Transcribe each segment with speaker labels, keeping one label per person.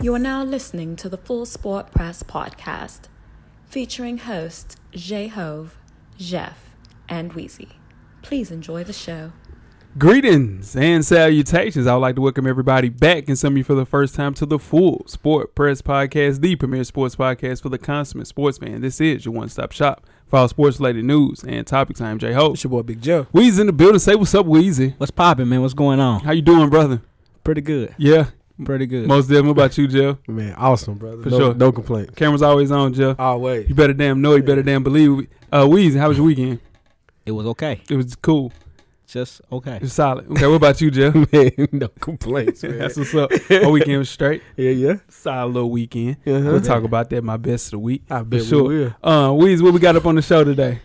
Speaker 1: You are now listening to the Full Sport Press podcast, featuring hosts Jay Hove, Jeff, and Wheezy. Please enjoy the show.
Speaker 2: Greetings and salutations. I would like to welcome everybody back and some of you for the first time to the Full Sport Press Podcast, the premier sports podcast for the consummate sports fan. This is your one stop shop for all sports related news and topics. I am Jay Hope.
Speaker 3: It's your boy Big Joe.
Speaker 2: Weezy in the building. Say what's up, Weezy.
Speaker 3: What's popping, man? What's going on?
Speaker 2: How you doing, brother?
Speaker 3: Pretty good.
Speaker 2: Yeah,
Speaker 3: Pretty good.
Speaker 2: most definitely. What about you, Jeff?
Speaker 4: Man, awesome, brother.
Speaker 2: For
Speaker 4: no,
Speaker 2: sure.
Speaker 4: no complaints.
Speaker 2: Camera's always on, Jeff.
Speaker 4: Always.
Speaker 2: You better damn know. You better damn believe. it. Uh, Weezy, how was your weekend?
Speaker 3: it was okay.
Speaker 2: It was cool.
Speaker 3: Just okay.
Speaker 2: It was solid. Okay, what about you, Jeff?
Speaker 4: man, no complaints, man.
Speaker 2: That's what's up. Our weekend was straight.
Speaker 4: yeah, yeah.
Speaker 2: Solid little weekend.
Speaker 4: Uh-huh.
Speaker 2: We'll talk about that. My best of the week.
Speaker 4: I bet
Speaker 2: sure.
Speaker 4: we will.
Speaker 2: Uh, Weez, what we got up on the show today?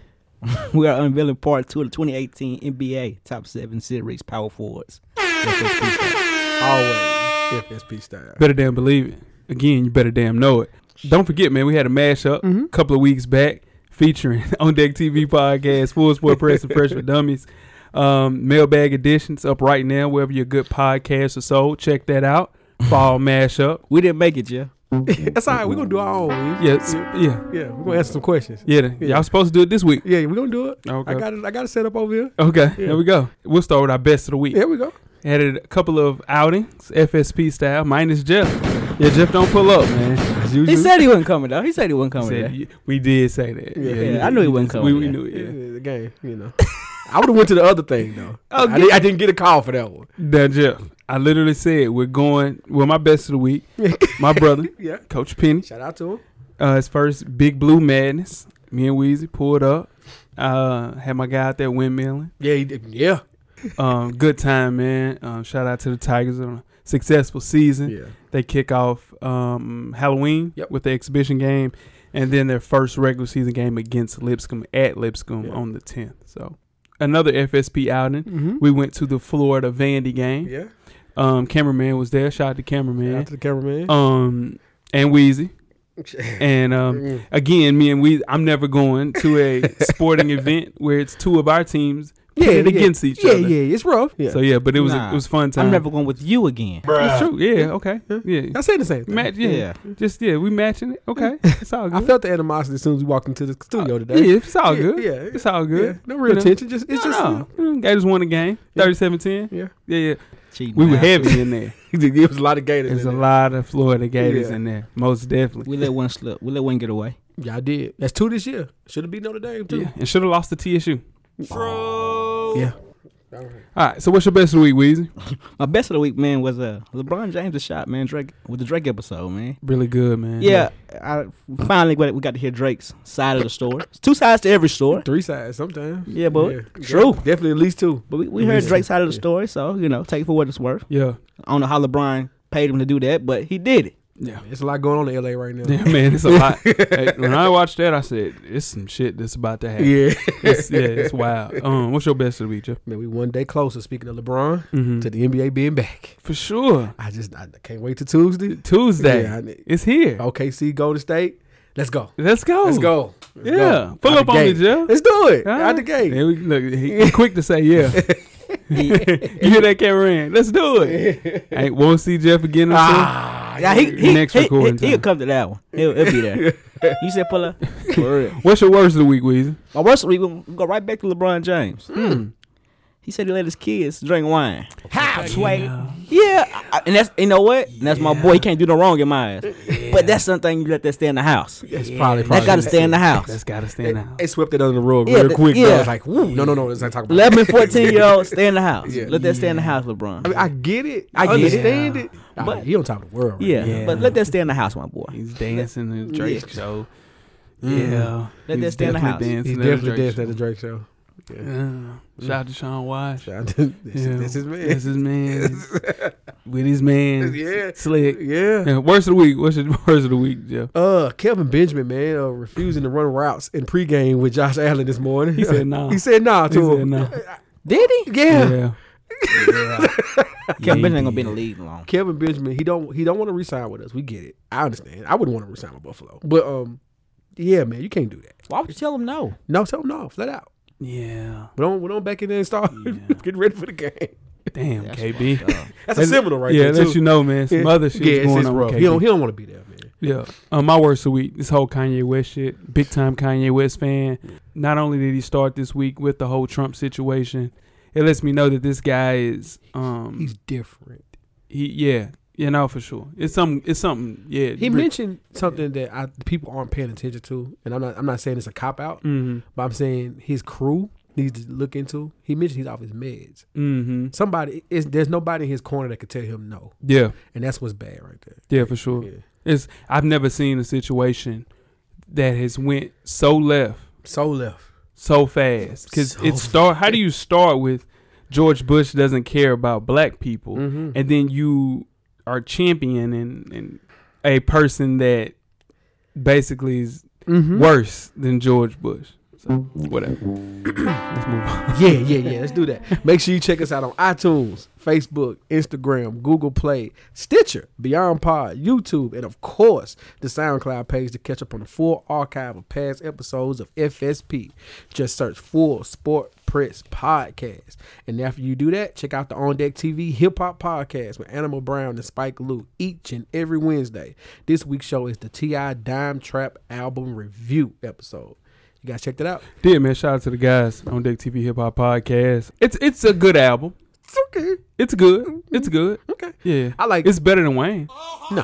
Speaker 3: we are unveiling part two of the 2018 NBA Top Seven Series Power Forwards. FSP stuff.
Speaker 4: Always. FSP style.
Speaker 2: Better damn believe it. Again, you better damn know it. Don't forget, man, we had a mashup a couple of weeks back featuring On Deck TV podcast, Full Sport Press, and Fresh with Dummies. Um, mailbag editions up right now, wherever your good podcasts are sold. Check that out. Fall mashup.
Speaker 3: we didn't make it, yeah.
Speaker 4: That's all right. We're going to do our own. Weez.
Speaker 2: Yes, yeah,
Speaker 4: Yeah, we're going to answer some questions.
Speaker 2: yeah. Y'all supposed to do it this week.
Speaker 4: Yeah, we're going to do it.
Speaker 2: Okay.
Speaker 4: I got it. I got it set up over here.
Speaker 2: Okay,
Speaker 4: Yeah.
Speaker 2: there we go. We'll start with our best of the week.
Speaker 4: Here we go.
Speaker 2: Had a couple of outings, FSP style, minus Jeff. Yeah, Jeff don't pull up, man. As
Speaker 3: He
Speaker 2: usual.
Speaker 3: said he wasn't coming though. He said Mm-hmm. he wasn't coming.
Speaker 2: Said
Speaker 3: today.
Speaker 2: you- we did say that.
Speaker 4: Yeah.
Speaker 2: you
Speaker 3: Yeah, I
Speaker 2: did.
Speaker 3: knew he
Speaker 2: You
Speaker 3: wasn't
Speaker 2: just-
Speaker 3: coming,
Speaker 2: We, we
Speaker 3: yeah.
Speaker 2: knew it. Yeah.
Speaker 4: Yeah, The game, you know. I would have went to the other thing, though.
Speaker 2: Oh,
Speaker 4: I, did, I didn't get a call for that one.
Speaker 2: Now, Jeff, I literally said we're going. Well, my best of the week, my brother,
Speaker 4: Yeah.
Speaker 2: Coach Penny,
Speaker 4: Shout out to him.
Speaker 2: uh, his first Big Blue Madness. Me and Weezy pulled up. Uh, had my guy out there windmilling.
Speaker 4: Yeah, he did. Yeah.
Speaker 2: Um, good time, man. Um, shout out to the Tigers on a successful season.
Speaker 4: Yeah.
Speaker 2: They kick off um, Halloween
Speaker 4: Yep.
Speaker 2: with the exhibition game, and then their first regular season game against Lipscomb at Lipscomb
Speaker 4: Yeah.
Speaker 2: on the 10th. So another FSP outing.
Speaker 4: Mm-hmm.
Speaker 2: We went to the Florida Vandy game.
Speaker 4: Yeah.
Speaker 2: Um, cameraman was there. Shout out to
Speaker 4: Shout out
Speaker 2: cameraman.
Speaker 4: to the cameraman.
Speaker 2: Um, and Wheezy. And um,
Speaker 4: Mm.
Speaker 2: again, me and Wheezy. I'm never going to a sporting event where it's two of our teams
Speaker 4: yeah,
Speaker 2: pitted
Speaker 4: yeah.
Speaker 2: against each
Speaker 4: yeah,
Speaker 2: other.
Speaker 4: yeah. It's rough. Yeah.
Speaker 2: So yeah, but it was a,
Speaker 3: Nah.
Speaker 2: it was fun time.
Speaker 3: I'm never going with you again.
Speaker 2: It's true. Yeah. Okay.
Speaker 4: Yeah.
Speaker 2: Yeah.
Speaker 4: I said the same thing.
Speaker 2: Match. Yeah. Just yeah. We matching it. Okay. It's all
Speaker 4: I
Speaker 2: good. Uh,
Speaker 4: felt the animosity as soon as we walked into the studio
Speaker 2: yeah.
Speaker 4: today.
Speaker 2: It's all
Speaker 4: Yeah,
Speaker 2: good.
Speaker 4: Yeah,
Speaker 2: It's all good.
Speaker 4: yeah. No real
Speaker 2: You know?
Speaker 4: tension. Just it's just
Speaker 2: no. Mm, Gators won the game.
Speaker 4: Yeah.
Speaker 2: 37-10.
Speaker 4: yeah.
Speaker 2: Yeah. Yeah.
Speaker 3: Cheating
Speaker 2: We were
Speaker 3: bastard.
Speaker 2: heavy in there.
Speaker 4: it was a lot of gators.
Speaker 2: There's
Speaker 4: in
Speaker 2: a
Speaker 4: there.
Speaker 2: lot of Florida Gators
Speaker 4: Yeah.
Speaker 2: in there. Most definitely.
Speaker 3: We let one slip. We let one get away.
Speaker 4: Y'all did. That's two this year. Should have beat Notre Dame too.
Speaker 2: Yeah. And should have lost to TSU.
Speaker 4: Yeah.
Speaker 2: All right. So what's your best of the week, Weezy?
Speaker 3: My best of the week, man, was uh LeBron James' shot, man, Drake with the Drake episode, man.
Speaker 2: Really good, man.
Speaker 3: Yeah, I finally got we got to hear Drake's side of the story. It's two sides to every story.
Speaker 4: Three sides sometimes.
Speaker 3: Yeah, but
Speaker 4: True. Definitely at least two.
Speaker 3: But we, we heard
Speaker 4: Yeah.
Speaker 3: Drake's side of the
Speaker 4: Yeah.
Speaker 3: story, so you know, take it for what it's worth.
Speaker 2: Yeah.
Speaker 3: I don't know how LeBron paid him to do that, but he did it.
Speaker 2: Yeah.
Speaker 4: It's a lot going on in LA right now.
Speaker 2: Yeah, man, it's a lot. Hey, when I watched that, I said, "It's some shit that's about to happen."
Speaker 4: Yeah.
Speaker 2: It's, yeah, it's wild. Um, what's your best of the week, Jeff?
Speaker 4: Man, we one day closer. Speaking of LeBron,
Speaker 2: Mm-hmm.
Speaker 4: to the NBA being back.
Speaker 2: For sure.
Speaker 4: I just I can't wait till Tuesday.
Speaker 2: Tuesday.
Speaker 4: Yeah, I need-
Speaker 2: It's here.
Speaker 4: OKC Golden State. Let's go.
Speaker 2: Let's go.
Speaker 4: Let's go. Let's
Speaker 2: Yeah.
Speaker 4: go.
Speaker 2: Pull
Speaker 4: Out
Speaker 2: up on me,
Speaker 4: gate.
Speaker 2: Jeff.
Speaker 4: Let's do it.
Speaker 2: All
Speaker 4: Out the
Speaker 2: right.
Speaker 4: gate.
Speaker 2: There we- look, he, he quick to say yeah. you hear that, Cameron? Let's do it. hey, won't see Jeff again until
Speaker 4: Ah,
Speaker 3: Yeah, he, he,
Speaker 2: Next
Speaker 3: he,
Speaker 2: recording
Speaker 3: he,
Speaker 2: time.
Speaker 3: will come to that one. He'll, he'll be there. you said pull up. For real.
Speaker 2: What's your worst of the week, Weezy?
Speaker 3: My worst of the week, we gonna go right back to LeBron James.
Speaker 4: Hmm.
Speaker 3: He said he let his kids drink wine. How? Sway. Yeah, I- and that's you know what? And that's my boy. He can't do no wrong in my eyes. But that's something you let that stay in the house.
Speaker 4: It's probably
Speaker 3: That
Speaker 4: probably
Speaker 3: gotta stay in the house.
Speaker 2: That's gotta stand
Speaker 4: They,
Speaker 2: out.
Speaker 4: they swept it under the rug
Speaker 3: Yeah,
Speaker 4: real
Speaker 3: th-
Speaker 4: quick. Yeah.
Speaker 3: yeah.
Speaker 4: It's like, woo, no, no, no. Let's not talk about
Speaker 3: 11, 14 year old, stay in the house.
Speaker 4: Yeah.
Speaker 3: Let that stay in the house, LeBron.
Speaker 4: I mean, I get it. I
Speaker 3: get it.
Speaker 4: understand it.
Speaker 3: But-
Speaker 4: But he on top of the world. Right
Speaker 3: Yeah,
Speaker 2: Yeah.
Speaker 3: but let that stay in the house, my boy.
Speaker 2: He's dancing in the Drake
Speaker 3: Yeah.
Speaker 2: show.
Speaker 4: Mm.
Speaker 2: Yeah.
Speaker 3: Let
Speaker 2: He's
Speaker 3: that stay in
Speaker 2: definitely
Speaker 3: the house.
Speaker 4: now.
Speaker 2: Dancing at
Speaker 4: He's
Speaker 2: the
Speaker 4: definitely
Speaker 2: Drake
Speaker 4: danced at
Speaker 2: show.
Speaker 4: the Drake show. Yeah.
Speaker 2: Yeah. Shout out to Sean Wash.
Speaker 4: Shout out to- This,
Speaker 2: Yeah.
Speaker 4: is, this is man.
Speaker 2: That's his man. With his man.
Speaker 4: Yeah.
Speaker 2: Slick.
Speaker 4: Yeah.
Speaker 2: Yeah, worst of the week. What's your worst of the week, Jeff?
Speaker 4: Uh, Kevin Benjamin, man, uh, refusing to run routes in pregame with Josh Allen this morning.
Speaker 2: He said nah.
Speaker 4: he said nah
Speaker 2: He
Speaker 4: to
Speaker 2: said
Speaker 4: him.
Speaker 2: nah.
Speaker 3: Did he?
Speaker 4: Yeah.
Speaker 3: Kevin
Speaker 2: Yeah,
Speaker 3: Benjamin
Speaker 2: he
Speaker 3: ain't gonna be
Speaker 2: did.
Speaker 3: in the league long.
Speaker 4: Kevin Benjamin, he don't he don't want to resign with us. We get it. I understand. I wouldn't want to resign with Buffalo, but um, yeah, man, you can't do that.
Speaker 3: Why would you tell him no?
Speaker 4: No, tell him no, flat out.
Speaker 2: Yeah.
Speaker 4: We don't we don't back in there and start
Speaker 2: Yeah.
Speaker 4: getting ready for the game.
Speaker 2: Damn, KB.
Speaker 4: That's a similar right
Speaker 2: yeah,
Speaker 4: there.
Speaker 2: let
Speaker 4: too.
Speaker 2: you know, man. Some
Speaker 4: Yeah.
Speaker 2: other shit's
Speaker 4: yeah, it's-
Speaker 2: going
Speaker 4: it's
Speaker 2: on.
Speaker 4: rough.
Speaker 2: with
Speaker 4: He don't,
Speaker 2: KB.
Speaker 4: he don't want to be there, man.
Speaker 2: Yeah. Um, my worst of the week, this whole Kanye West shit. Big time Kanye West fan. Not only did he start this week with the whole Trump situation, it lets me know that this guy is um
Speaker 4: He's different.
Speaker 2: he yeah. Yeah, no, for sure. It's something it's something, yeah.
Speaker 4: He mentioned something that I, people aren't paying attention to, and I'm not. I'm not saying it's a cop out,
Speaker 2: hmm
Speaker 4: but I'm saying his crew needs to look into. He mentioned he's off his meds.
Speaker 2: hmm
Speaker 4: Somebody is there's nobody in his corner that could tell him no,
Speaker 2: Yeah,
Speaker 4: and that's what's bad right there.
Speaker 2: yeah, for sure.
Speaker 4: Yeah.
Speaker 2: It's I've never seen a situation that has went so left
Speaker 4: So left.
Speaker 2: so fast because
Speaker 4: So
Speaker 2: it start. How do you start with George Bush doesn't care about black people,
Speaker 4: Mhm.
Speaker 2: and then you are championing and a person that basically is
Speaker 4: Hmm? Mm-hmm.
Speaker 2: worse than George Bush. So whatever. Let's move on.
Speaker 4: yeah, yeah, yeah. Let's do that. Make sure you check us out on iTunes, Facebook, Instagram, Google Play, Stitcher, Beyond Pod, YouTube, and of course the SoundCloud page to catch up on the full archive of past episodes of FSP. Just search Full Sport Press Podcast. And after you do that, check out the On Deck TV Hip Hop Podcast with Animal Brown and Spike Lee each and every Wednesday. This week's show is the T.I. Dime Trap album review episode. You guys check that out.
Speaker 2: Did man, shout out to the guys on Deck TV Hip Hop Podcast. It's it's a good album.
Speaker 4: It's okay.
Speaker 2: It's good. It's good.
Speaker 4: Mm-hmm. Okay.
Speaker 2: Yeah.
Speaker 4: I like
Speaker 2: It's better than Wayne.
Speaker 4: No.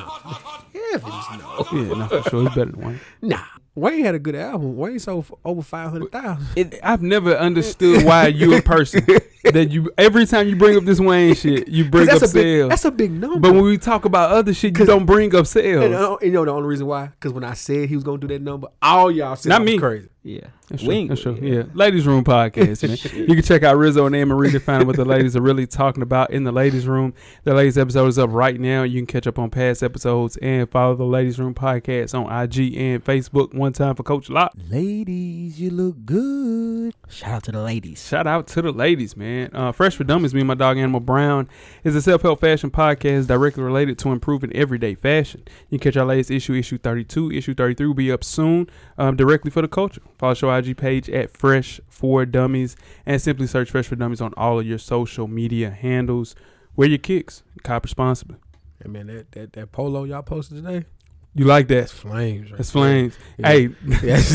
Speaker 4: Heavens, no.
Speaker 2: Yeah, no, for sure. It's better than Wayne.
Speaker 4: Nah. Wayne had a good album. Wayne sold for over 500,000.
Speaker 2: It, I've never understood why you a person that you every time you bring up this Wayne shit, you bring up
Speaker 4: That's, a big-
Speaker 2: sales.
Speaker 4: that's a big number.
Speaker 2: but when we talk about other shit, you don't bring up sales.
Speaker 4: and, uh, I don't- you know the only reason why? Because when I said he was going to do that number, all y'all said
Speaker 2: Not
Speaker 4: I was
Speaker 2: me.
Speaker 4: crazy.
Speaker 3: Yeah.
Speaker 2: That's
Speaker 3: We
Speaker 2: true.
Speaker 3: ain't-
Speaker 2: That's true. Yeah. Ladies Room podcast, man. you can check out Rizzo and Anne Marie to find out what the ladies are really talking about in the ladies room. The latest episode is up right now. You can catch up on past episodes and follow the ladies room podcast on IG and Facebook. One time for Coach Locke.
Speaker 3: Ladies, you look good. Shout out to the ladies.
Speaker 2: Shout out to the ladies, man. Uh, Fresh for Dummies, me and my dog Animal Brown, is a self help fashion podcast directly related to improving everyday fashion. You can catch our latest issue, issue 32. Issue 33 will be up soon um, directly for the culture. Follow our IG page at Fresh for Dummies and simply search Fresh for Dummies on all of your social media handles. Wear your kicks, cop responsibly.
Speaker 4: And man, that, that, that polo y'all posted today,
Speaker 2: You like
Speaker 4: that's
Speaker 2: that?
Speaker 4: flames. Right
Speaker 2: That's
Speaker 4: there.
Speaker 2: flames.
Speaker 4: Yeah.
Speaker 2: Hey,
Speaker 4: Yes.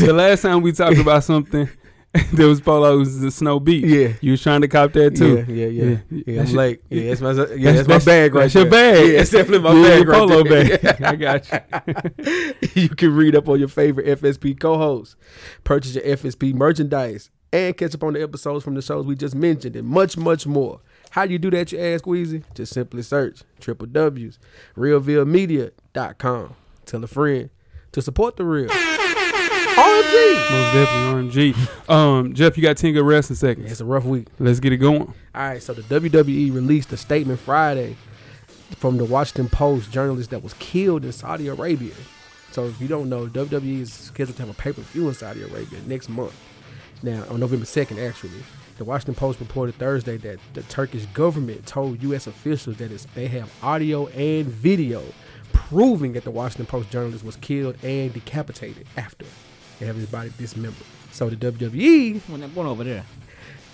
Speaker 2: the last time we talked about something, there was polos, the snow beat.
Speaker 4: Yeah.
Speaker 2: You was trying to cop that too.
Speaker 4: Yeah, yeah, yeah.
Speaker 2: Yeah.
Speaker 4: Yeah,
Speaker 2: That's
Speaker 4: I'm
Speaker 2: your-
Speaker 4: late. Yeah, that's my, yeah, that's, my bag right
Speaker 2: that's
Speaker 4: there.
Speaker 2: your bag.
Speaker 4: Yeah, it's definitely my
Speaker 2: Yeah,
Speaker 4: bag
Speaker 2: your
Speaker 4: right
Speaker 2: polo
Speaker 4: there.
Speaker 2: bag. I got you.
Speaker 4: you can read up on your favorite FSP co-hosts, purchase your FSP merchandise, and catch up on the episodes from the shows we just mentioned and much, much more. How you do that, you ask Weezy? Just simply search triple W's realvillemedia.com. Tell a friend to support the real. RG!
Speaker 2: Most definitely RMG. Um, Jeff, you got 10 good wrestling seconds.
Speaker 4: It's a rough week.
Speaker 2: Let's get it going.
Speaker 4: All right, so the WWE released a statement Friday from the Washington Post journalist that was killed in Saudi Arabia. So if you don't know, WWE is scheduled to have a pay-per-view in Saudi Arabia next month. Now, on November 2nd, actually, the Washington Post reported Thursday that the Turkish government told U.S. officials that it's, they have audio and video proving that the Washington Post journalist was killed and decapitated after they have his body dismembered. So the E WWE
Speaker 3: When that one over there.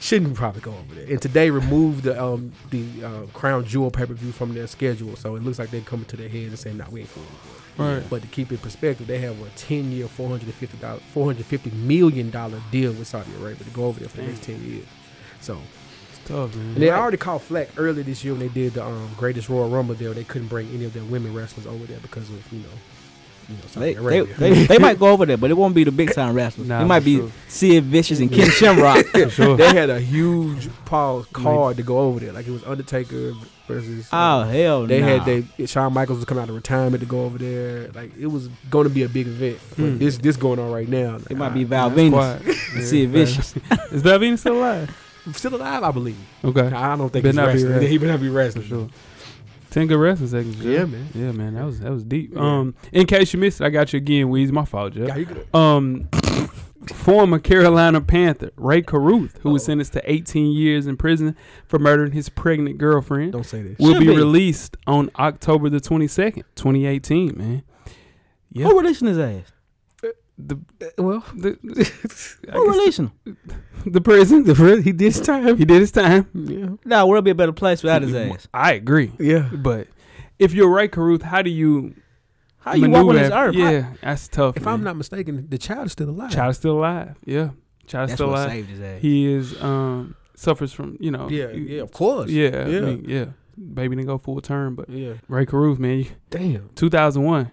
Speaker 4: shouldn't probably go over there. And today removed the um the uh, crown jewel pay per view from their schedule, so it looks like they're coming to their head and saying, "No, we ain't going."
Speaker 2: Right.
Speaker 4: But to keep it in perspective, they have a ten year, four hundred and fifty dollar, four hundred fifty million dollar deal with Saudi Arabia to go over there for the next ten years. So
Speaker 2: It's tough, man.
Speaker 3: Mm-hmm.
Speaker 4: and they already called flack earlier this year when they did the um, Greatest Royal Rumble deal. They couldn't bring any of their women wrestlers over there because of you know, you know Saudi
Speaker 3: They, they,
Speaker 4: Arabia.
Speaker 3: they, they might go over there, but it won't be the big time wrestlers.
Speaker 2: Nah,
Speaker 3: it might
Speaker 2: for
Speaker 3: be
Speaker 2: sure.
Speaker 3: Sid Vicious and Ken Shamrock.
Speaker 2: For sure.
Speaker 4: They had a huge pause card to go over there, like it was Undertaker versus.
Speaker 3: oh hell,
Speaker 4: They
Speaker 3: nah.
Speaker 4: had they Shawn Michaels was coming out of retirement to go over there. Like it was going to be a big event. But
Speaker 2: Hmm.
Speaker 4: This this going on right now.
Speaker 3: It might
Speaker 4: I-
Speaker 3: be Val
Speaker 2: That's
Speaker 3: Venus
Speaker 2: quiet.
Speaker 3: and
Speaker 2: Yeah,
Speaker 3: Sid
Speaker 2: fair.
Speaker 3: Vicious.
Speaker 2: Is Val Venus still alive?
Speaker 4: still alive, I believe.
Speaker 2: Okay.
Speaker 4: I don't think
Speaker 2: Better
Speaker 4: he's
Speaker 2: not be
Speaker 4: wrestling.
Speaker 2: wrestling.
Speaker 4: he better not be
Speaker 2: For
Speaker 4: wrestling.
Speaker 2: sure. 10 good wrestling seconds, Jeff.
Speaker 4: Yeah, man.
Speaker 2: Yeah, man. That was that was deep.
Speaker 4: Yeah.
Speaker 2: Um, in case you missed it, I got you again, Weez. My fault, Jeff.
Speaker 4: Yeah, you good.
Speaker 2: um, former Carolina Panther Ray Caruth, who was
Speaker 4: Oh.
Speaker 2: sentenced to 18 years in prison for murdering his pregnant girlfriend,
Speaker 4: Don't say this.
Speaker 2: will
Speaker 3: Should
Speaker 2: be,
Speaker 3: be.
Speaker 2: released on October the 22nd, 2018. Man, Yeah.
Speaker 3: Who releasing his ass?
Speaker 2: the
Speaker 4: Well,
Speaker 2: the I
Speaker 3: Who
Speaker 2: guess
Speaker 3: releasing him?
Speaker 2: the prison.
Speaker 4: the first, he did his time.
Speaker 2: He did his time.
Speaker 4: Yeah.
Speaker 3: Nah, world be a better place without his ass.
Speaker 2: I agree,
Speaker 4: Yeah.
Speaker 2: but if you're right, Karuth, how do you
Speaker 3: How you walk on this
Speaker 2: maneuver after-
Speaker 3: earth?
Speaker 2: Yeah, that's tough.
Speaker 4: If
Speaker 2: man.
Speaker 4: I'm not mistaken, the child is still alive.
Speaker 2: child is still alive. Yeah, child is
Speaker 3: That's
Speaker 2: still
Speaker 3: what
Speaker 2: alive.
Speaker 3: saved his ass.
Speaker 2: He is um suffers from you know
Speaker 4: Yeah,
Speaker 2: you-
Speaker 4: yeah, of course.
Speaker 2: yeah
Speaker 4: Yeah.
Speaker 2: I mean, yeah. Baby didn't go full term, but
Speaker 4: Yeah.
Speaker 2: Ray Caruth, man,
Speaker 4: Damn.
Speaker 2: 2001,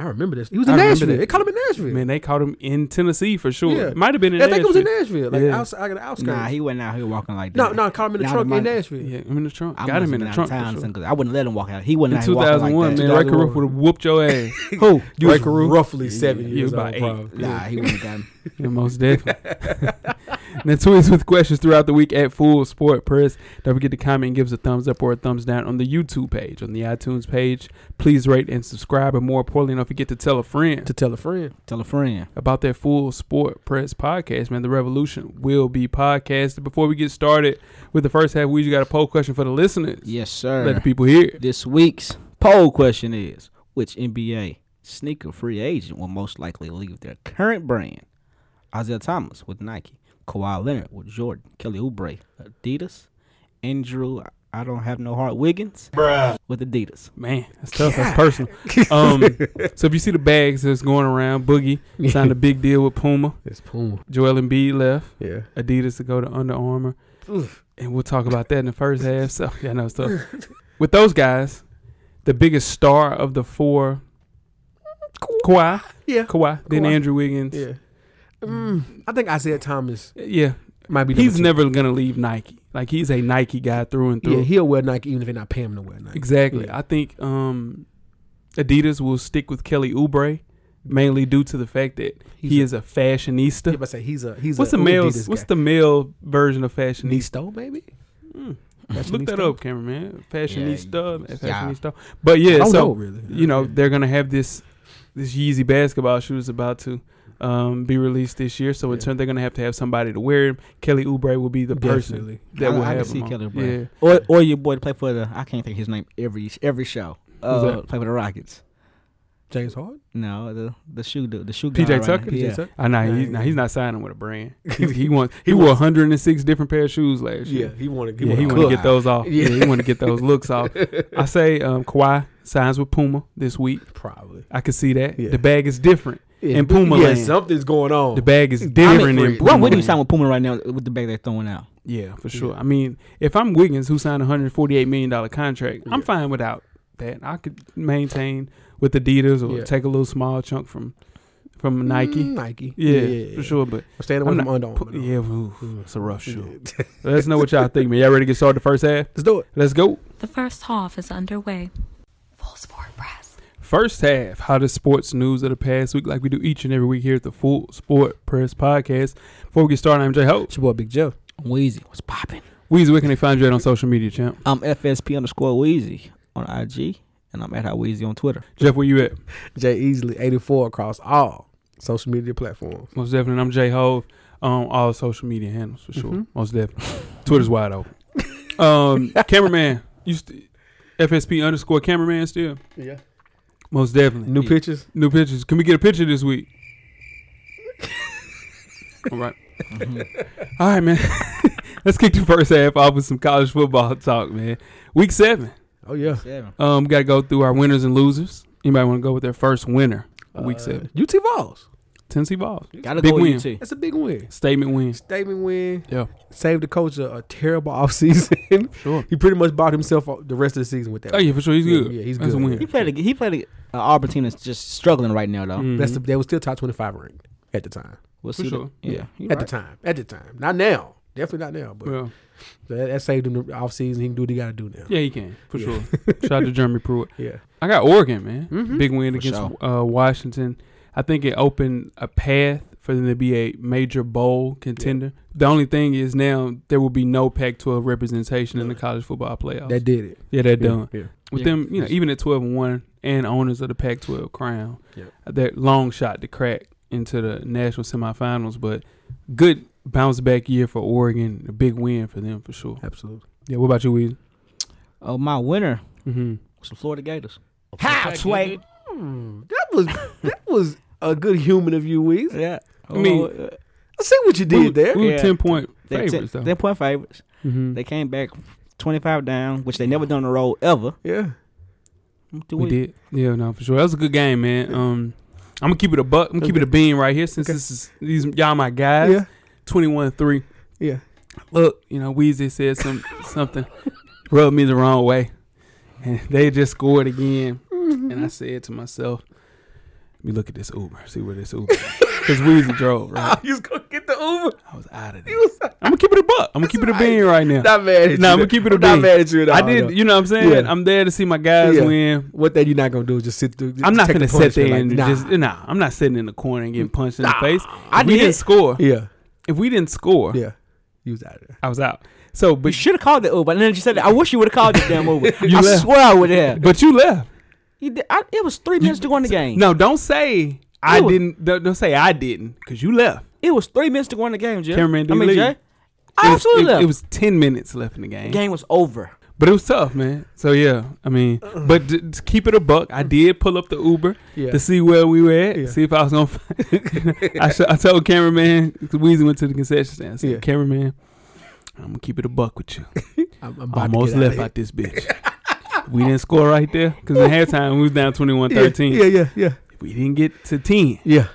Speaker 4: I remember this. He was in
Speaker 2: I remember
Speaker 4: Nashville.
Speaker 2: that.
Speaker 4: They called him in Nashville.
Speaker 2: man, they caught him in Tennessee for sure.
Speaker 4: Yeah.
Speaker 2: Might have been in
Speaker 4: I think it was in
Speaker 2: Nashville.
Speaker 4: Nashville. Like
Speaker 2: Yeah.
Speaker 4: outside of the outskirts.
Speaker 3: Nah, he went out here walking like that.
Speaker 4: no, no, called him in the
Speaker 3: Nah,
Speaker 4: trunk
Speaker 3: the
Speaker 4: in
Speaker 3: mon-
Speaker 4: Nashville.
Speaker 2: Yeah, him in the trunk.
Speaker 3: I
Speaker 2: Got him
Speaker 3: must've
Speaker 2: in
Speaker 3: been
Speaker 2: the
Speaker 3: out
Speaker 2: trunk.
Speaker 3: of town
Speaker 2: for sure.
Speaker 3: son, 'cause I wouldn't let him walk out. He went
Speaker 2: In
Speaker 3: out here walking
Speaker 2: 2001,
Speaker 3: like that.
Speaker 2: man, Ray
Speaker 4: 2001.
Speaker 2: Caruth would have whooped your ass.
Speaker 3: Who?
Speaker 4: You was
Speaker 2: Riker Roof.
Speaker 4: roughly seven
Speaker 2: Yeah,
Speaker 4: years
Speaker 2: about
Speaker 4: old.
Speaker 2: eight.
Speaker 4: probably.
Speaker 3: Nah, he wouldn't got him.
Speaker 2: Yeah, most definitely. now, tweet us with questions throughout the week at Full Sport Press. Don't forget to comment and give us a thumbs up or a thumbs down on the YouTube page, on the iTunes page. Please rate and subscribe, and more importantly, don't forget to tell a friend
Speaker 4: To tell a friend.
Speaker 3: Tell a friend.
Speaker 2: about that Full Sport Press podcast. Man, the revolution will be podcasted. Before we get started with the first half, we just got a poll question for the listeners.
Speaker 3: Yes,
Speaker 2: Let the
Speaker 3: sir.
Speaker 2: people hear. it.
Speaker 3: This week's poll question is: Which NBA sneaker free agent will most likely leave their current brand? Isaiah Thomas with Nike, Kawhi Leonard with Jordan, Kelly Oubre, Adidas, Andrew. I don't have no heart. Wiggins with Adidas.
Speaker 2: Man, that's tough. That's personal. Um, so if you see the bags that's going around, Boogie signed a big deal with Puma.
Speaker 4: It's Puma.
Speaker 2: Joel Embiid left.
Speaker 4: Yeah.
Speaker 2: Adidas to go to Under Armour.
Speaker 4: Oof.
Speaker 2: And we'll talk about that in the first half. So yeah, no stuff. With those guys, the biggest star of the four Kawhi.
Speaker 4: Yeah.
Speaker 2: Kawhi. Then
Speaker 4: Kawhi.
Speaker 2: Andrew Wiggins. Yeah.
Speaker 4: Yeah. Mm, I think Isaiah Thomas might be.
Speaker 2: He's
Speaker 4: number
Speaker 2: never gonna leave Nike. Like he's a Nike guy through and
Speaker 4: two. Yeah,
Speaker 2: through.
Speaker 4: he'll wear Nike even if they're not paying him to wear Nike.
Speaker 2: exactly.
Speaker 4: Yeah.
Speaker 2: I think um Adidas will stick with Kelly Oubre, mainly due to the fact that
Speaker 4: He's
Speaker 2: he
Speaker 4: a-
Speaker 2: is a fashionista.
Speaker 4: Yeah, but I say he's a he's
Speaker 2: what's
Speaker 4: a
Speaker 2: the male's what's the male version of fashionista?
Speaker 4: Nisto maybe?
Speaker 2: Mm.
Speaker 4: That's
Speaker 2: Look that
Speaker 4: Nisto?
Speaker 2: up, cameraman. Fashionista,
Speaker 3: Yeah,
Speaker 2: fashionista. But yeah,
Speaker 4: I don't
Speaker 2: so
Speaker 4: know, really.
Speaker 2: you know they're gonna have this this Yeezy basketball shoe is about to um, be released this year. So in
Speaker 4: Yeah.
Speaker 2: turn, they're gonna have to have somebody to wear him. Kelly Oubre will be the person
Speaker 4: Definitely.
Speaker 2: that
Speaker 3: I-
Speaker 2: will
Speaker 3: I can
Speaker 2: have
Speaker 3: see
Speaker 2: him. on.
Speaker 3: Kelly
Speaker 2: yeah,
Speaker 3: Oubre. Or or your boy to play for the I can't think of his name every every show. Uh,
Speaker 2: that?
Speaker 3: play for the Rockets.
Speaker 4: James Harden.
Speaker 3: No, the the shoe dude, the shoe guy.
Speaker 2: PJ
Speaker 3: right
Speaker 2: Tucker?
Speaker 3: now.
Speaker 4: PJ
Speaker 3: Yeah.
Speaker 4: Tucker?
Speaker 2: I know he's, nah, he's not signing with a brand. He, he wants he wore 106 different pair of shoes last
Speaker 4: Yeah,
Speaker 2: year.
Speaker 4: he wanted.
Speaker 2: Yeah, he
Speaker 3: wanna
Speaker 2: want to
Speaker 3: cook.
Speaker 2: get those off. Yeah,
Speaker 4: Yeah.
Speaker 2: he want to get those looks off. I say um, Kawhi signs with Puma this week.
Speaker 4: probably.
Speaker 2: I could see that.
Speaker 4: Yeah.
Speaker 2: The bag is different.
Speaker 4: Yeah,
Speaker 2: And Puma
Speaker 4: Yeah,
Speaker 2: Land.
Speaker 4: something's going on.
Speaker 2: The bag is
Speaker 3: I
Speaker 2: different.
Speaker 3: mean,
Speaker 2: than
Speaker 4: Rick,
Speaker 2: Puma
Speaker 3: what, what do you
Speaker 2: Land.
Speaker 3: sign with Puma right now with the bag they're throwing out?
Speaker 2: Yeah, for sure. I mean, if I'm Wiggins, who signed a hundred forty-eight million dollar contract, I'm
Speaker 4: Yeah.
Speaker 2: fine without that. I could maintain with Adidas or
Speaker 4: Yeah.
Speaker 2: take a little small chunk from from Nike.
Speaker 4: Mm, Nike.
Speaker 2: Yeah, for sure. But
Speaker 4: I'm staying away
Speaker 2: I'm
Speaker 4: from Under Armour.
Speaker 2: pu-
Speaker 4: though.
Speaker 2: yeah, oof, it's a rough show.
Speaker 4: Yeah.
Speaker 2: Let us know what y'all think, man. Y'all ready to get started the first half?
Speaker 4: Let's do it.
Speaker 2: Let's go.
Speaker 1: The first half is underway. Full Sport Press.
Speaker 2: First half, how the sports news of the past week, like we do each and every week here at the Full Sport Press Podcast. Before we get started, I'm Jay Hope.
Speaker 4: It's your boy Big Joe.
Speaker 3: Wheezy, what's popping?
Speaker 2: Weezy, where can they find you at on social media, champ?
Speaker 3: I'm FSP underscore Wheezy on IG, and I'm at How Wheezy on Twitter.
Speaker 2: Jeff, where you at?
Speaker 4: Jay Easily, 84 across all social media platforms.
Speaker 2: Most definitely. And I'm Jay Hove on all social media handles for sure.
Speaker 4: Mhm.
Speaker 2: Most definitely. Twitter's wide open. Um, cameraman, you st- FSP underscore cameraman still.
Speaker 4: Yeah.
Speaker 2: Most definitely.
Speaker 4: New
Speaker 2: Yeah.
Speaker 4: pictures.
Speaker 2: New pictures. Can we get a picture this week? all right. Mm-hmm. All right, man. Let's kick the first half off with some college football talk, man. Week seven.
Speaker 4: Oh yeah.
Speaker 3: Seven.
Speaker 2: Um, got to go through our winners and losers. Anybody want to go with their first winner? Week
Speaker 4: Uh,
Speaker 2: seven.
Speaker 4: UT Vols.
Speaker 2: Tennessee Vols.
Speaker 3: Gotta
Speaker 2: Big
Speaker 3: go with
Speaker 2: win.
Speaker 3: UT.
Speaker 4: That's a big win.
Speaker 2: Statement win.
Speaker 4: Statement win.
Speaker 2: Yeah,
Speaker 4: Saved the coach a, a terrible offseason.
Speaker 2: sure.
Speaker 4: he pretty much bought himself out the rest of the season with that.
Speaker 2: Oh yeah, for sure. He's
Speaker 4: Yeah,
Speaker 2: good.
Speaker 4: yeah, he's
Speaker 2: That's
Speaker 4: good.
Speaker 2: a win.
Speaker 3: He played. A, he played. A, uh, Auburn team that's just struggling right now, though.
Speaker 4: That's the, they were still top 25 ranked at the time.
Speaker 2: Mm-hmm. For
Speaker 3: We'll see. the-
Speaker 2: sure.
Speaker 3: yeah. you
Speaker 4: at
Speaker 3: right.
Speaker 4: the time. At the time. Not now. Definitely not now. But
Speaker 2: well,
Speaker 4: that, that saved him the offseason. He can do what he got to do now.
Speaker 2: Mm-hmm. yeah, he can for
Speaker 4: Yeah.
Speaker 2: sure. Shout out to Jeremy Pruitt.
Speaker 4: Yeah.
Speaker 2: I got Oregon, man.
Speaker 4: Mhm.
Speaker 2: Big win
Speaker 3: For
Speaker 2: against uh, Washington. I think it opened a path for them to be a major bowl contender. The only thing is now there will be no Pac-12 representation in the college football playoffs.
Speaker 4: That did it.
Speaker 2: yeah, they're
Speaker 4: Yeah,
Speaker 2: done
Speaker 4: Yeah.
Speaker 2: with
Speaker 3: Yeah.
Speaker 2: them. You know, even at 12 and one and owners of the Pac-12 crown,
Speaker 4: Yeah.
Speaker 2: that long shot to crack into the national semifinals. But good bounce back year for Oregon. A big win for them for sure.
Speaker 4: Absolutely.
Speaker 2: Yeah, what about you, Weezy?
Speaker 3: Oh, my winner
Speaker 2: Mm-hmm.
Speaker 3: Ah, was the Florida Gators.
Speaker 4: How, Sway? that was that was a good human of you, Weez.
Speaker 3: Yeah.
Speaker 2: I mean,
Speaker 3: Oh, uh,
Speaker 4: I see what you
Speaker 2: We,
Speaker 4: did there.
Speaker 2: we were
Speaker 3: Yeah.
Speaker 2: ten point
Speaker 3: they
Speaker 2: favorites though.
Speaker 3: they're point favorites.
Speaker 2: Mhm.
Speaker 3: They came back 25 down, which they never done on the road ever.
Speaker 4: Yeah.
Speaker 3: Do
Speaker 2: We did. Yeah, no, for sure. That was a good game, man. Um, I'm gonna keep it a buck. I'm gonna keep it a bean right here since
Speaker 4: Okay.
Speaker 2: this is these y'all my guys.
Speaker 4: Yeah.
Speaker 2: 21-3.
Speaker 4: Yeah.
Speaker 2: Look, you know, Weezy said some something rubbed me the wrong way, and they just scored again.
Speaker 4: Mm-hmm.
Speaker 2: And I said to myself, "Let me look at this Uber. See where this Uber." Because Weezy drove. Right?
Speaker 4: You was gonna get the Uber.
Speaker 2: I was out of there.
Speaker 4: You was
Speaker 2: I'm gonna keep it a buck. I'm gonna keep it a bean right now.
Speaker 4: not mad at
Speaker 2: Nah,
Speaker 4: you.
Speaker 2: I'ma keep it a
Speaker 4: I'm not
Speaker 2: bean.
Speaker 4: mad at you at all.
Speaker 2: I did.
Speaker 4: though.
Speaker 2: You know what I'm saying?
Speaker 4: Yeah.
Speaker 2: I'm there to see my guys
Speaker 4: Yeah.
Speaker 2: win.
Speaker 4: What that you're not gonna do is just sit through. just
Speaker 2: I'm not
Speaker 4: take
Speaker 2: gonna
Speaker 4: the
Speaker 2: sit there and
Speaker 4: punishment, like,
Speaker 2: just
Speaker 4: nah. Mm.
Speaker 2: nah. I'm not sitting in the corner and getting punched in
Speaker 4: Nah.
Speaker 2: the face.
Speaker 4: I
Speaker 2: If we
Speaker 4: did.
Speaker 2: didn't score.
Speaker 4: Yeah.
Speaker 2: If we didn't score,
Speaker 4: Yeah. You was out of there.
Speaker 2: I was out. So,
Speaker 3: You
Speaker 2: but
Speaker 3: should have called it Uber. And then you said, that. I wish you would have called it damn Uber.
Speaker 2: You
Speaker 3: I
Speaker 2: left.
Speaker 3: swear I would have.
Speaker 2: but you left.
Speaker 3: You did- I- It was three minutes to go in the
Speaker 4: Mm.
Speaker 3: game.
Speaker 2: No, don't say I
Speaker 3: was-
Speaker 2: didn't. Don't, don't say I didn't because you left.
Speaker 3: It was three minutes to go in the game, Jay.
Speaker 2: Cameron
Speaker 3: I
Speaker 2: D.
Speaker 3: mean,
Speaker 2: Lee.
Speaker 3: Jay.
Speaker 2: It
Speaker 3: I
Speaker 2: was-
Speaker 3: absolutely
Speaker 2: it,
Speaker 3: left.
Speaker 2: it was ten minutes left in the game.
Speaker 3: the game was over.
Speaker 2: but it was tough, man. So yeah, I mean, but d- to keep it a buck. I did pull up the Uber
Speaker 4: Uh. Yeah.
Speaker 2: to see where we were at,
Speaker 4: Yeah.
Speaker 2: see if I was gonna. Find I, sh- I told cameraman 'cause Weezy went to the concession stand. I said,
Speaker 4: Yeah.
Speaker 2: cameraman, I'm gonna keep it a buck with you.
Speaker 4: I'm, I'm about
Speaker 2: almost
Speaker 4: to get out
Speaker 2: left
Speaker 4: of here.
Speaker 2: out this bitch. we didn't score right there because in halftime we was down 21 13.
Speaker 4: Yeah, yeah, yeah,
Speaker 2: We didn't get to 10.
Speaker 4: yeah.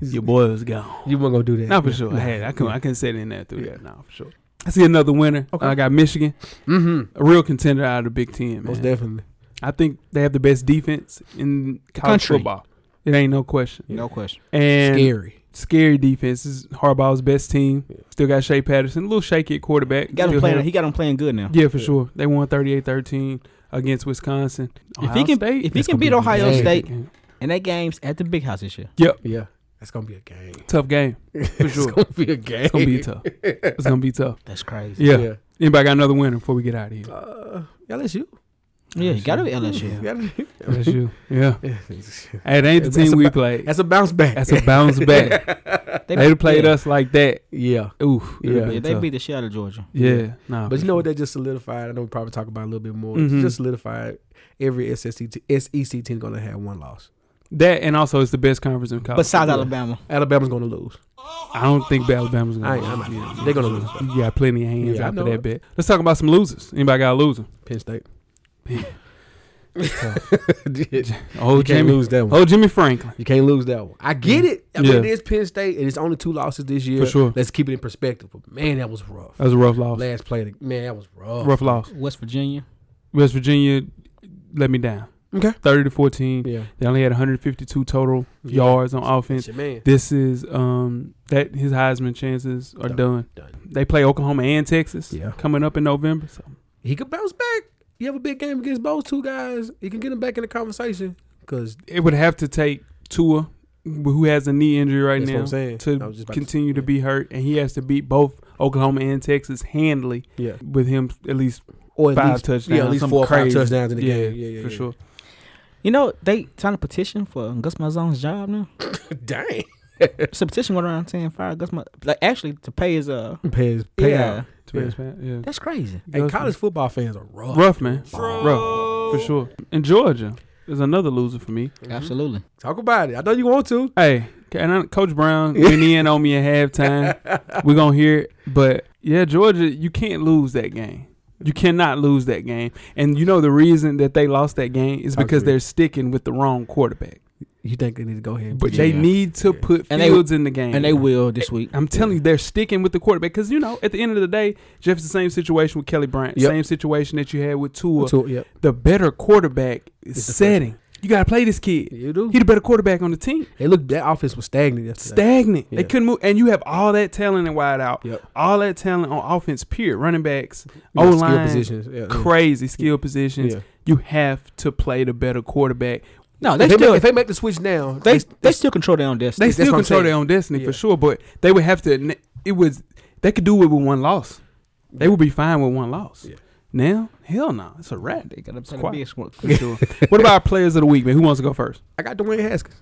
Speaker 2: Your boy was gone.
Speaker 4: You weren't gonna do that.
Speaker 2: Not for sure. I had. I couldn't. I couldn't sit in there through
Speaker 4: Yeah.
Speaker 2: that. No, for sure. I see another winner.
Speaker 4: Okay.
Speaker 2: I got Michigan,
Speaker 4: Mm-hmm.
Speaker 2: a real contender out of the Big Ten.
Speaker 4: Most
Speaker 2: Man.
Speaker 4: definitely.
Speaker 2: I think they have the best defense in college
Speaker 3: Country.
Speaker 2: football. It ain't no question.
Speaker 3: No question.
Speaker 2: And
Speaker 4: Scary.
Speaker 2: scary defense. This is Harbaugh's best team. Still got Shea Patterson, a little shaky at quarterback.
Speaker 3: Got him
Speaker 2: Still
Speaker 3: playing.
Speaker 2: have-
Speaker 3: He got him playing good now.
Speaker 2: Yeah, for
Speaker 4: Yeah.
Speaker 2: sure. They won 38-13 against Wisconsin.
Speaker 3: If he can- if he
Speaker 2: that's
Speaker 3: can
Speaker 2: gonna be
Speaker 3: beat
Speaker 2: a
Speaker 3: Ohio
Speaker 2: very
Speaker 3: State-
Speaker 2: good game.
Speaker 3: And that game's at the big house this year.
Speaker 4: Yeah. That's gonna be a game.
Speaker 2: tough game for
Speaker 4: It's
Speaker 2: sure.
Speaker 4: gonna be a game.
Speaker 2: It's gonna be tough. It's gonna be tough.
Speaker 3: That's crazy.
Speaker 2: Yeah. Anybody got another winner before we get out of here?
Speaker 4: Uh, LSU.
Speaker 3: Yeah, you got to be LSU.
Speaker 4: LSU.
Speaker 2: That's you. Yeah.
Speaker 4: Yeah.
Speaker 2: Hey, it ain't the
Speaker 4: That's a
Speaker 2: team we
Speaker 4: ba-
Speaker 2: played.
Speaker 4: That's a bounce back.
Speaker 2: That's a bounce back.
Speaker 3: They,
Speaker 2: They played
Speaker 3: yeah.
Speaker 2: us like that.
Speaker 4: yeah.
Speaker 2: Oof.
Speaker 4: Yeah,
Speaker 2: Yeah.
Speaker 3: Yeah, they beat the shit out of Georgia.
Speaker 2: Yeah. Nah.
Speaker 4: But
Speaker 2: for
Speaker 4: you know
Speaker 2: sure.
Speaker 4: what? That just solidified. I know we probably talk about it a little bit more.
Speaker 2: Mhm.
Speaker 4: Just solidified. Every SEC te- SEC E team gonna have one loss.
Speaker 2: That and also it's the best conference in college.
Speaker 3: Besides
Speaker 2: football.
Speaker 3: Alabama.
Speaker 4: Alabama's gonna lose.
Speaker 2: I don't think Alabama's
Speaker 4: I
Speaker 2: gonna.
Speaker 4: ain't, I'm
Speaker 2: win.
Speaker 4: not. They're gonna lose.
Speaker 2: You got plenty of hands
Speaker 4: Yeah, I
Speaker 2: after
Speaker 4: know
Speaker 2: that
Speaker 4: it.
Speaker 2: bet. Let's talk about some losers. Anybody got a loser?
Speaker 4: Penn State.
Speaker 2: Man.
Speaker 4: you
Speaker 2: Old
Speaker 4: can't
Speaker 2: Jimmy.
Speaker 4: lose that one.
Speaker 2: Old Jimmy Franklin.
Speaker 4: You can't lose that one. I get it. I
Speaker 2: Yeah.
Speaker 4: mean, it is Penn State, and it's only two losses this year.
Speaker 2: For sure.
Speaker 4: Let's keep it in perspective. But man, that was rough.
Speaker 2: That was a rough loss.
Speaker 4: Last play, of the- man, that was rough.
Speaker 2: Rough loss.
Speaker 3: West Virginia.
Speaker 2: West Virginia let me down.
Speaker 4: Okay.
Speaker 2: Thirty to fourteen.
Speaker 4: Yeah.
Speaker 2: They only had 152 total
Speaker 4: Yeah.
Speaker 2: yards on offense.
Speaker 4: That's your man.
Speaker 2: This is um that his Heisman chances are done.
Speaker 4: Done.
Speaker 2: They play Oklahoma and Texas
Speaker 4: Yeah.
Speaker 2: coming up in November. So
Speaker 4: He could bounce back. You have a big game against those two guys. You can get them back in the conversation because
Speaker 2: it would have to take Tua, who has a knee injury right
Speaker 4: That's what I'm
Speaker 2: now,
Speaker 4: saying. I was
Speaker 2: to
Speaker 4: just about to
Speaker 2: continue
Speaker 4: say,
Speaker 2: to
Speaker 4: yeah.
Speaker 2: be hurt, and he has to beat both Oklahoma and Texas handily
Speaker 4: yeah,
Speaker 2: with him at least
Speaker 4: or at
Speaker 2: five
Speaker 4: least
Speaker 2: touchdowns,
Speaker 4: yeah, at least
Speaker 2: something
Speaker 4: four or five
Speaker 2: crazy.
Speaker 4: touchdowns in the
Speaker 2: yeah,
Speaker 4: game. Yeah, yeah,
Speaker 2: for
Speaker 4: yeah.
Speaker 2: sure.
Speaker 3: You know, they trying to petition for Gus Malzahn's job now.
Speaker 4: Dang.
Speaker 3: It's a petition going around saying fire Gus Mal- like actually to pay his uh
Speaker 4: Pay, pay
Speaker 3: yeah.
Speaker 4: out.
Speaker 2: To be
Speaker 4: Yeah.
Speaker 2: honest, man, yeah.
Speaker 3: That's crazy.
Speaker 4: Hey, college football fans are rough.
Speaker 2: rough man, rough for sure. And Georgia is another loser for me.
Speaker 3: Absolutely.
Speaker 4: Talk about it. I know you want to.
Speaker 2: Hey, and I, Coach Brown went in on me at halftime. We're gonna hear it, but yeah, Georgia, you can't lose that game. You cannot lose that game. And you know the reason that they lost that game is
Speaker 4: Talk to
Speaker 2: because
Speaker 4: me.
Speaker 2: they're sticking with the wrong quarterback.
Speaker 4: You think they need to go ahead? and
Speaker 2: But
Speaker 4: put
Speaker 2: they
Speaker 4: it-
Speaker 2: need to
Speaker 4: Yeah.
Speaker 2: put
Speaker 3: And they-
Speaker 2: Fields in the game.
Speaker 3: And they will this week.
Speaker 2: I'm telling you, they're sticking with the quarterback because you know at the end of the day, Jeff's the same situation with Kelly Bryant,
Speaker 4: Yep.
Speaker 2: same situation that you had with Tua.
Speaker 4: to, yep.
Speaker 2: The better quarterback is
Speaker 4: It's the first
Speaker 2: setting. You gotta play this kid.
Speaker 4: You do.
Speaker 2: He the better quarterback on the team.
Speaker 4: They look. That offense was stagnant yesterday.
Speaker 2: stagnant.
Speaker 4: Yeah.
Speaker 2: They couldn't move, and you have all that talent and wide out,
Speaker 4: Yep.
Speaker 2: all that talent on offense. Period. Running backs,
Speaker 4: Yeah, skill
Speaker 2: O line,
Speaker 4: positions. Yeah, yeah.
Speaker 2: crazy skill positions.
Speaker 4: Yeah.
Speaker 2: You have to play the better quarterback.
Speaker 3: No,
Speaker 4: If
Speaker 3: they
Speaker 4: they,
Speaker 3: still
Speaker 4: make, if they make the switch now,
Speaker 3: they,
Speaker 4: it's-
Speaker 3: they
Speaker 4: it's-
Speaker 3: still control their own destiny.
Speaker 2: They
Speaker 4: That's
Speaker 2: still
Speaker 4: what I'm
Speaker 2: control
Speaker 4: saying.
Speaker 2: their own destiny
Speaker 4: Yeah.
Speaker 2: for sure, but they would have to. It was they could do it with one loss. They would be fine with one loss.
Speaker 4: Yeah.
Speaker 2: Now, hell no, it's a wrap.
Speaker 3: They got upset
Speaker 2: Squad.
Speaker 3: the big one for sure.
Speaker 2: what about our players of the week, man? Who wants to go first?
Speaker 4: I got Dwayne Haskins.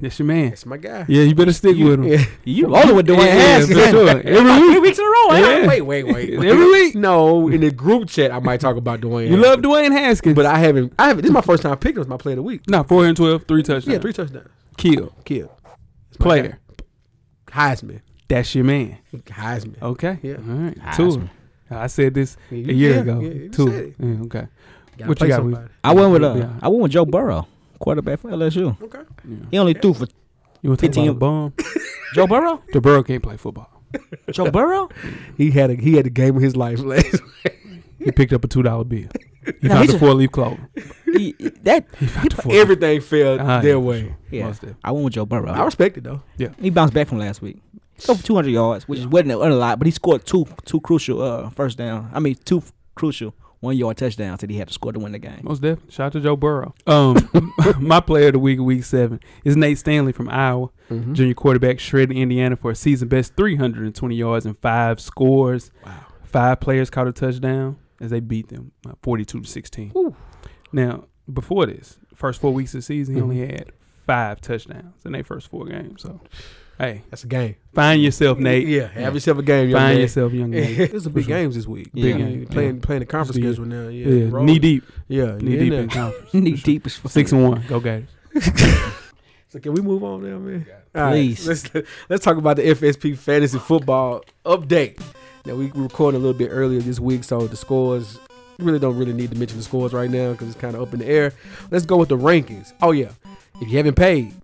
Speaker 2: That's your man.
Speaker 4: That's my guy.
Speaker 2: Yeah, you better stick with him.
Speaker 4: Yeah.
Speaker 3: you rolling with Dwayne
Speaker 2: Yeah,
Speaker 3: Haskins.
Speaker 2: for sure. Every
Speaker 3: Three
Speaker 2: week.
Speaker 3: weeks in a row, eh?
Speaker 2: Yeah.
Speaker 4: Wait, wait, wait.
Speaker 2: Every week.
Speaker 4: No, in the group chat, I might talk about Dwayne.
Speaker 2: You
Speaker 4: Haskins.
Speaker 2: love Dwayne Haskins.
Speaker 4: but I haven't. I haven't. This is my first time picking. him as my play of the week.
Speaker 2: Nah, 412, three touchdowns.
Speaker 4: Yeah, three touchdowns.
Speaker 2: Kill.
Speaker 4: Kill.
Speaker 2: Player.
Speaker 4: Heisman.
Speaker 2: That's your man.
Speaker 4: Heisman.
Speaker 2: Okay.
Speaker 4: Yeah.
Speaker 2: All right. Tua.
Speaker 3: Heisman.
Speaker 2: I said this
Speaker 4: Yeah,
Speaker 2: a
Speaker 4: you-
Speaker 2: year
Speaker 4: yeah,
Speaker 2: ago.
Speaker 4: yeah, you
Speaker 2: Tua.
Speaker 4: said it.
Speaker 2: Yeah, okay. What
Speaker 4: Gotta
Speaker 2: you
Speaker 4: play
Speaker 2: got, Weezy?
Speaker 4: somebody.
Speaker 3: I went with uh,
Speaker 2: Yeah.
Speaker 3: I went with Joe Burrow, quarterback for LSU.
Speaker 4: Okay.
Speaker 3: He only threw for
Speaker 2: You want to talk
Speaker 3: 15
Speaker 2: about a bum?
Speaker 3: Joe Burrow.
Speaker 2: the Burrow can't play football.
Speaker 3: Joe Burrow.
Speaker 4: He had a he had a game of his life last.
Speaker 2: He picked up a two dollar bill. He
Speaker 3: No,
Speaker 2: found
Speaker 3: he's
Speaker 2: the
Speaker 3: a-
Speaker 2: four leaf clover.
Speaker 3: He, that
Speaker 2: He found the four.
Speaker 4: Everything fell
Speaker 2: Ah, yeah,
Speaker 4: their
Speaker 2: for
Speaker 4: way.
Speaker 2: sure.
Speaker 3: yeah.
Speaker 2: Most definitely.
Speaker 3: I went with Joe Burrow.
Speaker 4: I respect it though.
Speaker 3: He bounced back from last week. Go for 200 yards, which wasn't a lot, but he scored two two crucial uh first down. I mean two crucial one yard touchdowns that he had to score to win the game.
Speaker 2: Most definitely. Shout out to Joe Burrow. Um, my player of the week, week seven, is Nate Stanley from Iowa. Junior quarterback shredded Indiana for a season best 320 yards and five scores.
Speaker 4: Wow.
Speaker 2: Five players caught a touchdown as they beat them uh, 42 to 16.
Speaker 4: Ooh.
Speaker 2: Now, before this, first four weeks of the season, he
Speaker 4: Mhm.
Speaker 2: only had five touchdowns in their first four games. So, hey,
Speaker 4: That's a game.
Speaker 2: find yourself, Nate.
Speaker 4: Yeah, have yourself a game. young
Speaker 2: Mm-hmm. Find
Speaker 4: man.
Speaker 2: yourself, young Nate.
Speaker 4: There's some big
Speaker 2: For sure.
Speaker 4: games this week.
Speaker 3: Big
Speaker 4: Yeah.
Speaker 2: game,
Speaker 4: You Playing playing the conference
Speaker 2: Yeah.
Speaker 4: schedule now. Yeah,
Speaker 2: Yeah,
Speaker 4: rolling.
Speaker 2: knee deep,
Speaker 4: Yeah,
Speaker 2: knee
Speaker 4: you in
Speaker 2: deep
Speaker 4: there.
Speaker 2: in conference.
Speaker 4: Oh,
Speaker 3: Kney deep as fuck.
Speaker 2: Six and one, go Gators.
Speaker 4: So can we move on now, man? All right,
Speaker 3: Please.
Speaker 4: let's let's talk about the FSP fantasy football update. Now we we recorded a little bit earlier this week, so the scores we really don't really need to mention the scores right now because it's kind of up in the air. Let's go with the rankings. Oh yeah, if you haven't paid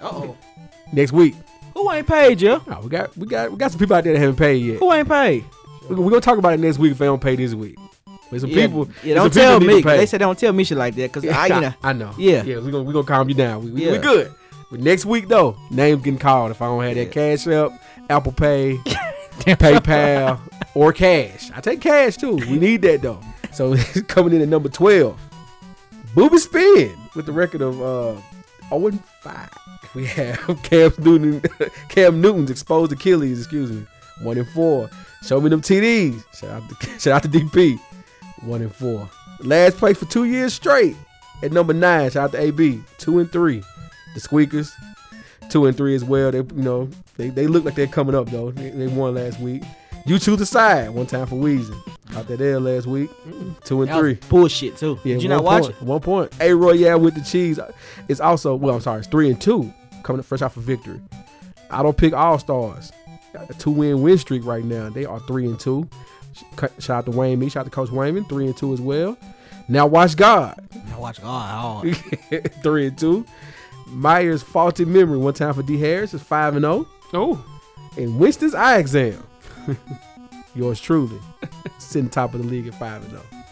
Speaker 3: Uh-oh.
Speaker 4: next week,
Speaker 3: Who ain't paid you?
Speaker 4: oh, we got we got we got some people out there that haven't paid yet.
Speaker 3: Who ain't paid?
Speaker 4: We're gonna talk about it next week if they don't pay this week. But some
Speaker 3: Yeah,
Speaker 4: people, some
Speaker 3: yeah, don't
Speaker 4: people
Speaker 3: tell
Speaker 4: need
Speaker 3: me.
Speaker 4: to pay.
Speaker 3: 'cause They said they don't tell me shit like that because I, you know,
Speaker 4: I know.
Speaker 3: Yeah.
Speaker 4: yeah. We gonna we gonna calm you down. We, we, we
Speaker 3: Yeah.
Speaker 4: good. But next week though, names getting called if I don't have that Cash App, Apple Pay, PayPal, or cash. I take cash too. We need that though. So it's coming in at number twelve, Booby Spin with the record of uh, zero and five. We have Cam Newton, Cam Newton's exposed Achilles. Excuse me. One and four. Show me them TDs. Shout out to, shout out to DP. One and four. Last place for two years straight. At number nine, shout out to AB. Two and three. The Squeakers. Two and three as well. They, you know, they, they look like they're coming up though. They, they won last week. You choose the side. One time for Weezy. Out there there last week. Two and
Speaker 3: that was
Speaker 4: three.
Speaker 3: bullshit too.
Speaker 4: Yeah,
Speaker 3: Did you
Speaker 4: one
Speaker 3: not watch
Speaker 4: point, One point. A Royale with the cheese is also well. I'm sorry, it's three and two coming up fresh off a victory. I don't pick all stars. Got a two win win streak right now. They are three and two. Sh- cut- Shout out to Wayne. Me. Shout out to Coach Wayman. Three and two as well. Now watch God.
Speaker 3: it? I watched. Oh, oh.
Speaker 4: three and two. Myers faulty memory. One time for D Harris is five and zero.
Speaker 2: Oh,
Speaker 4: And Winston's eye exam. Yours truly sitting top of the league at five and oh. zero.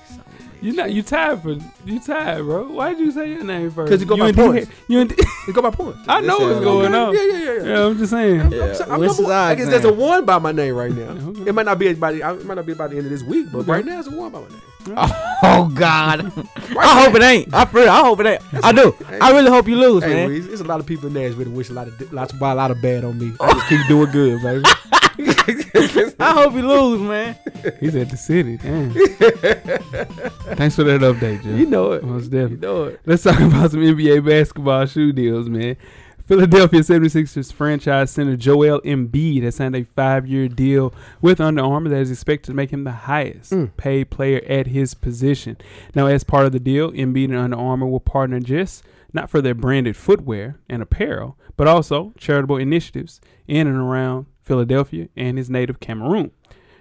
Speaker 2: you not you tied for you tied, bro. Why did you say your name first?
Speaker 4: 'Cause you go by
Speaker 2: and D-
Speaker 4: points.
Speaker 2: You and D-
Speaker 4: You got my point.
Speaker 2: I know what's going on.
Speaker 4: Yeah, yeah, yeah. yeah.
Speaker 2: yeah, I'm just saying.
Speaker 4: I'm so- I'm
Speaker 3: Winston's
Speaker 4: number one. I
Speaker 3: eyes,
Speaker 4: guess there's a
Speaker 3: man.
Speaker 4: one by my name right now.
Speaker 2: Okay.
Speaker 4: It might not be by the, it might not be by the end of this week, but right now it's a one by my name.
Speaker 3: Oh God! I hope it ain't. I for real, I hope it ain't. I do. I really hope you lose,
Speaker 4: Hey,
Speaker 3: man.
Speaker 4: Weez, it's a lot of people in Nashville that wish a lot of lots by a lot of bad on me. I just keep doing good, baby.
Speaker 3: I hope you lose, man.
Speaker 2: He's at the city. Damn. Thanks for that update, Joe.
Speaker 4: you know it.
Speaker 2: Most
Speaker 4: You
Speaker 2: definitely.
Speaker 4: know it.
Speaker 2: Let's talk about some NBA basketball shoe deals, man. Philadelphia 76ers franchise center Joel Embiid has signed a five-year deal with Under Armour that is expected to make him the highest
Speaker 4: Mm.
Speaker 2: paid player at his position. Now, as part of the deal, Embiid and Under Armour will partner just not for their branded footwear and apparel, but also charitable initiatives in and around Philadelphia and his native Cameroon.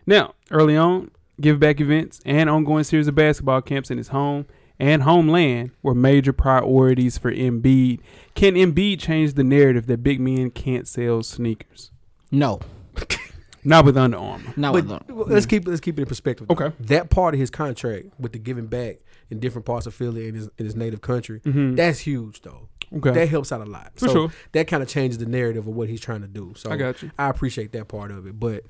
Speaker 2: Now, early on, give back events and ongoing series of basketball camps in his home and homeland were major priorities for Embiid. Can Embiid change the narrative that big men can't sell sneakers?
Speaker 3: No,
Speaker 2: Not with Under Armour.
Speaker 3: not
Speaker 4: But
Speaker 3: with them.
Speaker 4: let's keep let's keep it in perspective.
Speaker 2: Okay.
Speaker 4: That part of his contract with the giving back in different parts of Philly and his, in his native country,
Speaker 2: Mhm.
Speaker 4: that's huge though.
Speaker 2: Okay.
Speaker 4: That helps out a lot.
Speaker 2: For
Speaker 4: so
Speaker 2: sure.
Speaker 4: that kind of changes the narrative of what he's trying to do. So
Speaker 2: I got you.
Speaker 4: I appreciate that part of it, but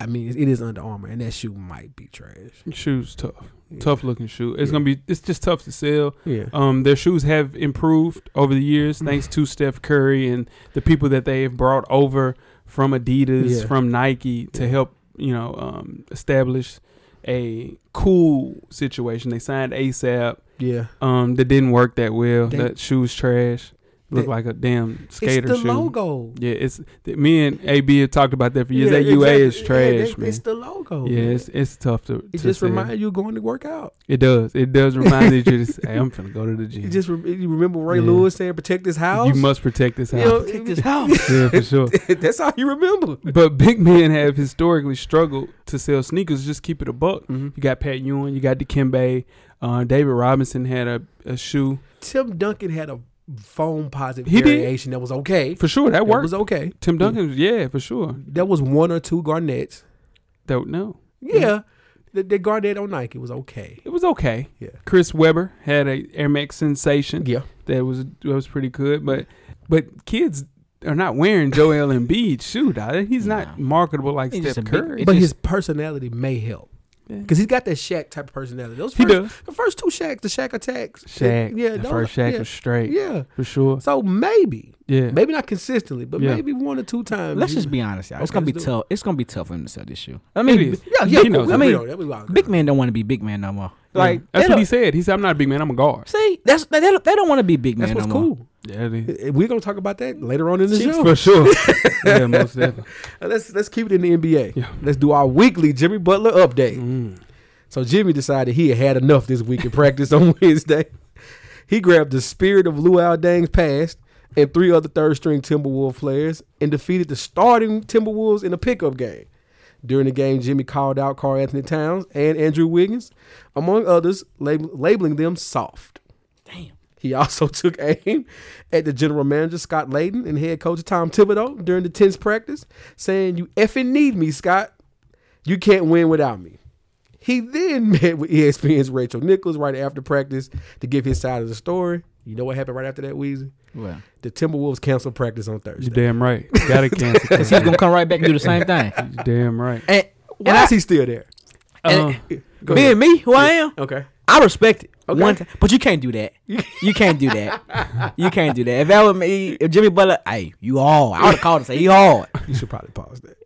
Speaker 4: I mean, it is Under Armour, and that shoe might be trash.
Speaker 2: Shoes tough. Tough looking shoe. It's gonna be it's just tough to sell.
Speaker 4: Yeah.
Speaker 2: Um their shoes have improved over the years thanks to Steph Curry and the people that they have brought over from Adidas,
Speaker 4: Yeah.
Speaker 2: from Nike to help, you know, um establish a cool situation. They signed ASAP.
Speaker 4: Yeah.
Speaker 2: Um, that didn't work that well.
Speaker 4: They-
Speaker 2: that shoe's trash. Look
Speaker 4: That-
Speaker 2: like a damn skater
Speaker 4: it's
Speaker 2: shoe.
Speaker 4: the logo.
Speaker 2: Yeah, it's th- me and AB have talked about that for years. that UA is trash,
Speaker 4: Yeah, that-
Speaker 2: man.
Speaker 4: It's the logo.
Speaker 2: yeah,
Speaker 4: man.
Speaker 2: it's it's tough to.
Speaker 4: it
Speaker 2: to
Speaker 4: just
Speaker 2: say.
Speaker 4: reminds you of going to work out.
Speaker 2: It does. It does remind you. to say, Hey, I'm finna go to the gym.
Speaker 4: You just re- you remember Ray
Speaker 2: Yeah.
Speaker 4: Lewis saying, "Protect this house."
Speaker 2: You must protect this
Speaker 4: You
Speaker 2: house.
Speaker 4: know,
Speaker 3: Take this house.
Speaker 2: yeah, for sure.
Speaker 4: that's how you remember.
Speaker 2: But big men have historically struggled to sell sneakers. Just keep it a buck. You got Pat Ewan. You got Dikembe. Uh, David Robinson had a, a shoe
Speaker 4: Tim Duncan had a foam positive
Speaker 2: He did.
Speaker 4: variation that was okay.
Speaker 2: for sure. That
Speaker 4: That
Speaker 2: worked.
Speaker 4: was okay.
Speaker 2: Tim Duncan. Yeah, for sure.
Speaker 4: There was one or two Garnets.
Speaker 2: That no.
Speaker 4: Yeah, the, the Garnet on Nike was okay.
Speaker 2: It was okay.
Speaker 4: Yeah.
Speaker 2: Chris Webber had a Air Max sensation.
Speaker 4: Yeah,
Speaker 2: that was that was pretty good. But but kids are not wearing Joel Embiid. Shoot, I- he's not
Speaker 3: Nah.
Speaker 2: marketable like
Speaker 3: He's just
Speaker 2: Steph
Speaker 3: a big-
Speaker 2: Curry.
Speaker 3: It
Speaker 4: but
Speaker 3: just-
Speaker 4: his personality may help
Speaker 2: Yeah.
Speaker 4: because he's got that Shaq type of personality. Those
Speaker 2: He
Speaker 4: first,
Speaker 2: does.
Speaker 4: the first two Shaqs, the Shaq attacks,
Speaker 2: Shaq,
Speaker 4: yeah,
Speaker 2: yeah, the
Speaker 4: those-
Speaker 2: first Shaq
Speaker 4: yeah,
Speaker 2: was straight
Speaker 4: yeah.
Speaker 2: for sure.
Speaker 4: So maybe,
Speaker 2: Yeah,
Speaker 4: maybe not consistently, but
Speaker 2: Yeah.
Speaker 4: maybe one or two times.
Speaker 3: Let's
Speaker 4: you-
Speaker 3: just be honest, y'all. It's
Speaker 4: Okay,
Speaker 3: gonna be
Speaker 4: let's do
Speaker 3: tough. It's gonna be tough for him to sell this shoe. I
Speaker 2: It
Speaker 3: mean,
Speaker 2: is.
Speaker 3: b- yeah,
Speaker 2: He
Speaker 3: yeah.
Speaker 2: knows
Speaker 3: I
Speaker 2: that.
Speaker 3: mean,
Speaker 4: Real, that was wild.
Speaker 3: big men don't want to be big man no more. Like
Speaker 2: that's
Speaker 3: they
Speaker 2: what he
Speaker 3: don't-
Speaker 2: said. He said, "I'm not a big man. I'm a guard."
Speaker 3: See, that's they don't, they don't want to be big man
Speaker 4: That's what's
Speaker 3: no more.
Speaker 4: cool.
Speaker 2: Yeah, it is.
Speaker 4: Uh, We're gonna talk about that later on in the show.
Speaker 2: for sure. yeah, most definitely.
Speaker 4: Uh, Let's let's keep it in the NBA.
Speaker 2: Yeah.
Speaker 4: Let's do our weekly Jimmy Butler update.
Speaker 2: Mm.
Speaker 4: So Jimmy decided he had had enough this week in practice on Wednesday. He grabbed the spirit of Luau Dang's pass and three other third string Timberwolves players and defeated the starting Timberwolves in a pickup game. During the game, Jimmy called out Carl Anthony Towns and Andrew Wiggins, among others, lab- labeling them soft.
Speaker 3: Damn.
Speaker 4: He also took aim at the general manager Scott Layden and head coach Tom Thibodeau during the tense practice, saying, "You effing need me, Scott. You can't win without me." He then met with E ESPN's Rachel Nichols right after practice to give his side of the story. You know what happened right after that, Weezy?
Speaker 3: Well,
Speaker 4: The Timberwolves canceled practice on
Speaker 2: You
Speaker 4: Thursday.
Speaker 2: damn right. Gotta cancel.
Speaker 3: because he's gonna come right back and do the same thing.
Speaker 2: You damn right.
Speaker 3: And,
Speaker 4: Why
Speaker 3: and I
Speaker 4: is he still there?
Speaker 3: Uh-huh.
Speaker 2: Uh, go
Speaker 3: being
Speaker 2: ahead.
Speaker 3: me, who I am,
Speaker 4: Okay.
Speaker 3: I respect it.
Speaker 4: Okay.
Speaker 3: One, ti- but you can't do that. You can't do that. you can't do that. If that were me, if Jimmy Butler, hey, you all, I would have called and say you all.
Speaker 4: You should probably pause that.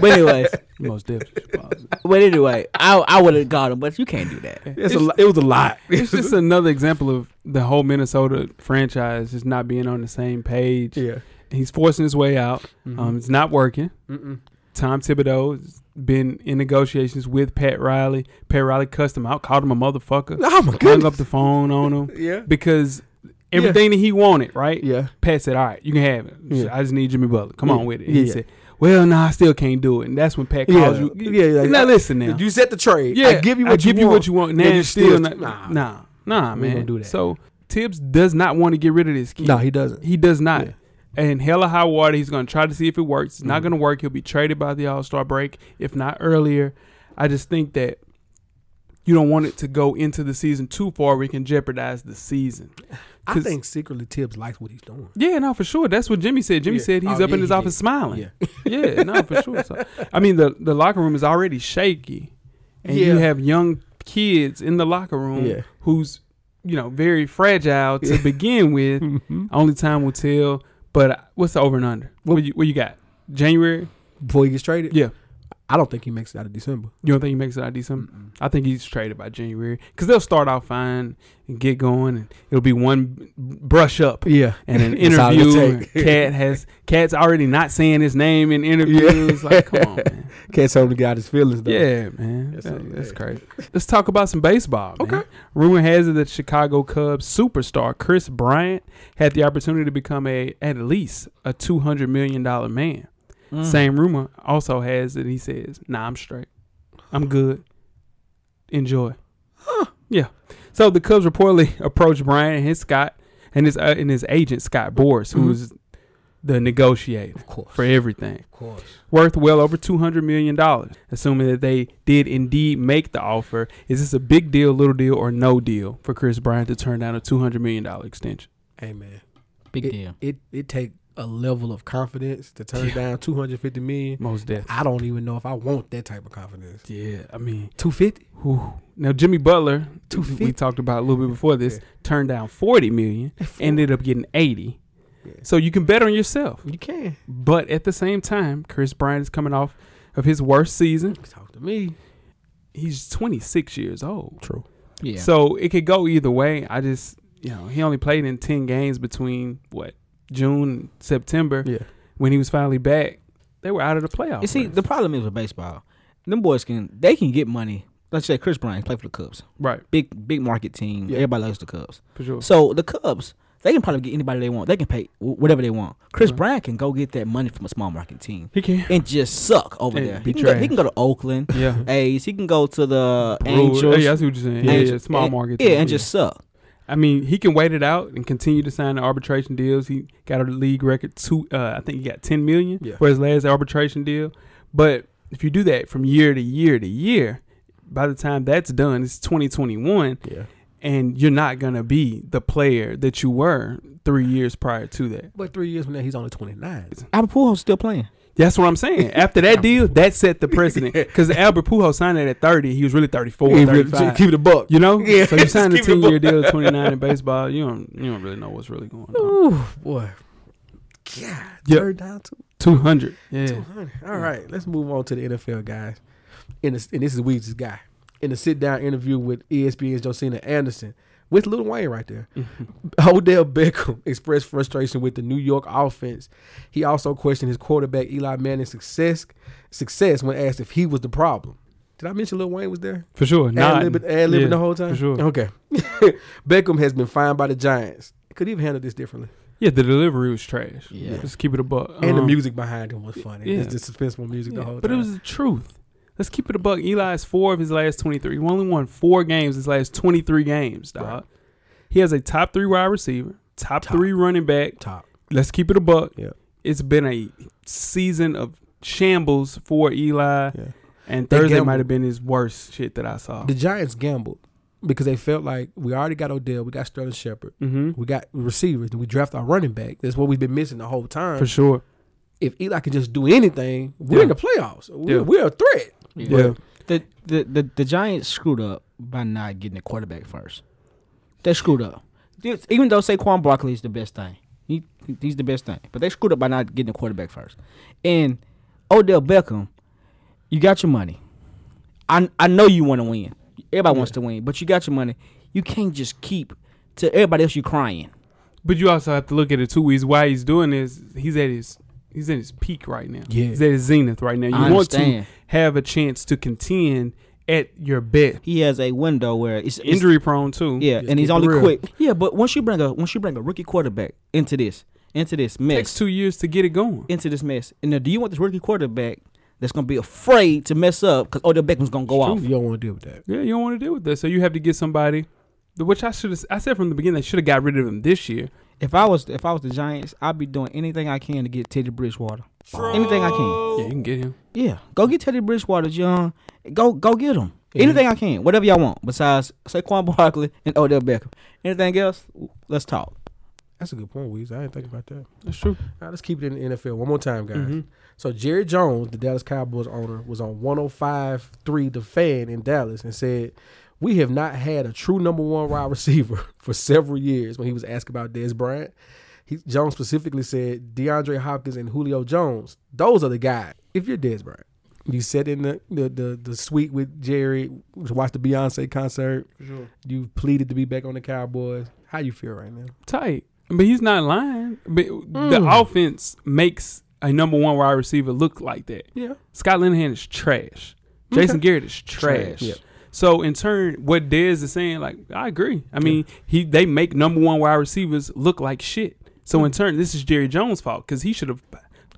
Speaker 3: But anyways,
Speaker 2: most definitely.
Speaker 3: but anyway, I I would have called him, but you can't do that.
Speaker 4: It's a lo- it was a lot.
Speaker 2: It's just another example of the whole Minnesota franchise just not being on the same page.
Speaker 4: yeah. Mm-hmm.
Speaker 2: He's forcing his way out. Um, it's not working.
Speaker 4: Mm-mm.
Speaker 2: Tom Thibodeau has been in negotiations with Pat Riley. Pat Riley cussed him out, called him a motherfucker,
Speaker 4: Oh my
Speaker 2: hung
Speaker 4: goodness.
Speaker 2: up the phone on him
Speaker 4: Yeah.
Speaker 2: because everything that he wanted, right?
Speaker 4: Yeah.
Speaker 2: Pat said, "All right, you can have it. He said,
Speaker 4: Yeah.
Speaker 2: I just need Jimmy Butler. Come
Speaker 4: Yeah.
Speaker 2: on with it." And He
Speaker 4: Yeah.
Speaker 2: said, "Well, no, I still can't do it." And that's when Pat
Speaker 4: Yeah.
Speaker 2: calls you.
Speaker 4: Yeah, yeah,
Speaker 2: now
Speaker 4: yeah.
Speaker 2: listen now.
Speaker 4: You set the trade.
Speaker 2: yeah,
Speaker 4: I give you what you
Speaker 2: give
Speaker 4: want.
Speaker 2: you what you want. Now
Speaker 4: Then you
Speaker 2: it's still
Speaker 4: still-
Speaker 2: not,
Speaker 4: nah.
Speaker 2: nah, nah, nah
Speaker 4: We
Speaker 2: man.
Speaker 4: don't do that.
Speaker 2: So Tibbs does not want to get rid of this kid.
Speaker 4: No, he doesn't.
Speaker 2: He does not.
Speaker 4: Yeah. Mm-hmm.
Speaker 2: And hell or high water, he's going to try to see if it works. It's not going to work. He'll be traded by the All Star break, if not earlier. I just think that you don't want it to go into the season too far. We can jeopardize the season.
Speaker 4: I
Speaker 2: 'Cause-
Speaker 4: think secretly Tibbs likes what he's doing.
Speaker 2: Yeah, no, for sure. That's what Jimmy said. Jimmy
Speaker 4: Yeah.
Speaker 2: said he's
Speaker 4: Oh,
Speaker 2: up
Speaker 4: yeah,
Speaker 2: in his
Speaker 4: he
Speaker 2: office
Speaker 4: did.
Speaker 2: smiling. Yeah. no, for sure. So, I mean, the the locker room is already shaky, and you
Speaker 4: Yeah.
Speaker 2: have young kids in the locker room
Speaker 4: Yeah.
Speaker 2: who's you know very fragile to begin with.
Speaker 4: Mm-hmm.
Speaker 2: Only time will tell. But uh, what's the over and under? What you what you got? January?
Speaker 4: Before he gets traded.
Speaker 2: Yeah.
Speaker 4: I don't think he makes it out of December.
Speaker 2: You don't think he makes it out of December? I think he's traded by January because they'll start out fine and get going, and it'll be one b- brush up
Speaker 4: Yeah.
Speaker 2: and an
Speaker 4: That's all it'll
Speaker 2: interview.
Speaker 4: take.
Speaker 2: Cat has cat's already not saying his name in interviews. Like, come on, man.
Speaker 4: Can't tell him to get out his feelings though.
Speaker 2: Yeah, man.
Speaker 4: That's
Speaker 2: That-
Speaker 4: all it
Speaker 2: that's
Speaker 4: is.
Speaker 2: crazy. Let's talk about some baseball. man.
Speaker 4: Okay.
Speaker 2: Rumor has it that Chicago Cubs superstar Chris Bryant had the opportunity to become a at least a two hundred million dollar man.
Speaker 4: Mm.
Speaker 3: Mm.
Speaker 2: Same rumor also has it he says, "Nah, I'm straight. I'm good. Enjoy." Yeah. So the Cubs reportedly approached Bryant and his Scott and his uh, and his agent Scott Boris,
Speaker 4: Mm-hmm.
Speaker 2: who's the negotiator
Speaker 4: Of course.
Speaker 2: for everything
Speaker 4: Of course.
Speaker 2: worth well over $200 million, assuming that they did indeed make the offer. Is this a big deal, little deal, or no deal for Chris Bryant to turn down a $200 million extension?
Speaker 4: Hey man.
Speaker 3: Big
Speaker 4: it,
Speaker 3: deal.
Speaker 4: It it take a level of confidence to turn
Speaker 2: Yeah.
Speaker 4: down two hundred fifty million.
Speaker 2: Most death.
Speaker 4: I don't even know if I want that type of confidence.
Speaker 2: Yeah, I mean,
Speaker 4: Two fifty.
Speaker 2: whew. now Jimmy Butler, we
Speaker 4: 250.
Speaker 2: talked about a little bit before this,
Speaker 4: Yeah.
Speaker 2: turned down 40 million, ended up getting 80.
Speaker 4: Yeah.
Speaker 2: So you can bet on yourself.
Speaker 4: You can
Speaker 2: But at the same time, Chris Bryant is coming off of his worst season.
Speaker 4: talk to me.
Speaker 2: He's 26 years old. True.
Speaker 3: Yeah.
Speaker 2: So it could go either way. I just you know, he only played in ten games between what June and September
Speaker 4: Yeah.
Speaker 2: when he was finally back. They were out of the playoffs.
Speaker 3: You see,
Speaker 2: race.
Speaker 3: the problem is with baseball, them boys can they can get money. Let's say Chris Bryant played for the Cubs,
Speaker 2: right
Speaker 3: big big market team.
Speaker 4: Yeah.
Speaker 3: Everybody loves the Cubs.
Speaker 2: for sure.
Speaker 3: So the Cubs, they can probably get anybody they want. They can pay wh- whatever they want. Chris
Speaker 2: Right.
Speaker 3: Bryant can go get that money from a small market team
Speaker 2: He can.
Speaker 3: and just suck over
Speaker 2: And
Speaker 3: there.
Speaker 2: be
Speaker 3: He can, go, he
Speaker 2: trash.
Speaker 3: can go to Oakland
Speaker 2: Yeah.
Speaker 3: A's. He can go to the
Speaker 2: Brewers.
Speaker 3: Angels.
Speaker 2: Yeah, I see what you're saying. Yeah,
Speaker 3: Angels-
Speaker 2: yeah, small
Speaker 3: and-
Speaker 2: market.
Speaker 3: Yeah,
Speaker 2: team,
Speaker 3: and just suck.
Speaker 2: I mean, he can wait it out and continue to sign the arbitration deals. He got a league record two. Uh, I think he got ten million
Speaker 4: Yeah.
Speaker 2: for his last arbitration deal. But if you do that from year to year to year, by the time that's done, it's 2021,
Speaker 4: Yeah.
Speaker 2: and you're not gonna be the player that you were three years prior to that.
Speaker 4: But three years from now, he's only 29.
Speaker 3: Albert Pujols still playing.
Speaker 2: That's what I'm saying. After that deal, that set the precedent because Albert Pujols signed it at 30. He was really 34,
Speaker 4: Keep it-
Speaker 2: 35.
Speaker 4: keep it a buck.
Speaker 2: You know,
Speaker 4: Yeah,
Speaker 2: so you
Speaker 4: just
Speaker 2: sign a
Speaker 4: keep it
Speaker 2: ten year
Speaker 4: moving.
Speaker 2: deal, twenty nine in baseball. You don't, you don't really know what's really going on.
Speaker 4: Ooh, boy. God,
Speaker 2: Yep.
Speaker 4: third down to
Speaker 2: Two hundred, yeah,
Speaker 4: 200. All right, let's move on to the NFL guys. And this, and this is Weeds' guy. In a sit down interview with E ESPN's Josina Anderson with Lil Wayne right there. Odell Beckham expressed frustration with the New York offense. He also questioned his quarterback Eli Manning's success success when asked if he was the problem. Did I mention Lil Wayne was there?
Speaker 2: for sure. Not
Speaker 4: Ad libbing, ad libbing
Speaker 2: yeah,
Speaker 4: the whole time.
Speaker 2: for sure.
Speaker 4: Okay. Beckham has been fined by the Giants. Could he have handled this differently?
Speaker 2: Yeah, the delivery was trash.
Speaker 3: Yeah.
Speaker 2: just keep it a buck.
Speaker 4: And the
Speaker 2: Um,
Speaker 4: music behind him was funny.
Speaker 2: yeah.
Speaker 4: It's just suspenseful music
Speaker 2: yeah,
Speaker 4: the whole
Speaker 2: but it
Speaker 4: time.
Speaker 2: was the truth. Let's keep it a buck. Eli's four of his last twenty three. He only won four games his last twenty three games, dog.
Speaker 4: Right.
Speaker 2: He has a top three wide receiver, top,
Speaker 4: Top.
Speaker 2: three running back.
Speaker 4: top.
Speaker 2: Let's keep it a buck.
Speaker 4: Yeah.
Speaker 2: It's been a season of shambles for Eli.
Speaker 4: Yeah.
Speaker 2: And
Speaker 4: They
Speaker 2: Thursday
Speaker 4: gambled.
Speaker 2: might have been his worst shit that I saw.
Speaker 4: The Giants gambled because they felt like we already got Odell, we got Sterling Shepard,
Speaker 2: Mm-hmm.
Speaker 4: we got receivers, and we draft our running back. That's what we've been missing the whole time.
Speaker 2: For sure.
Speaker 4: If Eli can just do anything, we're
Speaker 2: Yeah.
Speaker 4: in the playoffs. We're,
Speaker 2: Yeah.
Speaker 4: we're a threat.
Speaker 2: Yeah.
Speaker 3: The, the the the Giants screwed up by not getting a quarterback first. They screwed up. Dude, Even though Saquon Barkley is the best thing, he he's the best thing, but they screwed up by not getting a quarterback first. And Odell Beckham, you got your money. I I know you want to win. Everybody wants to win, but you got your money. You can't just keep to everybody else. You crying.
Speaker 2: But you also have to look at it too. Is why he's doing this. He's at his he's at his peak right now.
Speaker 4: Yeah.
Speaker 2: He's at his zenith right now. You
Speaker 3: I
Speaker 2: want to
Speaker 3: understand.
Speaker 2: have a chance to contend at your best.
Speaker 3: He has a window where it's it's-
Speaker 2: Injury prone too.
Speaker 3: Yeah,
Speaker 4: Just
Speaker 3: and he's
Speaker 4: keep it
Speaker 3: only
Speaker 4: real.
Speaker 3: quick. Yeah, but once you bring a once you bring a rookie quarterback into this into this mix,
Speaker 2: Takes two years to get it going.
Speaker 3: into this mess. And now, do you want this rookie quarterback that's going to be afraid to mess up because Odell Beckham's going to go off?
Speaker 4: You don't want to deal with that.
Speaker 2: Yeah, you don't want to deal with that. So you have to get somebody the- which I should have I said from the beginning they should have got rid of him this year.
Speaker 3: If I was if I was the Giants, I'd be doing anything I can to get Teddy Bridgewater. Anything I can.
Speaker 2: Yeah, you can get him.
Speaker 3: Yeah, go get Teddy Bridgewater, John. Go go get him. Anything I can, whatever y'all want. Besides Saquon Barkley and Odell Beckham, anything else? Let's talk.
Speaker 4: That's a good point, Weez. I didn't think about that.
Speaker 2: That's true.
Speaker 4: All right, let's keep it in the NFL one more time, guys.
Speaker 2: Mhm.
Speaker 4: So Jerry Jones, the Dallas Cowboys owner, was on 105.3 The Fan in Dallas and said, "We have not had a true number one wide receiver for several years." When he was asked about Des Bryant, he, Jones specifically said DeAndre Hopkins and Julio Jones. Those are the guys. If you're Des Bryant, you sat in the the the, the suite with Jerry, watched the Beyonce concert. You pleaded to be back on the Cowboys. How you feel right now?
Speaker 2: tight. But he's not lying. But the offense makes a number one wide receiver look like that.
Speaker 4: Yeah,
Speaker 2: Scott Linehan is trash. Jason Garrett is trash.
Speaker 4: Trash. Yep.
Speaker 2: So in turn, what Dez is saying, like I agree. I mean, he they make number one wide receivers look like shit. So in turn, this is Jerry Jones' fault because he should have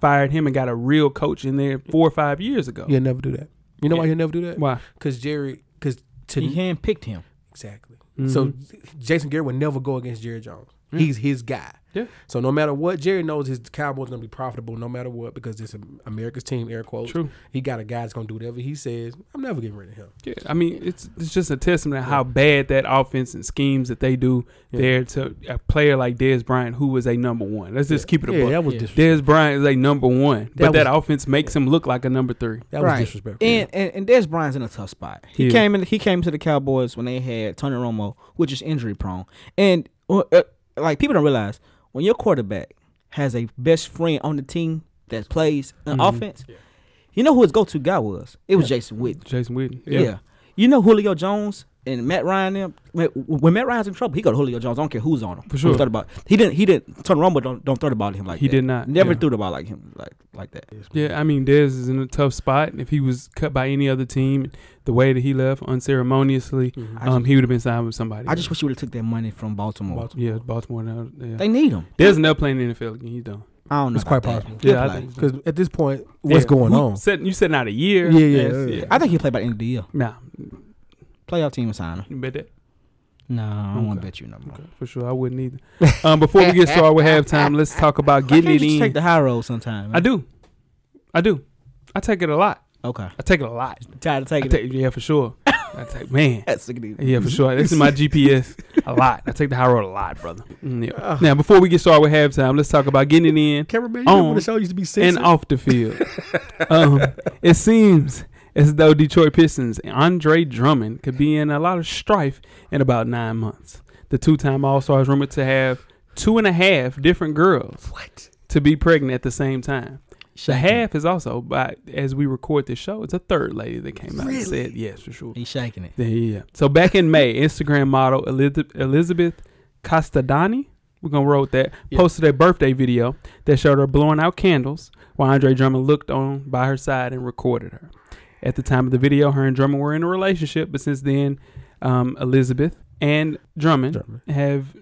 Speaker 2: fired him and got a real coach in there four or five years ago.
Speaker 4: you'll never do that. You know why
Speaker 2: Yeah.
Speaker 4: you'll never do that?
Speaker 2: Why?
Speaker 4: Because Jerry, because to
Speaker 3: He handpicked him.
Speaker 4: exactly.
Speaker 2: Mm-hmm.
Speaker 4: So Jason Garrett would never go against Jerry Jones. He's his guy.
Speaker 2: Yeah.
Speaker 4: So no matter what, Jerry knows his Cowboys gonna be profitable no matter what because it's America's team. Air quotes.
Speaker 2: True.
Speaker 4: He got a guy that's gonna do whatever he says. I'm never getting rid of him.
Speaker 2: Yeah, I mean, it's it's just a testament to how bad that offense and schemes that they do there to a player like Dez Bryant, who was a number one. Let's just keep it a
Speaker 4: Yeah,
Speaker 2: buck.
Speaker 4: that was
Speaker 3: Yeah.
Speaker 4: disrespectful.
Speaker 2: Dez Bryant is a number one, but
Speaker 4: That
Speaker 2: that
Speaker 4: was-
Speaker 2: offense makes him look like a number three.
Speaker 4: That was disrespectful.
Speaker 3: And, and and Des Bryant's in a tough spot. He
Speaker 2: Yeah.
Speaker 3: came in. He came to the Cowboys when they had Tony Romo, which is injury prone. And uh, uh, like people don't realize when your quarterback has a best friend on the team that plays an
Speaker 2: Mm-hmm.
Speaker 3: offense, you know who his go to guy was. It was Jason Witten.
Speaker 2: Jason Witten.
Speaker 3: Yeah. you know Julio Jones and Matt Ryan them when- when Matt Ryan's in trouble, he got Julio Jones. I don't care who's on him.
Speaker 2: For sure.
Speaker 3: Who throw the ball. He didn't. He didn't. Tony Romo don't don't throw the ball to him like
Speaker 2: He
Speaker 3: that.
Speaker 2: did not,
Speaker 3: Never
Speaker 2: yeah.
Speaker 3: threw the ball like him like like that.
Speaker 2: Yeah, I mean, Dez is in a tough spot. If he was cut by any other team, the way that he left unceremoniously,
Speaker 3: I
Speaker 2: um, he would have been signed with somebody.
Speaker 3: I just wish he would have took that money from Baltimore.
Speaker 2: Baltimore. yeah, Baltimore. Now, yeah.
Speaker 3: They need him.
Speaker 2: Dez never playing in the NFL again. He's done.
Speaker 3: I don't know.
Speaker 4: It's quite
Speaker 3: about that.
Speaker 4: possible.
Speaker 3: He'll
Speaker 2: Yeah, I
Speaker 3: play.
Speaker 2: think-
Speaker 4: Because at this point, what's
Speaker 2: Yeah.
Speaker 4: going
Speaker 2: Who-
Speaker 4: on?
Speaker 2: Setting, you setting out a year.
Speaker 4: Yeah, yeah, yeah.
Speaker 3: I think he'll play by the end of the year.
Speaker 2: Nah,
Speaker 3: Playoff team will sign him.
Speaker 2: you bet that
Speaker 3: No, I don't want to
Speaker 2: Okay.
Speaker 3: bet you no more.
Speaker 2: for sure. I wouldn't either. um, before we get started with halftime, let's talk about
Speaker 3: Why
Speaker 2: getting
Speaker 3: can't
Speaker 2: it
Speaker 3: you just
Speaker 2: in.
Speaker 3: take the high road sometime?
Speaker 2: I do, I do. I take it a lot.
Speaker 3: Okay.
Speaker 2: I take it a lot.
Speaker 3: Tired of
Speaker 2: I
Speaker 3: taking it.
Speaker 2: take, yeah, for sure. I take man.
Speaker 3: That's sick of these.
Speaker 2: Yeah, for sure. This is my GPS a lot. I take the high road a lot, brother. Mm, yeah.
Speaker 4: Ah.
Speaker 2: Now, before we get started with halftime, let's talk about getting it in
Speaker 4: Cameraman, you remember
Speaker 2: On
Speaker 4: when the show used to be six?
Speaker 2: and off the field. um, it seems as though Detroit Pistons and Andre Drummond could be in a lot of strife in about nine months. The two-time All-Star is rumored to have two and a half different girls
Speaker 4: What?
Speaker 2: to be pregnant at the same time. The half is also, by as we record this show, it's a third lady that came out and said yes for sure.
Speaker 3: He's shaking it.
Speaker 2: Yeah, yeah. yeah. So back in May, Instagram model Eliz- Elizabeth Castadani, we're gonna roll with that,
Speaker 4: Yeah.
Speaker 2: posted a birthday video that showed her blowing out candles while Andre Drummond looked on by her side and recorded her. At the time of the video, her and Drummond were in a relationship, but since then, um, Elizabeth and Drummond,
Speaker 4: Drummond.
Speaker 2: have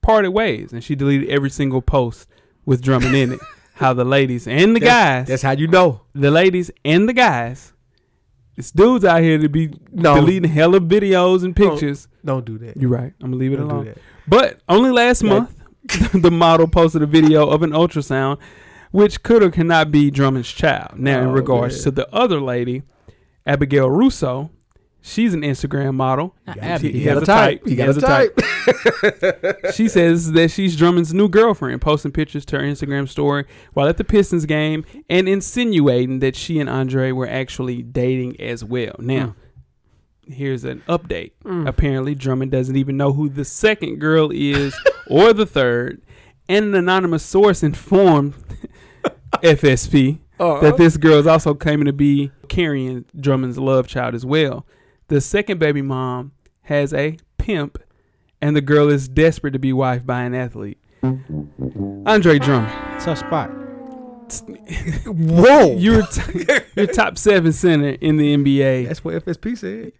Speaker 2: parted ways, and she deleted every single post with Drummond in it. How the ladies and the guys,
Speaker 4: That's how you know.
Speaker 2: the ladies and the guys. It's dudes out here to be
Speaker 4: No.
Speaker 2: deleting hella videos and pictures.
Speaker 4: Don't do that.
Speaker 2: You're right. I'm gonna leave it
Speaker 4: Don't do
Speaker 2: alone.
Speaker 4: that.
Speaker 2: But only last
Speaker 4: Yeah.
Speaker 2: month, the model posted a video of an ultrasound, which could or cannot be Drummond's child. Now, in
Speaker 4: Oh,
Speaker 2: regards
Speaker 4: man.
Speaker 2: to the other lady, Abigail Russo, she's an Instagram model.
Speaker 3: Abby.
Speaker 2: He
Speaker 4: You
Speaker 2: has
Speaker 4: got
Speaker 2: a
Speaker 4: a type.
Speaker 2: type. He
Speaker 4: You got
Speaker 2: has
Speaker 4: a
Speaker 2: a
Speaker 4: type.
Speaker 2: she says that she's Drummond's new girlfriend, posting pictures to her Instagram story while at the Pistons game and insinuating that she and Andre were actually dating as well. Now, here's an update. Apparently, Drummond doesn't even know who the second girl is or the third, and an anonymous source informed FSP
Speaker 4: Uh-uh.
Speaker 2: that this girl is also claiming to be carrying Drummond's love child as well. The second baby mom has a pimp, and the girl is desperate to be wife by an athlete. Andre Drummond,
Speaker 3: Tough spot.
Speaker 4: uh, Whoa.
Speaker 2: you're t- you're top seven center in the NBA.
Speaker 4: That's what FSP said.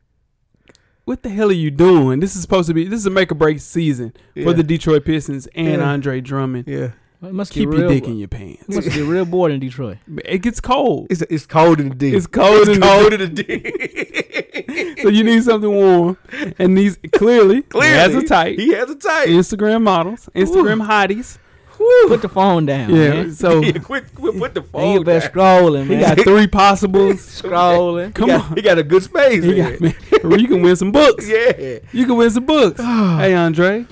Speaker 2: What the hell are you doing? This is supposed to be this is a make or break season
Speaker 4: Yeah.
Speaker 2: for the Detroit Pistons and
Speaker 4: Yeah.
Speaker 2: Andre Drummond.
Speaker 4: Yeah.
Speaker 3: Well, it must
Speaker 2: Keep
Speaker 3: get
Speaker 2: your
Speaker 3: real,
Speaker 2: dick in your pants.
Speaker 3: must get real bored in Detroit.
Speaker 2: It gets cold.
Speaker 4: It's, it's cold in the D.
Speaker 2: It's cold. in the-
Speaker 4: in the D.
Speaker 2: so you need something warm. And these clearly,
Speaker 4: Clearly.
Speaker 2: as a type,
Speaker 4: He has a type.
Speaker 2: Instagram models, Instagram hotties.
Speaker 3: Put the phone down.
Speaker 2: Yeah,
Speaker 3: Man.
Speaker 2: so
Speaker 4: yeah,
Speaker 2: he
Speaker 4: quit, quit, put the
Speaker 3: Man, you
Speaker 4: phone
Speaker 3: better
Speaker 4: down.
Speaker 3: scrolling, man.
Speaker 2: got three possibles.
Speaker 3: scrolling.
Speaker 4: He
Speaker 2: Come
Speaker 4: got,
Speaker 2: on,
Speaker 4: he got a good space.
Speaker 2: He
Speaker 4: man.
Speaker 2: got- man, you can win some books.
Speaker 4: yeah.
Speaker 2: You can win some books. hey, Andre,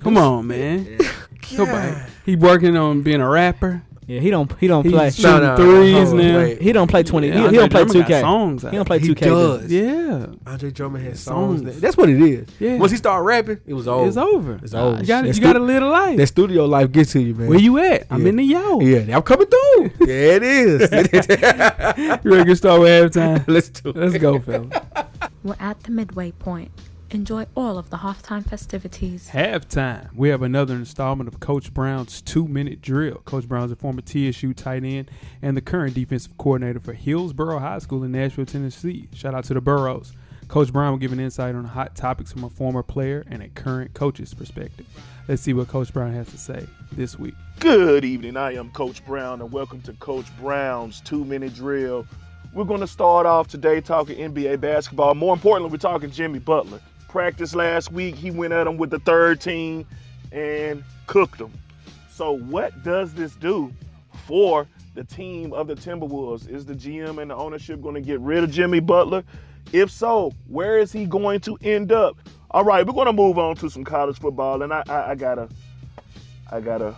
Speaker 2: come on, man. Come on. He working on being a rapper.
Speaker 3: Yeah, he don't. He don't
Speaker 2: He's
Speaker 3: play.
Speaker 2: shooting threes now.
Speaker 3: He don't play twenty.
Speaker 2: Yeah,
Speaker 3: he, he
Speaker 2: Andre
Speaker 3: don't play two
Speaker 2: Drummond got
Speaker 3: K.
Speaker 2: Songs.
Speaker 3: He
Speaker 2: out.
Speaker 3: don't play
Speaker 4: He
Speaker 3: two K.
Speaker 4: does.
Speaker 2: Yeah,
Speaker 4: Andre Drummond has
Speaker 2: Songs.
Speaker 4: songs. that- That's what it is.
Speaker 2: yeah.
Speaker 4: Once he started rapping, it was over.
Speaker 2: it's over.
Speaker 4: It's over.
Speaker 2: You got
Speaker 4: That
Speaker 2: you
Speaker 4: stu-
Speaker 2: got to live a life.
Speaker 4: That studio life gets to you, man.
Speaker 2: Where you at? I'm
Speaker 4: Yeah.
Speaker 2: in the yo.
Speaker 4: yeah, I'm coming through. yeah, it is.
Speaker 2: You ready to start with halftime?
Speaker 4: Let's do it.
Speaker 2: Let's go, fella.
Speaker 1: We're at the midway point. Enjoy all of the halftime festivities.
Speaker 2: Halftime. We have another installment of Coach Brown's two minute drill. Coach Brown's a former TSU tight end and the current defensive coordinator for Hillsborough High School in Nashville, Tennessee. Shout out to the Burrows. Coach Brown will give an insight on hot topics from a former player and a current coach's perspective. Let's see what Coach Brown has to say this week.
Speaker 5: Good evening. I am Coach Brown, and welcome to Coach Brown's Two Minute Drill. We're going to start off today talking NBA basketball. More importantly, we're talking Jimmy Butler. Practice last week, he went at him with the third team and cooked him. So, what does this do for the team of the Timberwolves? Is the GM and the ownership going to get rid of Jimmy Butler? If so, where is he going to end up? All right, we're going to move on to some college football, and I, I, I gotta, I gotta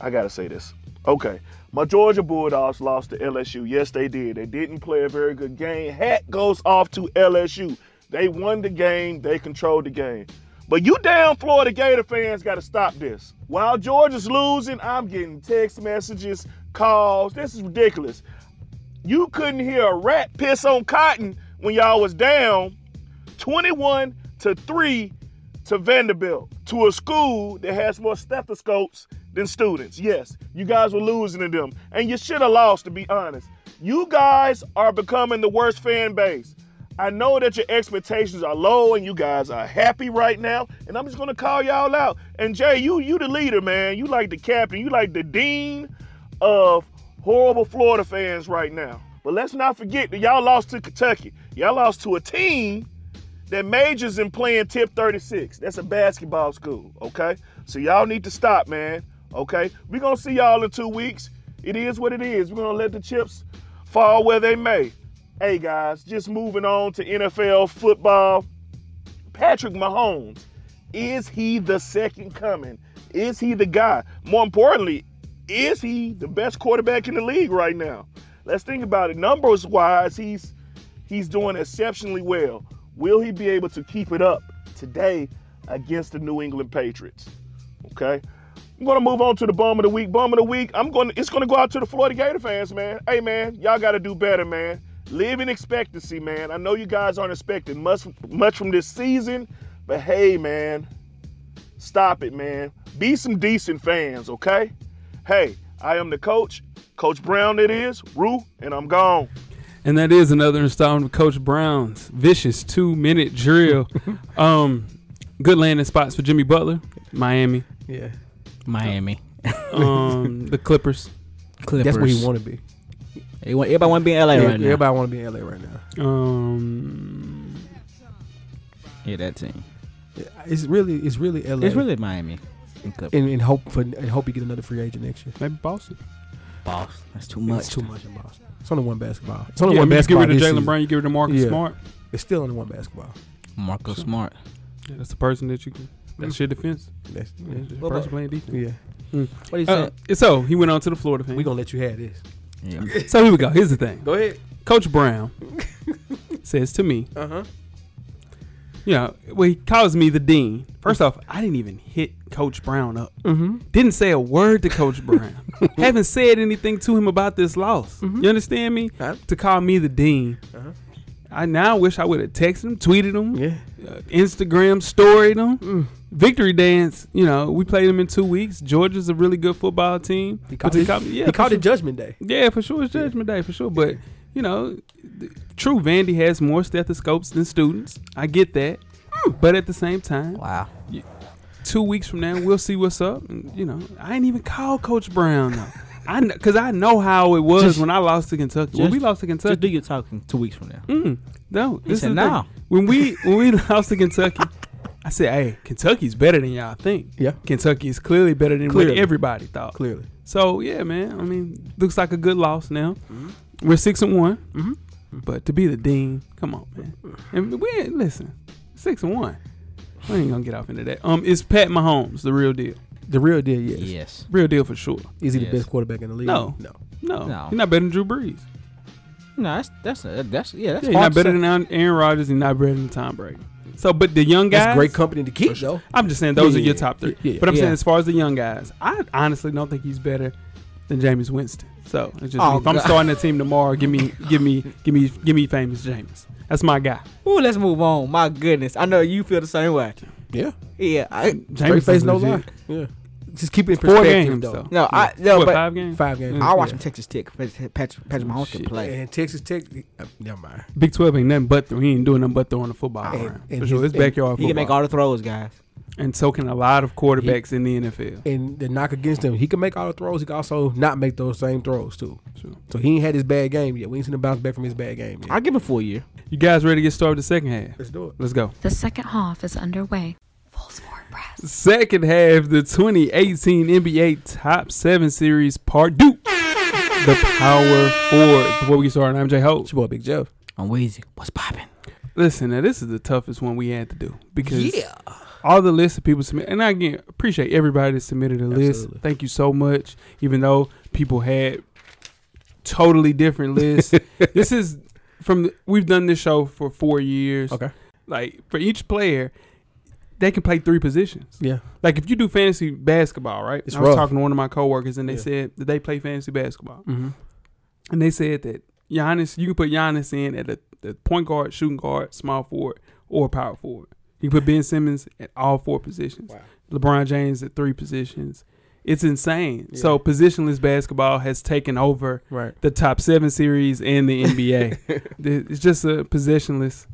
Speaker 5: I gotta say this. Okay, my Georgia Bulldogs lost to LSU. Yes, they did. They didn't play a very good game. Hat goes off to LSU. They won the game. They controlled the game. But you damn Florida Gator fans gotta stop this. While Georgia's losing, I'm getting text messages, calls. This is ridiculous. You couldn't hear a rat piss on cotton when y'all was down 21 to three to Vanderbilt, to a school that has more stethoscopes than students. Yes, you guys were losing to them, and you should have lost, to be honest. You guys are becoming the worst fan base. I know that your expectations are low and you guys are happy right now, and I'm just gonna call y'all out. And Jay, you you the leader, man. You like the captain, you like the dean of horrible Florida fans right now. But let's not forget that y'all lost to Kentucky. Y'all lost to a team that majors in playing tip 36. That's a basketball school, okay? So y'all need to stop, man, okay? We're going to see y'all in two weeks. It is what it is. We're going to let the chips fall where they may. Hey, guys, just moving on to NFL football. Patrick Mahomes, is he the second coming? Is he the guy? More importantly, is he the best quarterback in the league right now? Let's think about it. Numbers wise, he's he's doing exceptionally well. Will he be able to keep it up today against the New England Patriots? Okay. I'm gonna move on to the bum of the week. Bum of the week. I'm going. to It's gonna go out to the Florida Gator fans, man. Hey, man, y'all gotta do better, man. Live in expectancy, man. I know you guys aren't expecting much, much from this season, but hey, man, stop it, man. Be some decent fans, okay? Hey, I am the coach, Coach Brown. It is Rue, and I'm gone.
Speaker 2: And that is another installment of Coach Brown's vicious two minute drill. um, good landing spots for Jimmy Butler, Miami,
Speaker 4: Yeah.
Speaker 3: Miami.
Speaker 2: um, the Clippers.
Speaker 3: Clippers.
Speaker 4: That's where he want to be.
Speaker 3: They want- Everybody want to be in LA
Speaker 4: Yeah,
Speaker 3: right now.
Speaker 4: Everybody want to be in LA right now.
Speaker 2: Um,
Speaker 3: Yeah, that team.
Speaker 4: It's really, it's really LA.
Speaker 3: It's really Miami. And Clippers.
Speaker 4: and, and hope for and hope you get another free agent next year.
Speaker 2: maybe Boston.
Speaker 3: Boss. That's too
Speaker 4: It's
Speaker 3: much.
Speaker 4: too much in Boston. It's only one basketball. It's only
Speaker 2: Yeah,
Speaker 4: one
Speaker 2: man, get
Speaker 4: basketball.
Speaker 2: rid of
Speaker 4: this
Speaker 2: Jalen
Speaker 4: season.
Speaker 2: Brown. You get rid of Marcus
Speaker 4: Yeah.
Speaker 2: Smart.
Speaker 4: It's still only one basketball.
Speaker 3: Marco Smart.
Speaker 2: Yeah, that's the person that you. Can, that's your defense.
Speaker 4: That's,
Speaker 2: Yeah, that's the
Speaker 4: What
Speaker 2: person
Speaker 4: about-
Speaker 2: playing defense.
Speaker 4: yeah.
Speaker 3: What do you
Speaker 2: Uh, so he went on to the Florida
Speaker 4: Mm. We
Speaker 2: fans.
Speaker 4: gonna let you have this.
Speaker 3: Yeah.
Speaker 2: So here we go. Here's the thing.
Speaker 4: Go ahead.
Speaker 2: Coach Brown says to me,
Speaker 4: Uh huh.
Speaker 2: you know, well, he calls me the dean. First off, I didn't even hit Coach Brown up.
Speaker 4: Mm-hmm.
Speaker 2: Didn't say a word to Coach Brown. Haven't said anything to him about this loss. You understand me?
Speaker 4: Mm-hmm. Huh?
Speaker 2: To call me the dean.
Speaker 4: Uh-huh.
Speaker 2: I now wish I would have texted him, tweeted him,
Speaker 4: Yeah.
Speaker 2: uh, Instagram storied him.
Speaker 4: Mm.
Speaker 2: Victory dance, you know, we played them in two weeks. Georgia's a really good football team.
Speaker 4: He
Speaker 2: But
Speaker 4: called
Speaker 2: they
Speaker 4: it.
Speaker 2: called me- yeah,
Speaker 4: he
Speaker 2: for
Speaker 4: called
Speaker 2: sure.
Speaker 4: it Judgment Day.
Speaker 2: Yeah, for sure, it's Judgment Day for sure. But you know, th- true, Vandy has more stethoscopes than students. I get that, but at the same time,
Speaker 3: Wow.
Speaker 2: two weeks from now, we'll see what's up. And, you know, I ain't even called Coach Brown though. I because I know how it was
Speaker 3: Just-
Speaker 2: when I lost to Kentucky. when
Speaker 3: just-
Speaker 2: we lost to
Speaker 3: Just do
Speaker 2: Kentucky,
Speaker 3: your talking two weeks from now.
Speaker 2: mm, no, this
Speaker 3: said
Speaker 2: is
Speaker 3: now.
Speaker 2: now. When we when we lost to Kentucky, I said, "Hey, Kentucky's better than y'all think.
Speaker 4: Yeah.
Speaker 2: Kentucky is clearly better than
Speaker 4: Clearly.
Speaker 2: what everybody thought.
Speaker 4: Clearly.
Speaker 2: So yeah, man. I mean, looks like a good loss now.
Speaker 4: Mm-hmm.
Speaker 2: We're six and one, but to be the dean, come on, man. And we ain't listen. Six and one. We ain't gonna get off into that. Um, is Pat Mahomes the real deal?
Speaker 4: The real deal, yes.
Speaker 3: Yes.
Speaker 2: Real deal for sure.
Speaker 4: Is he
Speaker 3: Yes.
Speaker 4: the best quarterback in the league?
Speaker 2: No.
Speaker 4: No.
Speaker 2: No,
Speaker 3: No.
Speaker 2: he's not better than Drew Brees.
Speaker 3: No, that's that's uh, that's yeah. That's
Speaker 2: Yeah, he's not better than Aaron- Aaron Rodgers. He's not better than Tom Brady. So, but the young guys,
Speaker 4: That's great company to keep, though.
Speaker 2: I'm just saying those
Speaker 4: Yeah,
Speaker 2: are your
Speaker 4: yeah,
Speaker 2: top three.
Speaker 4: yeah, yeah.
Speaker 2: but I'm
Speaker 3: Yeah.
Speaker 2: saying as far as the young guys, I honestly don't think he's better than Jameis Winston. So it's just
Speaker 3: Oh,
Speaker 2: if I'm
Speaker 3: God.
Speaker 2: starting a team tomorrow, give me, give me, give me, give me famous Jameis. That's my guy.
Speaker 3: Ooh, let's move on. My goodness, I know you feel the same way.
Speaker 4: Yeah.
Speaker 3: Yeah. I,
Speaker 2: Jameis
Speaker 4: Straight face,
Speaker 2: is
Speaker 4: no lie.
Speaker 2: legit.
Speaker 4: Yeah. Just keep it in
Speaker 2: Four
Speaker 4: perspective,
Speaker 2: games
Speaker 4: though.
Speaker 2: though.
Speaker 3: no, I no,
Speaker 2: what,
Speaker 3: but
Speaker 2: five games?
Speaker 4: Five games.
Speaker 3: Mm. I watch
Speaker 4: Yeah.
Speaker 3: him Texas Tech. Patrick, Patrick Patrick Mahomes can
Speaker 2: Shit.
Speaker 3: play.
Speaker 4: And Texas Tech, uh, never mind.
Speaker 2: Big Twelve ain't nothing but we ain't doing nothing but throwing the football
Speaker 4: And-
Speaker 2: around.
Speaker 4: and
Speaker 2: for sure,
Speaker 4: his-
Speaker 2: it's backyard
Speaker 3: He can make
Speaker 2: football,
Speaker 3: all the throws, guys.
Speaker 2: and so can a lot of quarterbacks in the NFL.
Speaker 4: And the knock against him, he can make all the throws. He can also not make those same throws too.
Speaker 2: Sure.
Speaker 4: So he ain't had his bad game yet. We ain't seen him bounce back from his bad game yet.
Speaker 3: I give him for a year.
Speaker 2: You guys ready to get started? The second half.
Speaker 4: Let's do it.
Speaker 2: Let's go.
Speaker 1: The second half is underway. Full Sport Press.
Speaker 2: Second half, the 2018 NBA Top 7 Series Part 2. The Power Fours. Before we get started, I'm Jay Hope.
Speaker 4: It's your boy Big Jeff.
Speaker 3: I'm Weezy. What's popping?
Speaker 2: Listen, now this is the toughest one we had to do because all the lists of people submit, and I again appreciate everybody that submitted a list.
Speaker 4: Absolutely.
Speaker 2: Thank you so much. Even though people had totally different lists, this is from we've done this show for four years.
Speaker 4: Okay.
Speaker 2: Like for each player, they can play three positions.
Speaker 4: Yeah.
Speaker 2: Like if you do fantasy basketball, right?
Speaker 4: It's
Speaker 2: I was
Speaker 4: rough.
Speaker 2: talking to one of my coworkers and they
Speaker 4: Yeah.
Speaker 2: said that they play fantasy basketball.
Speaker 4: Mm-hmm.
Speaker 2: And they said that Giannis, you can put Giannis in at the, the point guard, shooting guard, small forward, or power forward. He put Ben Simmons at all four positions.
Speaker 4: Wow.
Speaker 2: LeBron James at three positions. It's insane. So positionless basketball has taken over
Speaker 4: Right.
Speaker 2: the top seven series and the NBA. Th- it's just a positionless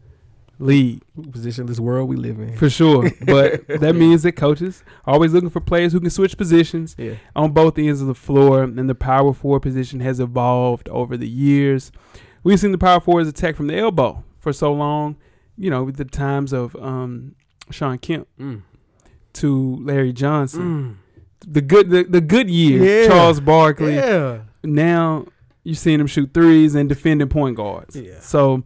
Speaker 2: league
Speaker 4: Positionless world we live in.
Speaker 2: for sure. But that means that coaches are always looking for players who can switch positions
Speaker 4: Yeah.
Speaker 2: on both ends of the floor, and the power forward position has evolved over the years. We've seen the power forwards attack from the elbow for so long, you know, with the times of um, Sean Kemp
Speaker 4: Mm.
Speaker 2: to Larry Johnson, the good the, the good year,
Speaker 4: Yeah.
Speaker 2: Charles Barkley.
Speaker 4: Yeah.
Speaker 2: Now you're seeing them shoot threes and defending point guards.
Speaker 4: Yeah.
Speaker 2: So.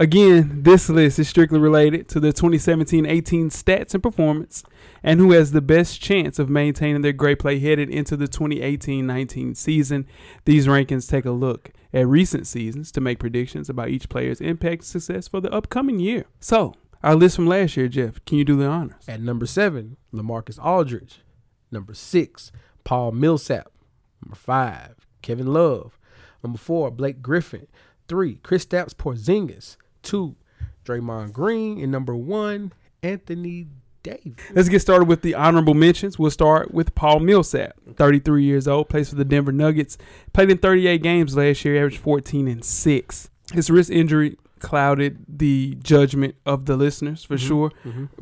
Speaker 2: Again, this list is strictly related to the 2017-18 stats and performance and who has the best chance of maintaining their great play headed into the 2018-19 season. These rankings take a look at recent seasons to make predictions about each player's impact and success for the upcoming year. So, our list from last year, Jeff, can you do the honors?
Speaker 4: At number seven, Lamarcus Aldridge. Number six, Paul Millsap. Number five, Kevin Love. Number four, Blake Griffin. Three, Kristaps Porzingis. Two, Draymond Green. And number one, Anthony Davis.
Speaker 2: Let's get started with the honorable mentions. We'll start with Paul Millsap, 33 years old, plays for the Denver Nuggets, played in 38 games last year, averaged 14 and 6. His wrist injury clouded the judgment of the listeners
Speaker 4: Mm-hmm.
Speaker 2: for sure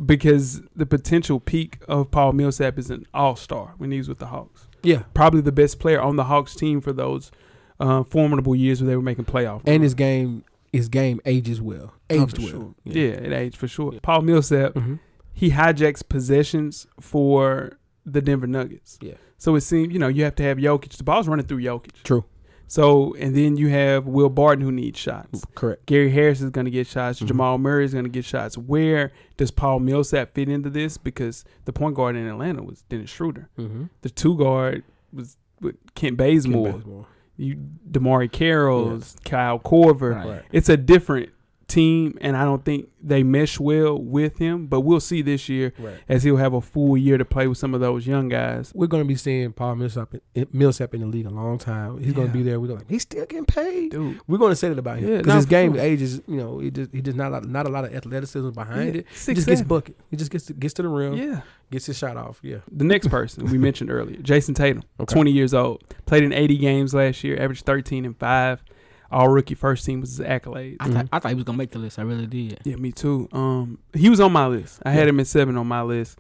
Speaker 2: because the potential peak of Paul Millsap is an all-star when he was with the Hawks.
Speaker 4: Yeah.
Speaker 2: Probably the best player on the Hawks team for those uh, formidable years where they were making playoff.
Speaker 4: And his game, his game ages well.
Speaker 2: Oh,
Speaker 4: Aged
Speaker 2: for
Speaker 4: well.
Speaker 2: sure. Yeah, it aged for sure. Paul Millsap,
Speaker 4: Mhm.
Speaker 2: he hijacks possessions for the Denver Nuggets.
Speaker 4: Yeah.
Speaker 2: So it seems, you know, you have to have Jokic. The ball's running through Jokic.
Speaker 4: True.
Speaker 2: So, and then you have Will Barton who needs shots.
Speaker 4: Correct.
Speaker 2: Gary Harris is going to get shots.
Speaker 4: Mm-hmm.
Speaker 2: Jamal Murray is going to get shots. Where does Paul Millsap fit into this? Because the point guard in Atlanta was Dennis Schroeder.
Speaker 4: Mm-hmm.
Speaker 2: The two guard was with Kent Bazemore. You, Damari Carroll's, Kyle Corver
Speaker 4: Right.
Speaker 2: it's a different team, and I don't think they mesh well with him. But we'll see this year
Speaker 4: Right.
Speaker 2: as he'll have a full year to play with some of those young guys.
Speaker 4: We're going to be seeing Paul Millsap in, Millsap in the league a long time. He's going
Speaker 2: Yeah.
Speaker 4: to be there. We're going to, he's still getting paid.
Speaker 2: Dude,
Speaker 4: We're going to say that about him
Speaker 2: Yeah,
Speaker 4: because
Speaker 2: nah,
Speaker 4: his
Speaker 2: for
Speaker 4: game
Speaker 2: sure.
Speaker 4: ages. You know, he just he does not not a lot of athleticism behind
Speaker 2: Yeah,
Speaker 4: it.
Speaker 2: six,
Speaker 4: He just gets
Speaker 2: seven.
Speaker 4: bucket. He just gets to, gets to the rim,
Speaker 2: yeah.
Speaker 4: gets his shot off. Yeah,
Speaker 2: The next person we mentioned earlier, Jason Tatum,
Speaker 4: Okay.
Speaker 2: 20 years old, played in 80 games last year, averaged 13 and 5. All rookie first team was his accolades.
Speaker 3: I, thought, I thought he was gonna make the list. I really did.
Speaker 2: Yeah, me too. Um, he was on my list. I had him at seven on my list.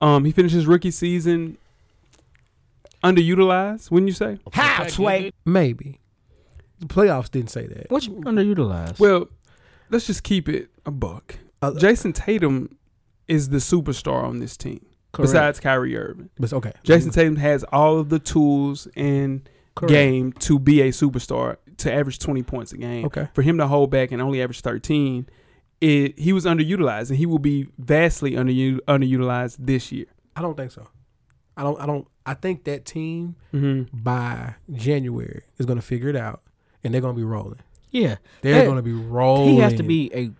Speaker 2: Um, he finished his rookie season underutilized, wouldn't you say?
Speaker 3: How Sway?
Speaker 4: maybe. The playoffs didn't say that.
Speaker 3: What you mean underutilized?
Speaker 2: Well, let's just keep it a buck.
Speaker 4: Uh,
Speaker 2: Jason Tatum is the superstar on this team.
Speaker 4: Correct.
Speaker 2: Besides Kyrie Irving,
Speaker 4: But okay,
Speaker 2: Jason Tatum has all of the tools and
Speaker 4: Mm. Correct.
Speaker 2: game to be a superstar to average 20 points a game.
Speaker 4: Okay.
Speaker 2: For him to hold back and only average 13, it, he was underutilized and he will be vastly under, underutilized this year.
Speaker 4: I don't think so. I don't. I don't. I think that team
Speaker 2: Mm-hmm.
Speaker 4: by January is going to figure it out, and they're going to be rolling.
Speaker 3: yeah,
Speaker 4: They're
Speaker 3: That-
Speaker 4: going to be rolling.
Speaker 3: he has to be a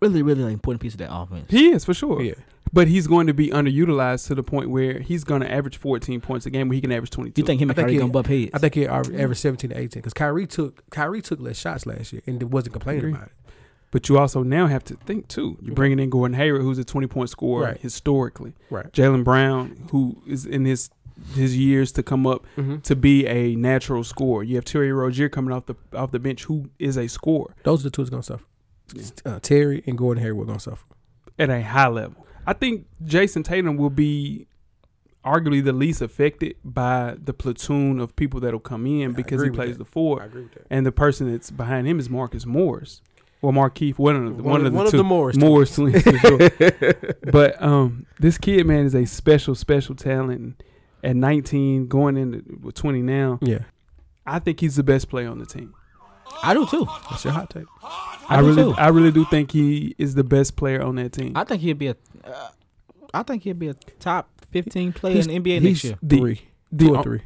Speaker 3: really, really important piece of that offense.
Speaker 2: He is for sure.
Speaker 4: Yeah.
Speaker 2: But he's going to be underutilized to the point where he's going to average 14 points a game where he can average 22.
Speaker 3: you think him and
Speaker 4: I think
Speaker 3: Kyrie
Speaker 4: he-
Speaker 3: gonna bump heads?
Speaker 4: I think he aver- averaged seventeen to eighteen because Kyrie took Kyrie took less shots last year and wasn't complaining
Speaker 2: Agree.
Speaker 4: about it.
Speaker 2: But you also now have to think too. You're bringing in Gordon Hayward, who's a 20 point scorer
Speaker 4: Mm-hmm. Right.
Speaker 2: historically.
Speaker 4: Right.
Speaker 2: Jalen Brown, who is in his his years to come up to be a natural scorer. You have Terry Rozier coming off the off the bench, who is a scorer
Speaker 4: Those are the two that's going to suffer. Uh, Terry and Gordon Hayward going to suffer.
Speaker 2: at a high level. I think Jason Tatum will be arguably the least affected by the platoon of people that'll come in because
Speaker 4: agree
Speaker 2: he
Speaker 4: with
Speaker 2: plays
Speaker 4: that.
Speaker 2: the four,
Speaker 4: agree with that.
Speaker 2: and the person that's behind him is Marcus Morris or Markeith, one of the, one, of the
Speaker 4: one
Speaker 2: two.
Speaker 4: of the Morris.
Speaker 2: Morris twins for sure. but um, this kid man is a special, special talent. At 19, going into 20 now,
Speaker 4: Yeah,
Speaker 2: I think he's the best player on the team.
Speaker 3: I do too.
Speaker 4: that's your hot take.
Speaker 2: I,
Speaker 3: do
Speaker 2: really,
Speaker 3: too.
Speaker 2: I really do think he is the best player on that team.
Speaker 3: I think he'll be a. Uh, I think he'll be a top fifteen player
Speaker 4: He's-
Speaker 3: in the NBA
Speaker 4: he's
Speaker 3: next year.
Speaker 2: The-
Speaker 4: three,
Speaker 2: the,
Speaker 4: two
Speaker 2: uh,
Speaker 4: or three,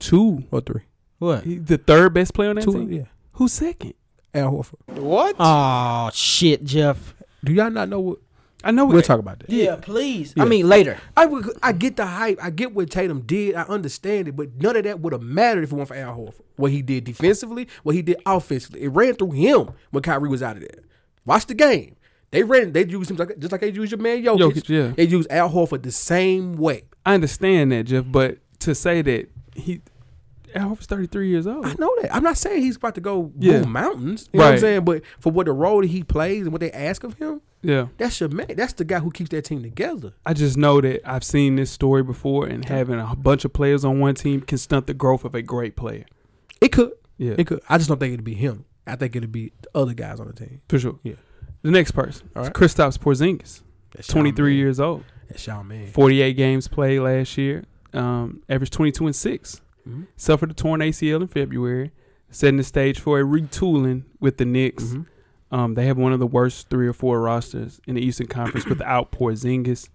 Speaker 2: two.
Speaker 4: or three,
Speaker 3: What?
Speaker 2: He- the third best player on that
Speaker 4: two.
Speaker 2: team.
Speaker 4: Yeah,
Speaker 2: Who's second?
Speaker 4: Al Horford.
Speaker 3: Oh shit, Jeff.
Speaker 4: Do y'all not know what
Speaker 2: I know.
Speaker 4: we'll talk about? That
Speaker 3: Yeah, please.
Speaker 4: Oh, Yeah.
Speaker 3: I mean later.
Speaker 4: I would- I get the hype. I get what Tatum did. I understand it, but none of that would have mattered if it weren't for Al Horford. What he did defensively, what he did offensively, it ran through him when Kyrie was out of there. Watch the game. They ran. They used him like, just like they use your man Jokic.
Speaker 2: Jokic, yeah.
Speaker 4: They use Al Horford the same way.
Speaker 2: I understand that, Jeff, but to say that he Al Horford's 33 years old.
Speaker 4: I know that. I'm not saying he's about to go
Speaker 2: Yeah.
Speaker 4: move mountains. You know what I'm
Speaker 2: Right.
Speaker 4: saying? But for what the role that he plays and what they ask of him,
Speaker 2: Yeah.
Speaker 4: that's your man. That's the guy who keeps that team together.
Speaker 2: I just know that I've seen this story before and having a bunch of players on one team can stunt the growth of a great player.
Speaker 4: It could.
Speaker 2: Yeah.
Speaker 4: It could. I just don't think it'd be him. I think it'd be the other guys on the team.
Speaker 2: For sure.
Speaker 4: Yeah.
Speaker 2: The next person,
Speaker 4: All
Speaker 2: is
Speaker 4: right.
Speaker 2: Kristaps Porzingis,
Speaker 4: That's y'all
Speaker 2: 23
Speaker 4: man.
Speaker 2: years old,
Speaker 4: That's y'all man.
Speaker 2: 48 games played last year, um, averaged 22 and 6.
Speaker 4: Mhm.
Speaker 2: Suffered a torn ACL in February, setting the stage for a retooling with the Knicks.
Speaker 4: Mhm.
Speaker 2: Um, they have one of the worst three or four rosters in the Eastern Conference without Porzingis.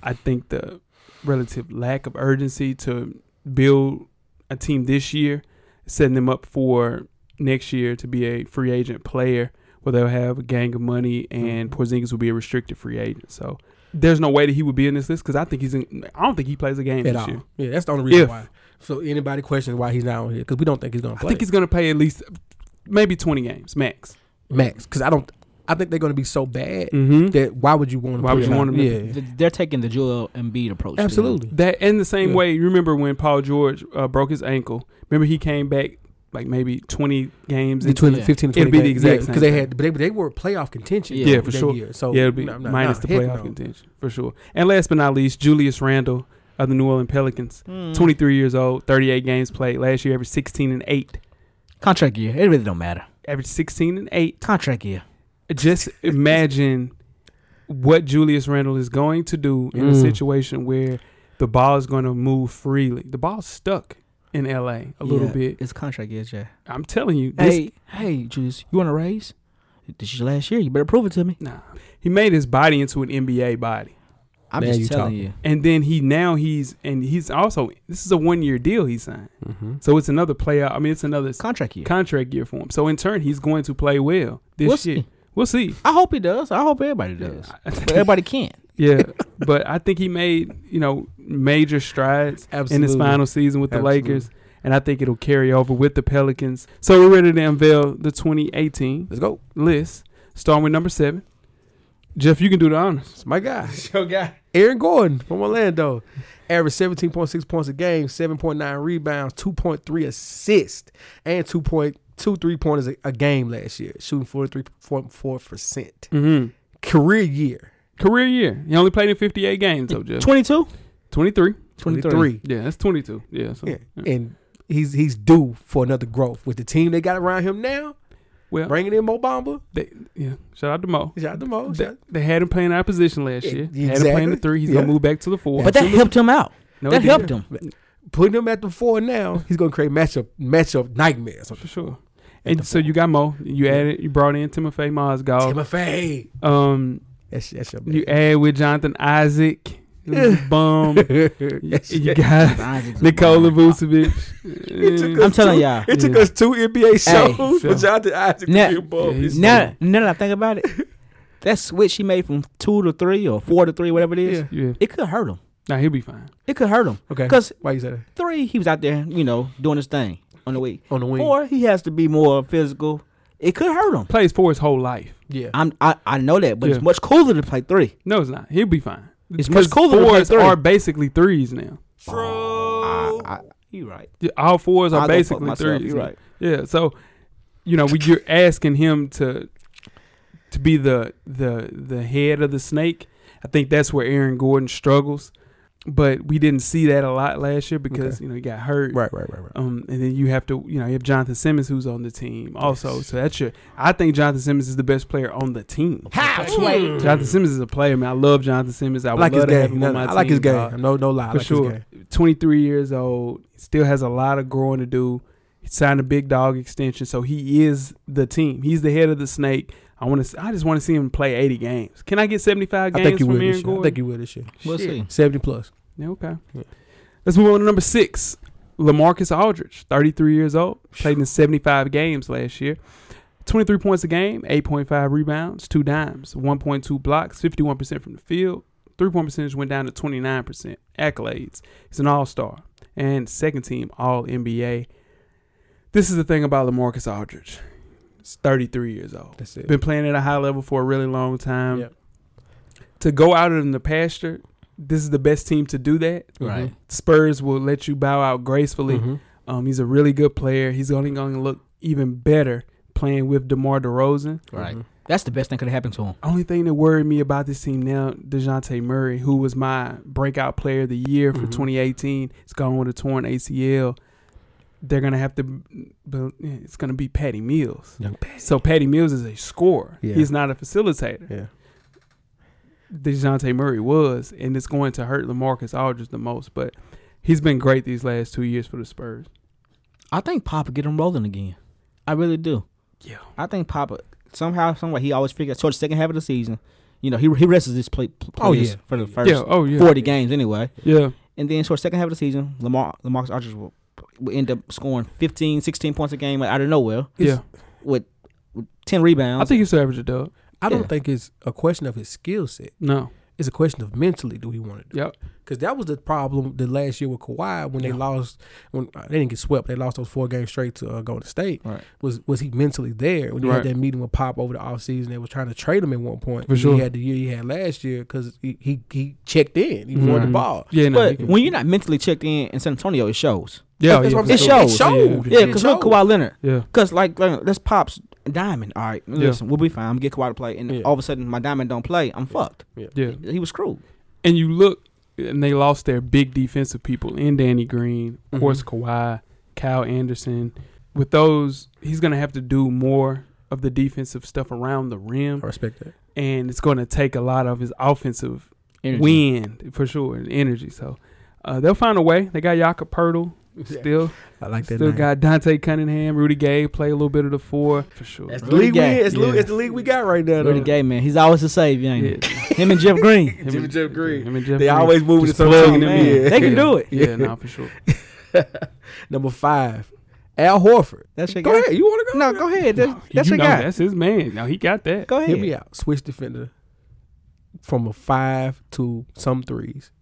Speaker 2: I think the relative lack of urgency to build a team this year, setting them up for next year to be a free agent player where they'll have a gang of money and
Speaker 4: Mm-hmm.
Speaker 2: Porzingis will be a restricted free agent. So there's no way that he would be in this list because I think he's in. I don't think he plays a game
Speaker 4: At
Speaker 2: this
Speaker 4: all.
Speaker 2: year.
Speaker 4: Yeah, that's the only reason
Speaker 2: If.
Speaker 4: why. So anybody questions why he's not on here because we don't think he's gonna
Speaker 2: I
Speaker 4: play.
Speaker 2: think he's going to play at least maybe 20 games max.
Speaker 4: max because I don't. I think they're gonna be so bad
Speaker 2: Mm-hmm.
Speaker 4: that why would you want to?
Speaker 2: Why would you want him
Speaker 4: Yeah,
Speaker 2: to-
Speaker 3: Th- They're taking the Joel Embiid approach. to him.
Speaker 4: absolutely.
Speaker 2: That in the same
Speaker 4: Yeah.
Speaker 2: way, you remember when Paul George uh, broke his ankle? Remember he came back like maybe twenty games. into-
Speaker 4: Between the
Speaker 3: Yeah.
Speaker 4: 15 and
Speaker 2: It'd
Speaker 4: 20
Speaker 2: be the exact same
Speaker 4: because they
Speaker 2: thing.
Speaker 4: had but they, but they were playoff contention.
Speaker 3: Yeah,
Speaker 2: for
Speaker 4: that
Speaker 2: sure.
Speaker 4: Year. So
Speaker 2: yeah, it'd be
Speaker 4: no, no,
Speaker 2: minus the
Speaker 4: no, heck
Speaker 2: playoff
Speaker 4: no.
Speaker 2: contention for sure. And last but not least, Julius Randle of the New Orleans Pelicans,
Speaker 3: Mm.
Speaker 2: twenty-three years old, thirty-eight games played last year, averaged sixteen and eight,
Speaker 3: Contract year. It really don't matter.
Speaker 2: averaged sixteen and eight.
Speaker 3: Contract year.
Speaker 2: Just imagine what Julius Randle is going to do in a
Speaker 4: Mm.
Speaker 2: situation where the ball is going to move freely. The ball's stuck in LA a little
Speaker 3: Yeah,
Speaker 2: bit.
Speaker 3: It's contract year, Jay.
Speaker 2: I'm telling you, this
Speaker 3: Hey, hey, Julius, you want a raise? This is your last year. You better prove it to me.
Speaker 2: Nah, he made his body into an NBA body,
Speaker 3: I'm
Speaker 4: Man,
Speaker 3: just
Speaker 4: you
Speaker 3: telling
Speaker 4: talking.
Speaker 3: you.
Speaker 2: and then he now he's and he's also this is a one year deal he signed,
Speaker 3: Mm-hmm.
Speaker 2: so it's another player. I mean, it's another s-
Speaker 3: Contract year.
Speaker 2: contract year for him. So in turn, he's going to play well this
Speaker 3: We'll
Speaker 2: year.
Speaker 3: see.
Speaker 2: We'll see.
Speaker 3: I hope he does. I hope everybody does. But everybody can't.
Speaker 2: yeah, but I think he made you know major strides in his
Speaker 4: Absolutely.
Speaker 2: final season with the
Speaker 4: Absolutely.
Speaker 2: Lakers, and I think it'll carry over with the Pelicans. So we're ready to unveil the 2018
Speaker 4: Let's go.
Speaker 2: list, starting with number seven. Jeff, you can do the honors.
Speaker 4: It's my guy,
Speaker 2: Your guy.
Speaker 4: Aaron Gordon from Orlando. Averaged 17.6 points a game, 7.9 rebounds, 2.3 assists, and 2.2 three pointers a, a game last year, shooting 43.4%.
Speaker 2: Mm-hmm.
Speaker 4: Career year
Speaker 2: Career year. He only played in 58 games, though, Jeff.
Speaker 3: 22?
Speaker 2: 23.
Speaker 3: 23.
Speaker 4: 23.
Speaker 2: Yeah, that's 22. Yeah. So,
Speaker 4: Yeah.
Speaker 2: yeah.
Speaker 4: And he's he's due for another growth with the team they got around him now.
Speaker 2: Well,
Speaker 4: Bringing in Mo Bamba.
Speaker 2: they, yeah. Shout out to Mo.
Speaker 4: Shout out to Mo.
Speaker 2: They,
Speaker 4: Oh, Shout out-
Speaker 2: they had him playing out of position last
Speaker 4: Yeah,
Speaker 2: year. Had him playing the
Speaker 4: exactly.
Speaker 2: three. He's
Speaker 4: Yeah.
Speaker 2: gonna move back to the four.
Speaker 3: But that helped him out.
Speaker 2: no,
Speaker 3: that
Speaker 2: he
Speaker 3: helped
Speaker 2: didn't.
Speaker 3: him.
Speaker 4: Putting him at the four now, he's gonna create matchup matchup nightmares.
Speaker 2: for sure. And so you got Mo. You added. You brought in Timofey Mozgov.
Speaker 4: MFA.
Speaker 2: Um,
Speaker 4: That's that's your
Speaker 2: you add with Jonathan Isaac. who's a Bum. you,
Speaker 4: Yes,
Speaker 2: you
Speaker 4: yes.
Speaker 2: got Nikola Vucevic.
Speaker 3: I'm telling y'all.
Speaker 4: It took
Speaker 2: Yeah.
Speaker 4: us two NBA shows
Speaker 2: Phil.
Speaker 4: for Jonathan Isaac
Speaker 3: Now-
Speaker 4: to be a bum.
Speaker 2: Yeah, he's-
Speaker 3: Now, now that I think about it, that switch he made from two to three or four to three, whatever it is,
Speaker 4: Yeah.
Speaker 2: yeah.
Speaker 3: it could hurt him.
Speaker 2: Now he'll be fine.
Speaker 3: It could hurt him.
Speaker 4: Okay.
Speaker 3: Because
Speaker 4: Why you say that?
Speaker 3: three, he was out there, you know, doing his thing on the week.
Speaker 4: On the wing.
Speaker 3: Four, he has to be more physical. It could hurt him.
Speaker 2: Plays for his whole life.
Speaker 4: Yeah.
Speaker 3: I'm, I, I know that, but
Speaker 2: Yeah.
Speaker 3: it's much cooler to play three.
Speaker 2: No, it's not. He'll be fine.
Speaker 3: It's much
Speaker 2: 'Cause
Speaker 3: cooler to play
Speaker 2: Fours
Speaker 3: three.
Speaker 2: are basically threes now.
Speaker 3: Oh, I, I, you right.
Speaker 2: Yeah, All fours are
Speaker 3: I done fucked
Speaker 2: basically
Speaker 3: myself.
Speaker 2: threes.
Speaker 3: You right.
Speaker 2: Yeah. So, you know, when you're asking him to to be the the the head of the snake, I think that's where Aaron Gordon struggles. But we didn't see that a lot last year because
Speaker 4: Okay.
Speaker 2: you know he got hurt.
Speaker 4: Right, right, right, right.
Speaker 2: Um, and then you have to, you know, you have Jonathan Simmons who's on the team also. So that's your. I think Jonathan Simmons is the best player on the team.
Speaker 4: Halfway.
Speaker 2: Jonathan Simmons is a player, man. I love Jonathan Simmons. I
Speaker 4: I
Speaker 2: would
Speaker 4: like his
Speaker 2: love to have
Speaker 4: game.
Speaker 2: him
Speaker 4: No,
Speaker 2: on
Speaker 4: no,
Speaker 2: my
Speaker 4: I
Speaker 2: team.
Speaker 4: like his game.
Speaker 2: dog.
Speaker 4: No, no lie. I
Speaker 2: For
Speaker 4: like
Speaker 2: sure.
Speaker 4: his game.
Speaker 2: 23 years old, still has a lot of growing to do. He signed a big dog extension, so he is the team. He's the head of the snake. I want to. I just want to see him play 80 games. Can I get 75
Speaker 4: I
Speaker 2: games
Speaker 4: think you will
Speaker 2: from
Speaker 4: this
Speaker 2: Aaron
Speaker 4: year. I
Speaker 2: Gordon?
Speaker 4: think you will this year.
Speaker 3: We'll see.
Speaker 4: Seventy plus.
Speaker 2: Yeah, okay.
Speaker 4: Yeah.
Speaker 2: Let's move on to number six. Lamarcus Aldridge, 33 years old, played in 75 games last year. 23 points a game, 8.5 rebounds, two dimes, 1.2 blocks, 51% from the field. Three point percentage went down to 29%. Accolades. He's an all star and second team All NBA. This is the thing about Lamarcus Aldridge. He's 33 years old.
Speaker 4: That's it.
Speaker 2: Been playing at a high level for a really long time.
Speaker 4: Yep.
Speaker 2: To go out in the pasture, this is the best team to do that.
Speaker 4: Right.
Speaker 2: Spurs will let you bow out gracefully.
Speaker 4: Mhm.
Speaker 2: Um, he's a really good player. He's only going to look even better playing with DeMar DeRozan.
Speaker 4: Right.
Speaker 3: That's the best thing could have happened to him.
Speaker 2: Only thing that worried me about this team now, DeJounte Murray, who was my breakout player of the year for
Speaker 4: Mhm.
Speaker 2: 2018, is gone with a torn ACL. They're going to have to, but it's going to be Patty Mills.
Speaker 4: Young
Speaker 2: So Patty Mills is a scorer.
Speaker 4: Yeah.
Speaker 2: He's not a facilitator.
Speaker 4: Yeah.
Speaker 2: DeJounte Murray was, and it's going to hurt Lamarcus Aldridge the most, but he's been great these last two years for the Spurs.
Speaker 3: I think Papa get him rolling again. I really do.
Speaker 2: Yeah.
Speaker 3: I think Papa somehow, someway, he always figures towards the second half of the season. You know, he he rests his play, pl-
Speaker 4: Oh,
Speaker 3: players
Speaker 4: yeah.
Speaker 3: for the first
Speaker 2: Yeah. Oh, yeah.
Speaker 3: forty games anyway,
Speaker 2: Yeah.
Speaker 3: and then towards the second half of the season, Lamar Lamarcus Aldridge will, will end up scoring 15, 16 points a game out of nowhere
Speaker 2: Yeah.
Speaker 3: with, with ten rebounds.
Speaker 2: I think he's average a dub.
Speaker 4: I don't
Speaker 3: Yeah.
Speaker 4: think it's a question of his skill set.
Speaker 2: No.
Speaker 4: It's a question of mentally do he want to do
Speaker 2: Yep.
Speaker 4: Because that was the problem the last year with Kawhi when they lost, when uh, they didn't get swept. They lost those four games straight to uh, Golden State.
Speaker 3: Right.
Speaker 4: Was was he mentally there when they
Speaker 2: Right.
Speaker 4: had that meeting with Pop over the offseason? They were trying to trade him at one point.
Speaker 2: For sure.
Speaker 4: He had the year he had last year because he, he he checked in. He won the
Speaker 2: Right.
Speaker 4: ball.
Speaker 2: Yeah. No,
Speaker 3: but
Speaker 2: he-
Speaker 3: when you're not mentally checked in in San Antonio, it shows.
Speaker 2: yeah.
Speaker 4: That's
Speaker 2: yeah,
Speaker 4: what I'm
Speaker 2: for
Speaker 4: saying.
Speaker 2: sure.
Speaker 3: It
Speaker 4: It
Speaker 3: shows.
Speaker 4: showed.
Speaker 3: Yeah,
Speaker 4: It
Speaker 3: because look,
Speaker 4: showed.
Speaker 3: Kawhi Leonard.
Speaker 2: Yeah.
Speaker 3: Cause like, like that's pops diamond. All right, listen, we'll be fine. I'm gonna get Kawhi to play, and
Speaker 4: Yeah.
Speaker 3: all of a sudden my diamond don't play. I'm fucked.
Speaker 2: Yeah.
Speaker 3: He was screwed.
Speaker 2: and you look, and they lost their big defensive people in Danny Green, of course, Kawhi, Kyle Anderson. With those, he's going to have to do more of the defensive stuff around the rim,
Speaker 4: I respect that.
Speaker 2: and it's going to take a lot of his offensive wind for sure and energy. So uh, they'll find a way. They got Jakob Pertl still,
Speaker 4: I like that.
Speaker 2: still
Speaker 4: name.
Speaker 2: got Dante Cunningham, Rudy Gay play a little bit of the four for sure.
Speaker 4: That's the
Speaker 3: Rudy
Speaker 4: league we
Speaker 3: Gay.
Speaker 4: in. It's, the-
Speaker 2: Yeah.
Speaker 4: it's the league we got right now.
Speaker 3: We're the
Speaker 4: Though.
Speaker 3: gay man. He's always the savior, ain't
Speaker 2: Yeah.
Speaker 3: he? Him and Jeff Green.
Speaker 2: Him
Speaker 4: Jimmy
Speaker 2: and-
Speaker 4: Jeff Green.
Speaker 2: him and Jeff
Speaker 4: They
Speaker 2: Green.
Speaker 4: always moving
Speaker 2: Just
Speaker 4: to some
Speaker 2: plug
Speaker 4: tongue,
Speaker 2: them
Speaker 4: man.
Speaker 2: in.
Speaker 3: They can
Speaker 2: Yeah.
Speaker 3: do it.
Speaker 2: Yeah, no, for sure.
Speaker 4: Number five, Al Horford.
Speaker 3: That's your
Speaker 4: Go
Speaker 3: guy.
Speaker 4: ahead. You want to go?
Speaker 3: No, go ahead. That's, that's
Speaker 2: you
Speaker 3: your
Speaker 2: know,
Speaker 3: guy.
Speaker 2: That's his man. Now he got that.
Speaker 3: go ahead.
Speaker 4: Hear me out. Switch defender from a five to some threes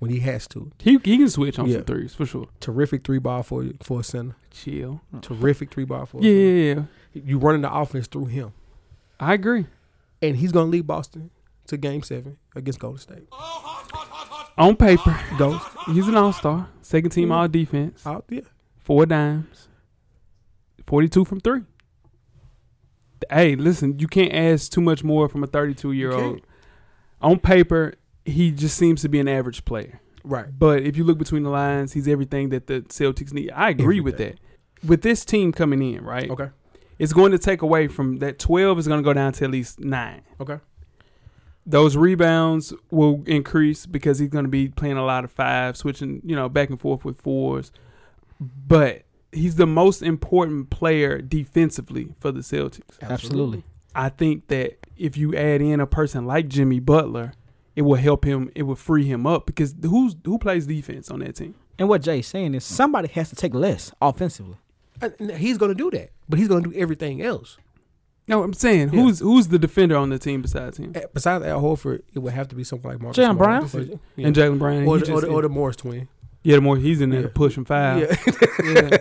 Speaker 4: when he has to.
Speaker 2: He he can switch on
Speaker 4: Yeah.
Speaker 2: some threes for sure.
Speaker 4: Terrific three ball for you for a center.
Speaker 2: Chill.
Speaker 4: Terrific three ball for a
Speaker 2: Hmm. Yeah, yeah, yeah.
Speaker 4: center. You running the offense through him,
Speaker 2: I agree.
Speaker 4: and he's gonna lead Boston to Game Seven against Golden State.
Speaker 2: On paper,
Speaker 4: Those
Speaker 2: he's an all star. Second team all defense.
Speaker 4: out there.
Speaker 2: Four dimes. Forty two from three. Hey, listen, you can't ask too much more from a thirty two year old. On paper, he just seems to be an average player.
Speaker 4: Right.
Speaker 2: But if you look between the lines, he's everything that the Celtics need. I agree with that.
Speaker 4: Everything.
Speaker 2: With this team coming in, right?
Speaker 4: Okay.
Speaker 2: It's going to take away from that twelve is gonna go down to at least nine.
Speaker 4: Okay.
Speaker 2: those rebounds will increase because he's going to be playing a lot of fives, switching, you know, back and forth with fours. But he's the most important player defensively for the Celtics.
Speaker 3: Absolutely.
Speaker 2: I think that if you add in a person like Jimmy Butler, it will help him. It will free him up because who's who plays defense on that team?
Speaker 3: And what Jay's saying is somebody has to take less offensively.
Speaker 4: And- and He's gonna do that, but he's gonna do everything else.
Speaker 2: No, I'm saying
Speaker 4: Yeah.
Speaker 2: who's who's the defender on the team besides him
Speaker 4: Eh, Besides Al Horford, it would have to be someone like Marcus
Speaker 3: Jalen
Speaker 4: Smart.
Speaker 3: Brown?
Speaker 4: Yeah.
Speaker 2: and Jalen Brown.
Speaker 4: or
Speaker 2: he
Speaker 4: the,
Speaker 2: just-
Speaker 4: or, the, or the Morris twin.
Speaker 2: yeah, the more he's in there
Speaker 4: Yeah.
Speaker 2: to push and foul.
Speaker 4: Yeah.
Speaker 2: Yeah.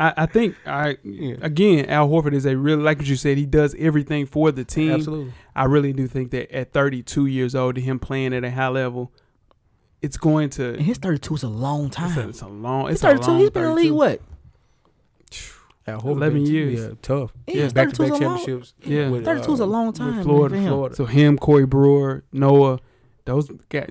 Speaker 2: I, I think I
Speaker 4: Yeah.
Speaker 2: again Al Horford is a really like what you said, he does everything for the team.
Speaker 4: Absolutely.
Speaker 2: I really do think that at thirty two years old to him playing at a high level, it's going to
Speaker 3: And his 32 is a long
Speaker 2: it's a,
Speaker 3: time.
Speaker 2: it's a long
Speaker 3: He's
Speaker 2: it's
Speaker 3: 32.
Speaker 2: a long
Speaker 3: He's been in the league
Speaker 2: 32.
Speaker 3: what?
Speaker 4: Al
Speaker 2: 11
Speaker 4: been-
Speaker 2: years.
Speaker 4: Yeah, tough.
Speaker 3: Yeah,
Speaker 2: Yeah.
Speaker 4: Back to
Speaker 3: 32
Speaker 4: back
Speaker 3: is a long.
Speaker 4: championships.
Speaker 2: Yeah.
Speaker 4: with,
Speaker 3: 32 is
Speaker 4: uh,
Speaker 3: a long
Speaker 4: with
Speaker 3: time. man,
Speaker 2: Florida,
Speaker 3: for him.
Speaker 4: Florida.
Speaker 2: So him, Corey Brewer, Noah, those guys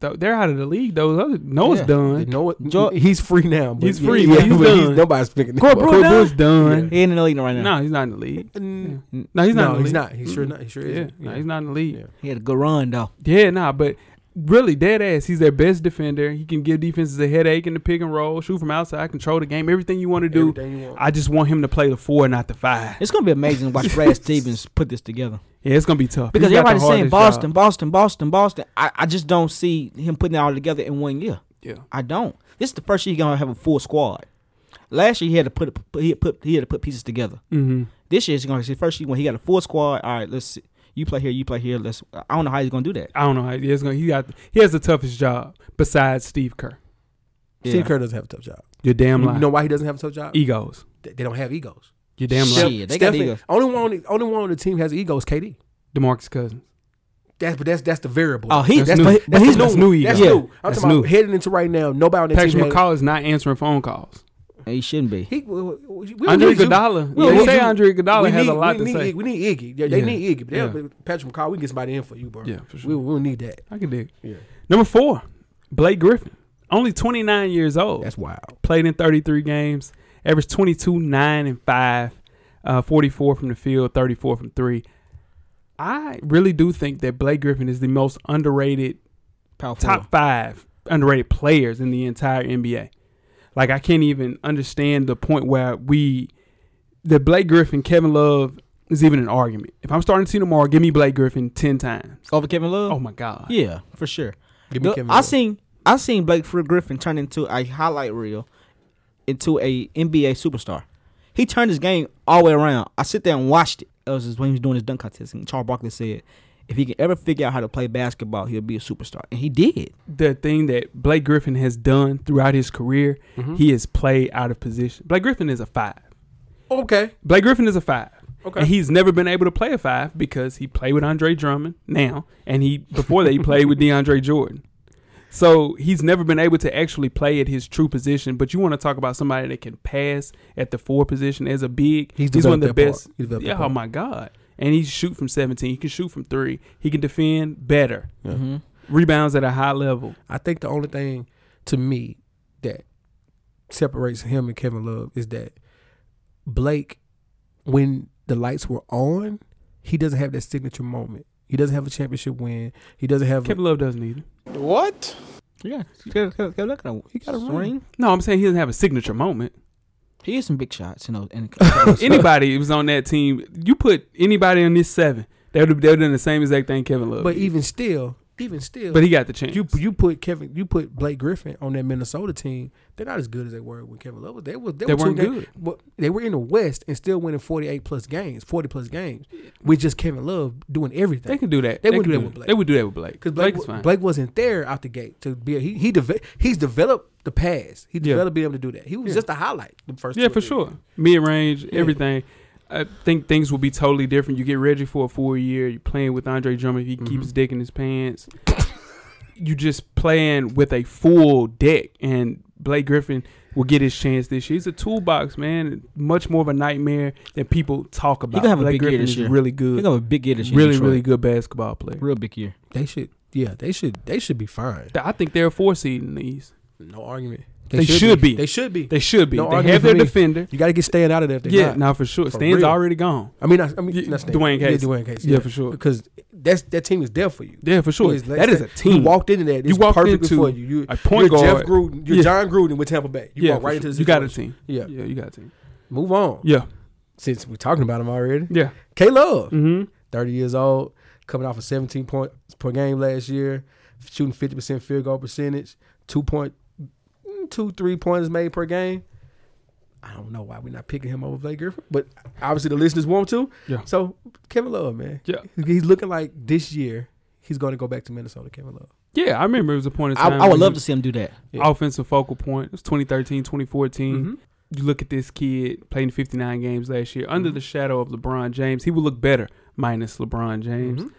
Speaker 2: th- they're out of the league. Those other Noah's
Speaker 3: Yeah.
Speaker 4: They
Speaker 2: done.
Speaker 4: know what?
Speaker 3: Jo-
Speaker 4: he's free now. But
Speaker 2: He's free,
Speaker 4: Yeah,
Speaker 2: but he's
Speaker 4: but he's-
Speaker 2: done.
Speaker 4: nobody's picking him
Speaker 3: Corey
Speaker 4: up.
Speaker 2: Corey
Speaker 3: Brewer
Speaker 2: Brewer's done.
Speaker 3: He ain't in the league right now.
Speaker 2: No, he's not in the league.
Speaker 4: Mm,
Speaker 2: No, he's not.
Speaker 4: no,
Speaker 2: in the
Speaker 4: he's
Speaker 2: league.
Speaker 4: not. He's sure
Speaker 2: Mm-mm.
Speaker 4: not. He sure
Speaker 2: Yeah,
Speaker 4: isn't.
Speaker 2: No, he's not in the league.
Speaker 4: Yeah.
Speaker 3: He had a good run though.
Speaker 2: Yeah, nah, but really dead ass. He's their best defender. He can give defenses a headache in the pick and roll, shoot from outside, control the game, everything you want to do.
Speaker 4: Everything you want.
Speaker 2: I just want him to play the four, not the five.
Speaker 3: It's gonna be amazing to watch Brad Stevens put this together.
Speaker 2: Yeah, it's gonna be tough
Speaker 3: Because
Speaker 2: He's got the
Speaker 3: everybody's saying
Speaker 2: hardest
Speaker 3: Boston, Boston, Boston, Boston. I, I just don't see him putting it all together in one year.
Speaker 2: job.
Speaker 3: I don't. This is the first year he's gonna have a full squad. Last year he had to put he had put he had to put pieces together.
Speaker 2: Yeah. Mm-hmm.
Speaker 3: This year is gonna be his first year when he got a full squad. All right, let's see. you play here, you play here. Let's. I don't know how he's gonna do that.
Speaker 2: I don't know. How, yeah, it's gonna. He got. He has the toughest job besides Steve Kerr.
Speaker 4: Steve Kerr doesn't have a tough job.
Speaker 2: You're damn
Speaker 4: you
Speaker 2: lying.
Speaker 4: know why he doesn't have a tough job?
Speaker 2: Egos.
Speaker 4: They they don't have egos.
Speaker 2: You're damn
Speaker 3: Shit.
Speaker 2: right.
Speaker 3: Yeah, they got
Speaker 4: Stephen-
Speaker 3: egos.
Speaker 4: Only one, on the, only one on the team has ego is KD.
Speaker 2: Demarcus Cousins.
Speaker 4: That's but that's that's the variable.
Speaker 3: Oh, he-
Speaker 2: That's
Speaker 3: that's,
Speaker 2: new.
Speaker 3: but, but
Speaker 2: That's
Speaker 3: he's
Speaker 2: new. That's
Speaker 3: new.
Speaker 2: new
Speaker 4: that's
Speaker 2: ego.
Speaker 4: new. I'm
Speaker 2: That's
Speaker 4: talking
Speaker 2: new.
Speaker 4: about heading into right now. Nobody on that team.
Speaker 2: Patrick
Speaker 4: has-
Speaker 2: McCall is not answering phone calls.
Speaker 3: He shouldn't be.
Speaker 4: He, we, we- we don't
Speaker 2: Andre
Speaker 4: need you.
Speaker 2: Iguodala.
Speaker 4: We
Speaker 2: They
Speaker 4: don't need
Speaker 2: say
Speaker 4: you.
Speaker 2: Andre Iguodala
Speaker 4: We
Speaker 2: has
Speaker 4: need-
Speaker 2: a lot
Speaker 4: we
Speaker 2: to
Speaker 4: need,
Speaker 2: say.
Speaker 4: We need Iggy. Yeah, they
Speaker 2: Yeah.
Speaker 4: need Iggy. But they'll-
Speaker 2: Yeah.
Speaker 4: Patrick McCall, we can get somebody in for you, bro.
Speaker 2: Yeah, for sure.
Speaker 4: We we don't need that.
Speaker 2: I can dig. it.
Speaker 4: Yeah.
Speaker 2: Number four, Blake Griffin. Only 29 years old.
Speaker 4: That's wild.
Speaker 2: played in 33 games, averaged 22, 9, and 5, uh, 44 from the field, 34 from three. I really do think that Blake Griffin is the most underrated
Speaker 3: Powerful.
Speaker 2: top five underrated players in the entire NBA. Like I can't even understand the point where we the Blake Griffin, Kevin Love is even an argument. If I'm starting to see tomorrow, give me Blake Griffin ten times.
Speaker 3: over Kevin Love.
Speaker 2: Oh my God.
Speaker 3: Yeah, for sure.
Speaker 4: Give me
Speaker 3: The-
Speaker 4: Kevin
Speaker 3: I
Speaker 4: Love.
Speaker 3: seen I seen Blake Fre- Griffin turn into a highlight reel into a NBA superstar. He turned his game all the way around. I sit there and watched it. It was just when he was doing his dunk contest, and Charles Barkley said, "If he can ever figure out how to play basketball, he'll be a superstar." And he did.
Speaker 2: the thing that Blake Griffin has done throughout his career, he has played out of position. Blake Griffin is a five.
Speaker 4: Okay.
Speaker 2: Blake Griffin is a five.
Speaker 4: Okay.
Speaker 2: And he's never been able to play a five because he played with Andre Drummond now, and he before that he played with DeAndre Jordan. So he's never been able to actually play at his true position. But you want to talk about somebody that can pass at the four position as a big.
Speaker 4: He's
Speaker 2: one of the
Speaker 4: developed that part.
Speaker 2: best.
Speaker 4: He developed that
Speaker 2: Yeah, oh
Speaker 4: part.
Speaker 2: my god! And he shoot from seventeen. He can shoot from three. He can defend better.
Speaker 3: Mm-hmm.
Speaker 2: Rebounds at a high level.
Speaker 4: I think the only thing to me that separates him and Kevin Love is that Blake, when the lights were on, he doesn't have that signature moment. He doesn't have a championship win. He doesn't have.
Speaker 2: Kevin
Speaker 4: A,
Speaker 2: Love doesn't either.
Speaker 5: What?
Speaker 3: Yeah, look at him. He got a ring.
Speaker 2: No, I'm saying he doesn't have a signature moment.
Speaker 3: He did some big shots, you know. And
Speaker 2: anybody who was on that team, you put anybody on this seven, they would have done the same exact thing Kevin Love.
Speaker 4: but
Speaker 2: But,
Speaker 4: even still, even still,
Speaker 2: he got the chance.
Speaker 4: you you put Kevin, you put Blake Griffin on that Minnesota team. They're not as good as they were when Kevin Love was. They was they,
Speaker 2: They
Speaker 4: were two
Speaker 2: weren't
Speaker 4: game-
Speaker 2: good.
Speaker 4: Well, they were in the West and still winning forty eight plus games, forty plus games, with just Kevin Love doing everything.
Speaker 2: they can do that.
Speaker 4: They wouldn't
Speaker 2: can
Speaker 4: do that with Blake.
Speaker 2: They would do that with Blake.
Speaker 4: Because
Speaker 2: Because
Speaker 4: Blake,
Speaker 2: Blake is fine.
Speaker 4: Blake wasn't there out the gate to be. A, he he deve- he's developed the pass. He
Speaker 2: Yeah.
Speaker 4: developed being able to do that. He was just a highlight the first.
Speaker 2: yeah,
Speaker 4: two
Speaker 2: for
Speaker 4: or three
Speaker 2: sure.
Speaker 4: years.
Speaker 2: Mid range,
Speaker 4: Yeah.
Speaker 2: everything. I think things will be totally different. You get Reggie for a full year. You're playing with Andre Drummond. He
Speaker 4: Mhm.
Speaker 2: keeps dick in his pants. you just playing with a full deck, and Blake Griffin will get his chance this year. He's a toolbox man, much more of a nightmare than people talk about.
Speaker 3: gonna have a
Speaker 2: Blake
Speaker 3: big year
Speaker 2: Griffin
Speaker 3: this
Speaker 2: is
Speaker 3: year.
Speaker 2: really
Speaker 3: he
Speaker 2: good.
Speaker 3: got a big year this year.
Speaker 2: really,
Speaker 3: in Detroit.
Speaker 2: really good basketball player.
Speaker 3: real big year.
Speaker 4: They should. Yeah, they should. They should be fine.
Speaker 2: I think they're a four seed in the East.
Speaker 4: No argument.
Speaker 2: They should be.
Speaker 4: They should be.
Speaker 2: They should be.
Speaker 4: No
Speaker 2: they
Speaker 4: argument
Speaker 2: have
Speaker 4: for
Speaker 2: their
Speaker 4: me.
Speaker 2: defender.
Speaker 4: you got to get staying out of there if they
Speaker 2: yeah,
Speaker 4: not.
Speaker 2: now for sure.
Speaker 4: For
Speaker 2: Stan's
Speaker 4: real.
Speaker 2: already gone.
Speaker 4: I mean, I, I mean,
Speaker 2: Yeah,
Speaker 4: not Stan.
Speaker 2: Dwayne Casey.
Speaker 4: Yeah, Dwayne Casey.
Speaker 2: Yeah, for sure.
Speaker 4: Because that's that team is there for you.
Speaker 2: Yeah, for sure.
Speaker 4: His last
Speaker 2: That is a
Speaker 4: step-
Speaker 2: team.
Speaker 4: You walked into that. It's
Speaker 2: You walked
Speaker 4: perfect
Speaker 2: into
Speaker 4: for you. You
Speaker 2: a point
Speaker 4: you're
Speaker 2: guard.
Speaker 4: Jeff Gruden. You're
Speaker 2: Yeah.
Speaker 4: John Gruden with Tampa Bay. You
Speaker 2: yeah,
Speaker 4: walk
Speaker 2: for
Speaker 4: right
Speaker 2: sure.
Speaker 4: into this.
Speaker 2: You got a team.
Speaker 4: Yeah.
Speaker 2: Yeah, you got a team.
Speaker 4: Move on.
Speaker 2: Yeah.
Speaker 4: Since we're talking about him already,
Speaker 2: Yeah.
Speaker 4: K Love.
Speaker 2: Mm-hmm.
Speaker 4: 30 years old, coming off a 17 point per game last year, shooting 50% field goal percentage, two point, mm, two three pointers made per game. I don't know why we're not picking him over Blake Griffin, but obviously the listeners want to.
Speaker 2: Yeah.
Speaker 4: So Kevin Love, man,
Speaker 2: Yeah.
Speaker 4: he's looking like this year he's going to go back to Minnesota. Kevin Love,
Speaker 2: Yeah, I remember it was a point in
Speaker 3: I,
Speaker 2: time.
Speaker 3: I
Speaker 2: when
Speaker 3: would love
Speaker 2: he-
Speaker 3: to see him do that.
Speaker 4: yeah.
Speaker 2: Offensive focal point. It was 2013, 2014.
Speaker 4: Mhm.
Speaker 2: You look at this kid playing 59 games last year under the shadow of LeBron James. He will look better minus LeBron James.
Speaker 4: Mhm.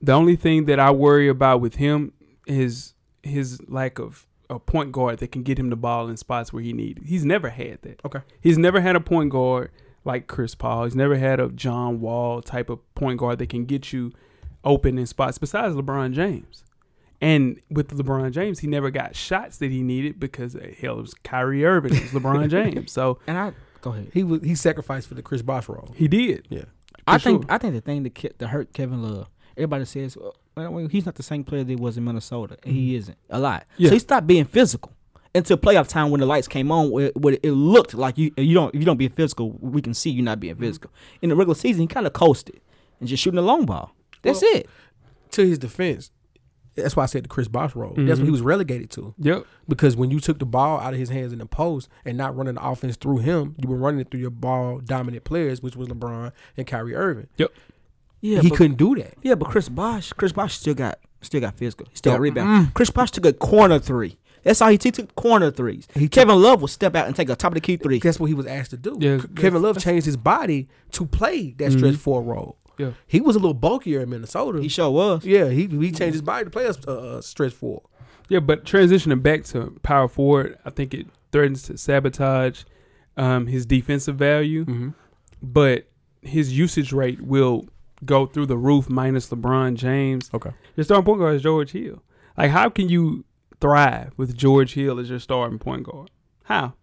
Speaker 2: The only thing that I worry about with him is his lack of a point guard that can get him the ball in spots where he needs. He's never had that.
Speaker 4: Okay.
Speaker 2: He's never had a point guard like Chris Paul. He's never had a John Wall type of point guard that can get you open in spots besides LeBron James. And with LeBron James, he never got shots that he needed because uh, hell, it was Kyrie Irving, it was LeBron James. So
Speaker 3: And I go ahead.
Speaker 4: He was he sacrificed for the Chris Bosh role.
Speaker 2: he did.
Speaker 4: Yeah.
Speaker 3: I
Speaker 2: For
Speaker 3: think
Speaker 2: sure.
Speaker 3: I think the thing that ki- that hurt Kevin Love. Everybody says well, well, well, he's not the same player that he was in Minnesota. and He isn't a lot.
Speaker 2: Mm-hmm. Yeah.
Speaker 3: So he stopped being physical until playoff time when the lights came on. Where, where it looked like you you don't you don't be physical. We can see you not
Speaker 2: Mm-hmm.
Speaker 3: being physical in the regular season. He kind of coasted and just shooting the long ball. That's
Speaker 4: Well,
Speaker 3: it.
Speaker 4: To his defense, that's why I said the Chris Bosh role. That's what he was relegated to.
Speaker 2: Yep.
Speaker 4: Because when you took the ball out of his hands in the post and not running the offense through him, you were running it through your ball dominant players, which was LeBron and Kyrie Irving.
Speaker 2: Yep.
Speaker 3: Yeah,
Speaker 4: he
Speaker 3: but,
Speaker 4: couldn't do that.
Speaker 3: Yeah, but Chris Bosh, Chris Bosh still got still got physical. He still got
Speaker 4: Yeah.
Speaker 3: rebound. Chris Bosh took a corner three That's all he, he took corner threes.
Speaker 4: He
Speaker 3: Kevin Love will step out and take a top of the key three.
Speaker 4: That's what he was asked to do.
Speaker 2: Yeah, Mm-hmm.
Speaker 4: K- Kevin Love changed his body to play that stretch four role.
Speaker 2: Yeah.
Speaker 4: He was a little bulkier in Minnesota.
Speaker 3: He sure was.
Speaker 4: yeah, he, he changed his body to play a s- uh, stretch four.
Speaker 2: Yeah, but transitioning back to power forward, I think it threatens to sabotage um, his defensive value, but his usage rate will go through the roof minus LeBron James.
Speaker 4: Okay.
Speaker 2: Your starting point guard is George Hill. Like, how can you thrive with George Hill as your starting point guard? How?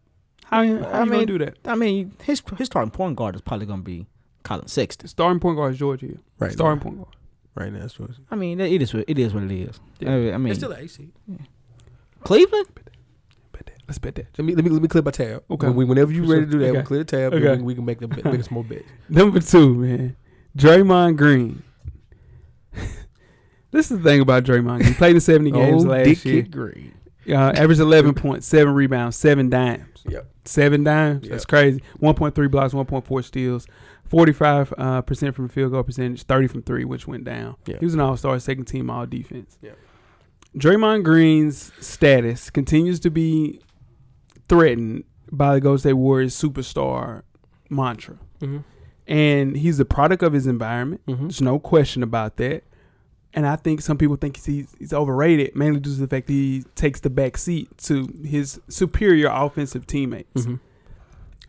Speaker 2: How, how
Speaker 3: I
Speaker 2: you
Speaker 3: mean-
Speaker 2: gonna do that?
Speaker 3: I mean, his his starting point guard is probably gonna be Colin Sexton.
Speaker 2: Starting point guard is George Hill.
Speaker 4: Right.
Speaker 2: starting
Speaker 4: now.
Speaker 2: point guard.
Speaker 4: Right now, it's George.
Speaker 3: I mean, it is what it is. What it is.
Speaker 2: Yeah.
Speaker 3: I mean- I mean,
Speaker 4: It's still AC.
Speaker 3: Cleveland.
Speaker 2: Bet that. Let's bet that.
Speaker 4: Let me let me let me clear my tab.
Speaker 2: Okay.
Speaker 4: When we, whenever you
Speaker 2: For
Speaker 4: ready to
Speaker 2: sure.
Speaker 4: do that, we
Speaker 2: Okay.
Speaker 4: clear the tab.
Speaker 2: Okay.
Speaker 4: And we, we can make the make us more bets.
Speaker 2: Number two, man, Draymond Green. this is the thing about Draymond. He played in seventy games
Speaker 4: Oh,
Speaker 2: last
Speaker 4: Dick
Speaker 2: year.
Speaker 4: Kid Green.
Speaker 2: Uh, averaged eleven point seven rebounds, seven dimes.
Speaker 4: Yep.
Speaker 2: Seven dimes.
Speaker 4: Yep.
Speaker 2: That's crazy. One point three blocks, one point four steals, forty five uh, percent from field goal percentage, thirty from three, which went down.
Speaker 4: Yep.
Speaker 2: He was an all star, second team all defense.
Speaker 4: Yep.
Speaker 2: Draymond Green's status continues to be threatened by the Golden State Warriors superstar mantra
Speaker 4: Mm-hmm.
Speaker 2: and he's the product of his environment.
Speaker 4: Mm-hmm.
Speaker 2: There's no question about that. And I think some people think he's he's overrated, mainly due to the fact that he takes the back seat to his superior offensive teammates.
Speaker 4: Mhm.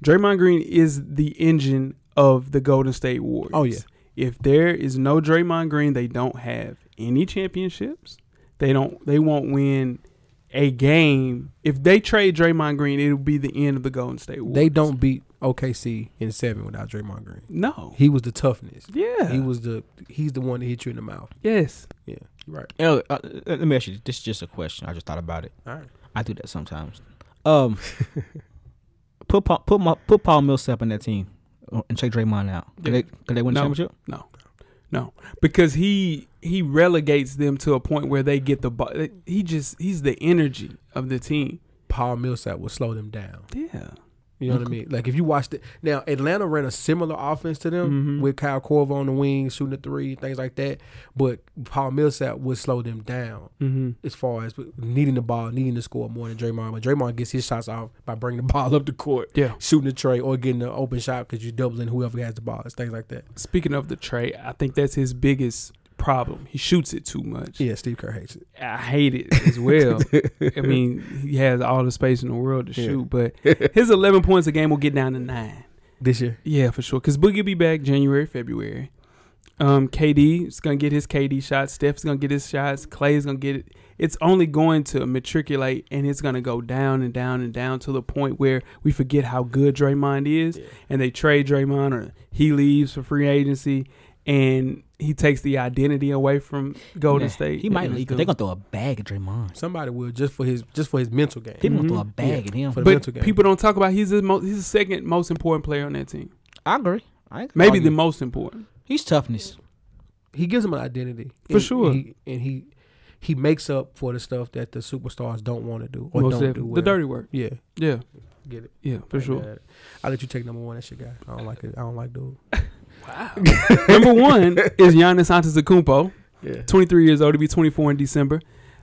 Speaker 2: Draymond Green is the engine of the Golden State Warriors.
Speaker 4: Oh, yeah.
Speaker 2: If there is no Draymond Green, they don't have any championships. They don't. They won't win a game. If they trade Draymond Green, it'll be the end of the Golden State Warriors.
Speaker 4: They don't beat OKC in seven without Draymond Green.
Speaker 2: No.
Speaker 4: He was the toughness.
Speaker 2: yeah.
Speaker 4: He was the he's the one that hit you in the mouth.
Speaker 2: yes.
Speaker 4: Yeah. Right.
Speaker 3: You know, uh, let me ask you. This is just a question. I just thought about it.
Speaker 4: All right.
Speaker 3: I do that sometimes. Um, put Paul, put my put Paul Millsap in that team uh, and check Draymond out. Could,
Speaker 2: Yeah.
Speaker 3: they, could they win the
Speaker 2: No.
Speaker 3: championship?
Speaker 2: No, no, because he he relegates them to a point where they get the ball. He just he's the energy of the team.
Speaker 4: Paul Millsap will slow them down.
Speaker 2: Yeah,
Speaker 4: You know what I mean? Like if you watched it now, Atlanta ran a similar offense to them
Speaker 2: Mhm.
Speaker 4: with Kyle Corver on the wing, shooting the three, things like that. But Paul Millsap would slow them down
Speaker 2: mm-hmm.
Speaker 4: as far as needing the ball, needing to score more than Draymond. But Draymond gets his shots off by bringing the ball up the court,
Speaker 2: yeah.
Speaker 4: shooting the tray, or getting an open shot because you're doubling whoever has the ball. It's things like that.
Speaker 2: Speaking of the trade, I think that's his biggest problem. He shoots it too much.
Speaker 4: Yeah, Steve Kerr hates it.
Speaker 2: I hate it as well. I mean, he has all the space in the world to
Speaker 4: Yeah.
Speaker 2: shoot, but his eleven points a game will get down to nine.
Speaker 4: This year,
Speaker 2: Yeah, for sure. Because Boogie be back January, February. Um, KD is gonna get his KD shots. Steph's gonna get his shots. Clay is gonna get it. It's only going to matriculate, and it's gonna go down and down and down to the point where we forget how good Draymond is, and they trade Draymond, or he leaves for free agency, and he takes the identity away from Golden
Speaker 3: Nah,
Speaker 2: State.
Speaker 3: He might
Speaker 2: And
Speaker 3: leave.
Speaker 2: it's
Speaker 3: They're gonna throw a bag at Draymond.
Speaker 4: somebody will just for his just for his mental game.
Speaker 3: People
Speaker 2: Mhm.
Speaker 3: gonna throw a bag at him.
Speaker 4: For the- mental
Speaker 2: But
Speaker 4: game.
Speaker 2: people don't talk about he's the most, he's the second most important player on that team.
Speaker 3: I agree. I ain't gonna
Speaker 2: Maybe the
Speaker 3: argue.
Speaker 2: most important.
Speaker 3: he's toughness.
Speaker 4: he gives him an identity
Speaker 2: For
Speaker 4: And
Speaker 2: sure.
Speaker 4: he, and he he makes up for the stuff that the superstars don't want to do or
Speaker 2: Most
Speaker 4: don't
Speaker 2: def-
Speaker 4: do. Well.
Speaker 2: the dirty work.
Speaker 4: yeah,
Speaker 2: Yeah,
Speaker 4: get it
Speaker 2: yeah, for
Speaker 4: I
Speaker 2: sure.
Speaker 4: got it. I'll let you take number one. That shit, guy. I don't like it. I don't like dude.
Speaker 2: Number one is Giannis Antetokounmpo,
Speaker 4: Yeah,
Speaker 2: 23 years old to be 24 in December.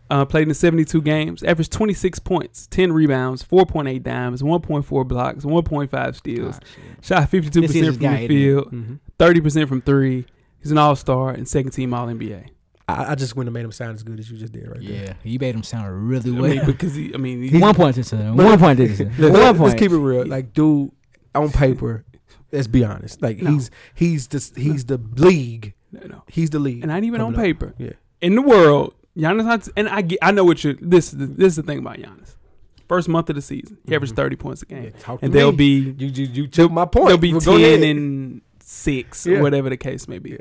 Speaker 2: Uh, played in 72 games, averaged 26 points, 10 rebounds, 4.8 dimes, 1.4 blocks, 1.5 steals.
Speaker 3: Ah, shit.
Speaker 2: Shot 52%
Speaker 3: This is his
Speaker 2: from the
Speaker 3: guy, isn't it?
Speaker 2: field,
Speaker 4: Mm-hmm.
Speaker 2: 30% from three. He's an all star and second team All NBA.
Speaker 4: I, I just wouldn't have made him sound as good as you just did right there.
Speaker 3: Yeah, you made him sound really
Speaker 2: I
Speaker 3: well.
Speaker 2: mean, because he, I mean, he-
Speaker 3: one point to him. One point to him.
Speaker 4: Let-
Speaker 3: One
Speaker 4: let-
Speaker 3: point.
Speaker 4: Let's keep it real. Like, dude, on paper, let's be honest. Like,
Speaker 2: No.
Speaker 4: he's he's the he's the league.
Speaker 2: no, no.
Speaker 4: He's the league.
Speaker 2: and not even on
Speaker 4: Coming up.
Speaker 2: paper.
Speaker 4: Yeah.
Speaker 2: in the world, Giannis Ante- and I get, I know what you this is the- this is the thing about Giannis. First month of the season, he averaged 30 points a game.
Speaker 4: Yeah, talk to
Speaker 2: and they'll
Speaker 4: me.
Speaker 2: be
Speaker 4: You you you took my point.
Speaker 2: They'll be
Speaker 4: Well, go ahead.
Speaker 2: ten and six,
Speaker 4: Yeah.
Speaker 2: or whatever the case may be.
Speaker 4: Yeah.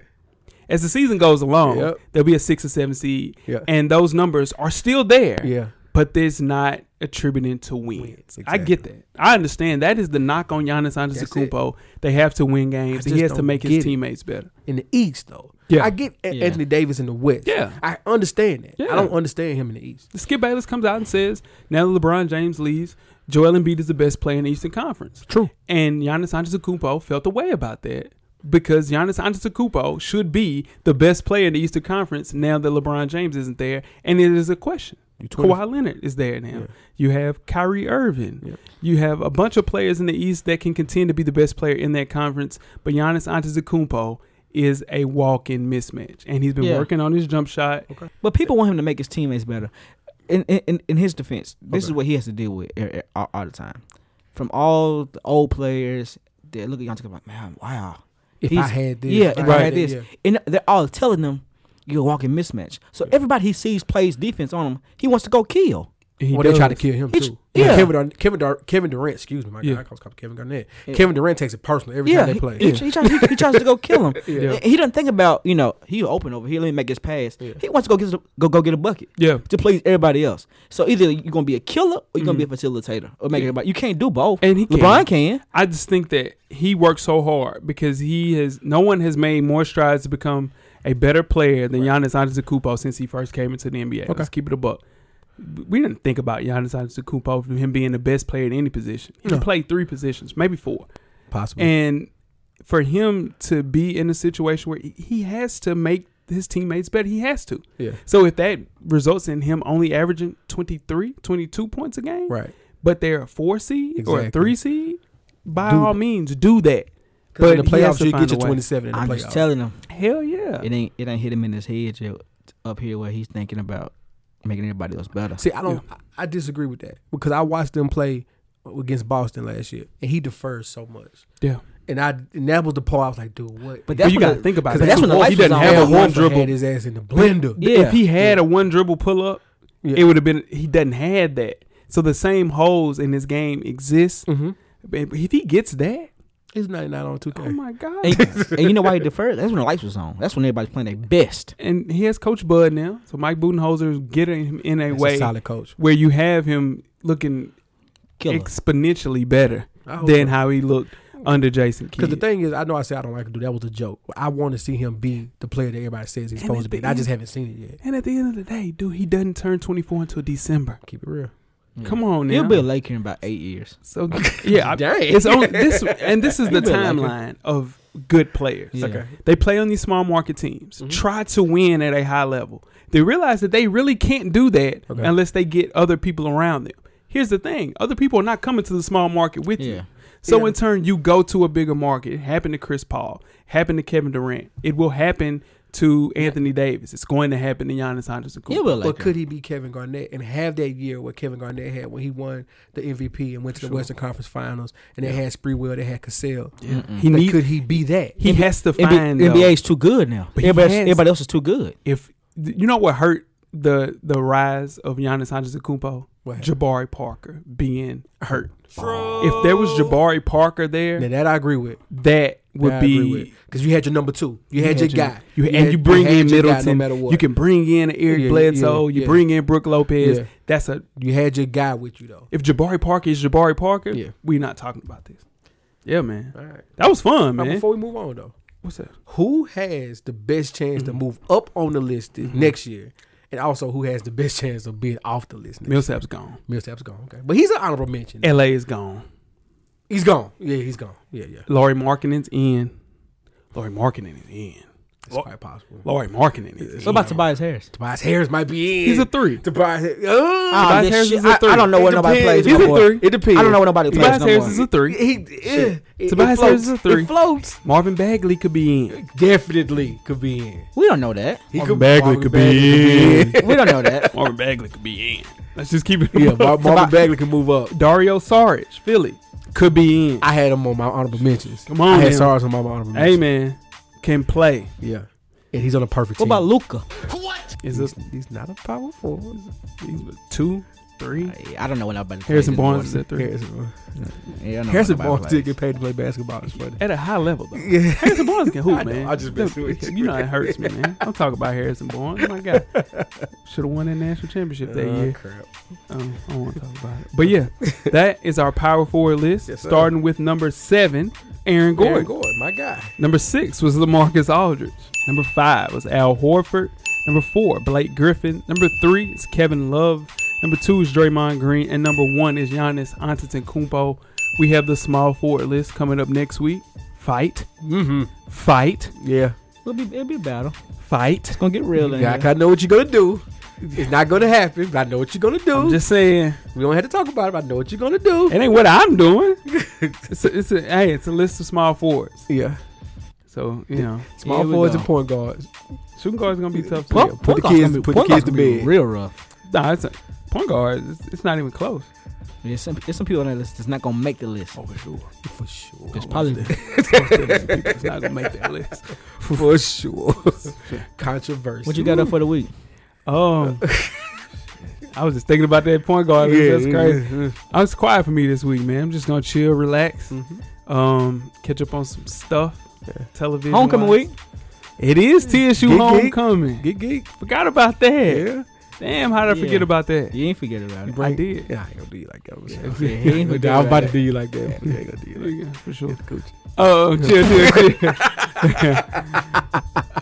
Speaker 2: As the season goes along,
Speaker 4: Yep.
Speaker 2: there'll be a six or seven seed,
Speaker 4: Yeah.
Speaker 2: and those numbers are still there.
Speaker 4: yeah.
Speaker 2: But there's not attributing to wins. I get that. I understand. That is the knock on Giannis Antetokounmpo. They have to win games.
Speaker 4: I
Speaker 2: He
Speaker 4: just
Speaker 2: has to
Speaker 4: don't
Speaker 2: make his
Speaker 4: get it.
Speaker 2: teammates better.
Speaker 4: in the East though.
Speaker 2: Yeah.
Speaker 4: I get A-
Speaker 3: Yeah.
Speaker 4: Anthony Davis in the West.
Speaker 2: Yeah.
Speaker 4: I understand that.
Speaker 2: Yeah.
Speaker 4: I don't understand him in the East.
Speaker 2: Skip Bayless comes out and says, now that LeBron James leaves, Joel Embiid is the best player in the Eastern Conference.
Speaker 4: True.
Speaker 2: And Giannis Antetokounmpo felt a way about that because Giannis Antetokounmpo should be the best player in the Eastern Conference now that LeBron James isn't there, and it is a question.
Speaker 4: You 20
Speaker 2: Kawhi Leonard is there now.
Speaker 4: Yeah.
Speaker 2: You have Kyrie Irving.
Speaker 4: Yeah.
Speaker 2: You have a bunch of players in the East that can contend to be the best player in that conference. But Giannis Antetokounmpo is a walk-in mismatch, and he's been
Speaker 3: Yeah.
Speaker 2: working on his jump shot.
Speaker 3: But people want him to make his teammates better. In in, in- in his defense, this is
Speaker 4: Okay.
Speaker 3: what he has to deal with er- er- all, all the time. From all the old players, they look at Giannis and like, man, wow.
Speaker 4: If I
Speaker 3: He's-
Speaker 4: had this,
Speaker 3: yeah,
Speaker 4: if
Speaker 3: if
Speaker 4: I
Speaker 3: I
Speaker 4: had
Speaker 3: had
Speaker 4: that,
Speaker 3: this,
Speaker 4: yeah.
Speaker 3: and they're all telling him you're a walking mismatch. So everybody he sees plays defense on him, he wants to go kill.
Speaker 2: And he
Speaker 4: Well, they
Speaker 2: does.
Speaker 4: try to kill him
Speaker 3: It's-
Speaker 4: too. Yeah,
Speaker 3: yeah.
Speaker 4: Kevin, Dur- Kevin, Dur- Kevin Durant. Excuse me, my
Speaker 2: Yeah.
Speaker 4: God, I was called Kevin Garnett. Kevin Durant takes it personally every
Speaker 3: yeah,
Speaker 4: time
Speaker 3: he-
Speaker 4: they play.
Speaker 3: He, he tries, he- he tries to go kill him.
Speaker 2: Yeah.
Speaker 3: He doesn't think about you know he open over here, let me make his pass.
Speaker 4: Yeah.
Speaker 3: He wants to go get his- go go get a bucket.
Speaker 2: Yeah.
Speaker 3: to please everybody else. So either you're gonna be a killer or you're gonna be a facilitator or make everybody. You can't do both.
Speaker 2: And he
Speaker 3: LeBron can.
Speaker 2: I just think that he worked so hard because he has no one has made more strides to become a better player than Giannis Antetokounmpo since he first came into the NBA. Let's keep it a buck. We didn't think about Giannis Antetokounmpo from him being the best player in any position. He
Speaker 4: No. Mm-hmm.
Speaker 2: played three positions, maybe four.
Speaker 4: Possibly.
Speaker 2: And for him to be in a situation where he- he has to make his teammates better, he has to.
Speaker 4: yeah.
Speaker 2: So if that results in him only averaging 23, 22 points a game,
Speaker 4: Right.
Speaker 2: but they're a four seed or a
Speaker 4: Exactly.
Speaker 2: three seed, by
Speaker 4: Do
Speaker 2: all means, do that.
Speaker 4: But in the
Speaker 2: he has
Speaker 4: playoffs,
Speaker 2: to
Speaker 4: you
Speaker 2: find
Speaker 4: get your
Speaker 2: a way.
Speaker 4: 27 in the
Speaker 3: I'm
Speaker 4: playoffs.
Speaker 3: just telling him
Speaker 2: Hell yeah.
Speaker 3: it ain't it ain't hit him in his head yet, up here where he's thinking about making everybody else better.
Speaker 4: See, I don't. I, I disagree with that because I watched them play against Boston last year, and he defers so much.
Speaker 2: Yeah.
Speaker 4: And I and that was the part I was like, dude, what?
Speaker 3: But
Speaker 2: But
Speaker 3: that's
Speaker 2: you
Speaker 3: when
Speaker 2: got to
Speaker 3: the-
Speaker 2: think about
Speaker 3: 'cause
Speaker 2: that.
Speaker 3: that's when the
Speaker 2: If he
Speaker 3: lights was
Speaker 2: doesn't
Speaker 3: on.
Speaker 2: have a
Speaker 4: Al
Speaker 2: one
Speaker 4: Horford
Speaker 2: dribble.
Speaker 4: had his ass in the blender.
Speaker 3: Yeah.
Speaker 2: If he had a one dribble pull up,
Speaker 4: Yeah.
Speaker 2: it would have been. He doesn't have that. So the same holes in his game exist.
Speaker 4: Mm-hmm.
Speaker 2: But if he gets that,
Speaker 4: He's 99 on 2K.
Speaker 2: oh my god!
Speaker 3: And, and you know why he deferred? That's when the lights was on. That's when everybody's playing their best.
Speaker 2: and he has Coach Bud now, so Mike Budenholzer is getting him in a
Speaker 4: That's
Speaker 2: way
Speaker 4: a solid coach.
Speaker 2: where you have him looking
Speaker 3: Killer.
Speaker 2: exponentially better
Speaker 4: I hope
Speaker 2: than
Speaker 4: so.
Speaker 2: how he looked under Jason Kidd.
Speaker 4: Oh, Because the thing is, I know I said I don't like to do that was a joke. I want to see him be the player that everybody says
Speaker 2: And
Speaker 4: he's supposed to
Speaker 2: at
Speaker 4: be.
Speaker 2: the
Speaker 4: and I just
Speaker 2: end-
Speaker 4: haven't seen it yet.
Speaker 2: And at the end of the day, dude, he doesn't turn 24 until December.
Speaker 4: Keep it real.
Speaker 3: Yeah.
Speaker 2: Come on now.
Speaker 3: He'll be a Laker in about eight years.
Speaker 2: so yeah, I-
Speaker 4: Dang.
Speaker 2: it's on this and this is the
Speaker 3: He be a Laker.
Speaker 2: timeline of good players.
Speaker 3: Yeah.
Speaker 4: Okay. Mm-hmm.
Speaker 2: They play on these small market teams. Try to win at a high level. They realize that they really can't do that
Speaker 4: Okay.
Speaker 2: unless they get other people around them. Here's the thing: other people are not coming to the small market with
Speaker 3: Yeah.
Speaker 2: you. So
Speaker 4: Yeah.
Speaker 2: in turn, you go to a bigger market. It happened to Chris Paul. Happened to Kevin Durant. It will happen to Anthony Davis. It's going to happen to Giannis Antetokounmpo.
Speaker 3: He'll be a Laker.
Speaker 4: But could he be Kevin Garnett and have that year what Kevin Garnett had when he won the MVP and went to the Western Conference Finals and they had Spreewell, they had Cassell.
Speaker 2: He
Speaker 4: Like,
Speaker 2: need-
Speaker 4: could he be that?
Speaker 2: He has to
Speaker 3: NBA
Speaker 2: find though,
Speaker 3: NBA is too good now.
Speaker 2: he
Speaker 3: Everybody,
Speaker 2: has-
Speaker 3: everybody else is too good.
Speaker 2: if th- you know what hurt the the rise of Giannis Antetokounmpo,
Speaker 4: What happened?
Speaker 2: Jabari Parker being hurt. If there was Jabari Parker
Speaker 4: Now
Speaker 2: there,
Speaker 4: that I agree with.
Speaker 2: that would be.
Speaker 4: because you had your number two, you had your guy,
Speaker 2: You, and
Speaker 4: had-
Speaker 2: you bring
Speaker 4: had
Speaker 2: in
Speaker 4: your guy
Speaker 2: Middleton.
Speaker 4: no matter what.
Speaker 2: You can bring in Eric
Speaker 4: Yeah, yeah,
Speaker 2: Bledsoe. you
Speaker 4: yeah.
Speaker 2: bring in Brooke Lopez.
Speaker 4: Yeah.
Speaker 2: That's a
Speaker 4: you had your guy with you though.
Speaker 2: if Jabari Parker is Jabari Parker.
Speaker 4: Yeah.
Speaker 2: We're not talking about this. Yeah, man.
Speaker 4: All right.
Speaker 2: That was fun,
Speaker 4: Now,
Speaker 2: man.
Speaker 4: before we move on though,
Speaker 2: What's that?
Speaker 4: who has the best chance
Speaker 2: Mm-hmm.
Speaker 4: to move up on the list this next year, and also who has the best chance of being off the list? Next year?
Speaker 2: Millsap's gone.
Speaker 4: Millsap's gone, okay, but he's an honorable mention.
Speaker 2: LA is gone.
Speaker 4: He's gone. Yeah, he's gone. Yeah, yeah.
Speaker 2: Laurie Markkinen's in. Laurie Markkinen is in.
Speaker 4: It's quite possible.
Speaker 2: Laurie Markkinen is in.
Speaker 3: What about Tobias Harris?
Speaker 4: Tobias Harris might be in.
Speaker 2: He's a three.
Speaker 4: Tobias Harris.
Speaker 3: Ah,
Speaker 2: Tobias
Speaker 3: this
Speaker 2: Harris
Speaker 3: shit-
Speaker 2: is a three.
Speaker 3: I, I don't know
Speaker 4: It
Speaker 3: where nobody
Speaker 4: depends.
Speaker 3: plays.
Speaker 2: He's
Speaker 3: no
Speaker 2: a
Speaker 3: more.
Speaker 2: three.
Speaker 4: It depends.
Speaker 3: I don't know where nobody plays.
Speaker 2: Tobias
Speaker 3: no
Speaker 2: Harris
Speaker 3: more.
Speaker 2: is a three.
Speaker 4: He, yeah, it-
Speaker 2: Tobias
Speaker 4: it floats.
Speaker 2: Harris is a three.
Speaker 4: It floats.
Speaker 2: Marvin Bagley could be in.
Speaker 4: Definitely could be in.
Speaker 3: We don't know that.
Speaker 4: He
Speaker 2: Marvin Bagley
Speaker 4: Marvin
Speaker 2: could
Speaker 4: Bagley
Speaker 2: be in.
Speaker 3: We don't know that.
Speaker 2: Marvin Bagley could be in. Let's just keep it.
Speaker 4: Yeah,
Speaker 2: Yeah,
Speaker 4: Mar- Marvin Bagley can move up.
Speaker 2: Dario Saric, Philly, could be in.
Speaker 4: I had him on my honorable mentions.
Speaker 2: Come on,
Speaker 4: I had
Speaker 2: man.
Speaker 4: Sarge on my honorable mentions.
Speaker 2: Hey man, can play.
Speaker 4: Yeah. And he's on a perfect
Speaker 3: What
Speaker 4: team.
Speaker 3: about Luca?
Speaker 2: Is
Speaker 4: he's,
Speaker 2: this
Speaker 4: he's not a power forward.
Speaker 2: these two, three?
Speaker 3: I don't know what nobody.
Speaker 2: Harrison
Speaker 3: plays anymore.
Speaker 2: Barnes is at three.
Speaker 4: Harrison,
Speaker 3: Yeah, I know
Speaker 4: Harrison
Speaker 3: nobody
Speaker 4: Barnes
Speaker 3: plays.
Speaker 4: did get paid to play basketball. It's funny.
Speaker 2: At a high level though.
Speaker 4: Yeah.
Speaker 2: Harrison Barnes can hoop,
Speaker 4: I know,
Speaker 2: man.
Speaker 4: I just messed with you.
Speaker 2: You know it hurts me, man. I'm talking about Harrison Barnes. Oh, My God, should have won that national championship that
Speaker 4: Oh,
Speaker 2: year.
Speaker 4: crap.
Speaker 2: Um, I don't want to talk about it. But yeah, that is our power forward list.
Speaker 4: Yes, sir.
Speaker 2: starting with number seven, Aaron Gordon.
Speaker 4: Gordon, Gordon, my guy.
Speaker 2: Number six was Lamarcus Aldridge. Number five was Al Horford. Number four, Blake Griffin. Number three is Kevin Love. Number two is Draymond Green. And number one is Giannis Antetokounmpo. We have the small forward list coming up next week. Fight,
Speaker 4: Mm-hmm.
Speaker 2: fight,
Speaker 4: Yeah.
Speaker 3: It'll be it'll be a battle.
Speaker 2: fight.
Speaker 3: It's gonna get real in
Speaker 4: Yeah, I
Speaker 3: here.
Speaker 4: kinda know what you're gonna do. It's not gonna happen. But I know what you're gonna do.
Speaker 2: I'm just saying,
Speaker 4: we don't have to talk about it. But I know what you're gonna do.
Speaker 2: it ain't what I'm doing. It's a, it's a hey, it's a list of small forwards.
Speaker 4: yeah,
Speaker 2: So you know,
Speaker 4: small
Speaker 3: Here we
Speaker 4: forwards
Speaker 3: go.
Speaker 4: and point guards.
Speaker 2: shooting guard's gonna be tough.
Speaker 4: Pump-
Speaker 2: Too.
Speaker 4: put the kids- put the kids to bed.
Speaker 3: Real rough.
Speaker 2: Nah, it's a, point guard. It's, it's not even close.
Speaker 3: There's some, there's some people on that list that's not gonna make the list.
Speaker 2: for sure.
Speaker 4: Oh, For sure.
Speaker 3: There's probably
Speaker 2: it's not gonna make that list.
Speaker 4: For sure. Controversy.
Speaker 3: what you got up for the week.
Speaker 2: Um, I was just thinking about that point guard. list. That's crazy. I was quiet for me this week, man. I'm just gonna chill, relax,
Speaker 4: Mm-hmm.
Speaker 2: um, catch up on some stuff. Television.
Speaker 3: Homecoming
Speaker 2: wise.
Speaker 3: week.
Speaker 2: It is TSU
Speaker 4: Geek, geek.
Speaker 2: homecoming.
Speaker 4: Get geek.
Speaker 2: Forgot about that.
Speaker 4: Yeah.
Speaker 2: Damn, how did I
Speaker 3: Yeah.
Speaker 2: forget about that?
Speaker 3: You ain't forget about it.
Speaker 2: I did.
Speaker 4: Yeah, I ain't gonna do you like that.
Speaker 3: Yeah, he ain't
Speaker 4: I was
Speaker 3: forget
Speaker 4: about
Speaker 3: about
Speaker 4: to do you like that. but I ain't gonna do you like
Speaker 2: Yeah, for sure.
Speaker 4: that. Coach.
Speaker 2: Oh, chill, chill, chill.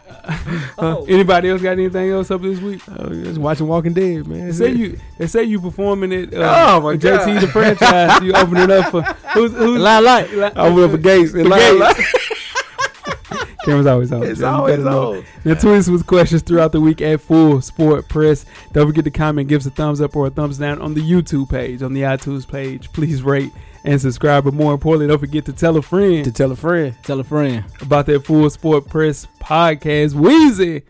Speaker 2: Uh,
Speaker 3: Oh.
Speaker 2: Anybody else got anything else up this week?
Speaker 4: Oh, yeah, just watching Walking Dead, man.
Speaker 2: They say
Speaker 4: Yeah.
Speaker 2: you. They say you performing at uh,
Speaker 4: Oh, my
Speaker 2: JT
Speaker 4: God.
Speaker 2: the franchise. you open it up for who's who's
Speaker 3: Limelight.
Speaker 2: Li-
Speaker 4: I went up for Gates. And
Speaker 2: Gates.
Speaker 4: Gates.
Speaker 2: Cameras always out.
Speaker 4: It's
Speaker 2: Jay. You
Speaker 4: always
Speaker 2: better know.
Speaker 4: on.
Speaker 2: Now tweet us with questions throughout the week at Full Sport Press. Don't forget to comment, give us a thumbs up or a thumbs down on the YouTube page, on the iTunes page. Please rate and subscribe. But more importantly, don't forget to tell a
Speaker 4: To
Speaker 2: friend
Speaker 4: tell a friend.
Speaker 3: Tell a friend.
Speaker 2: about that Full Sport Press podcast. Wheezy,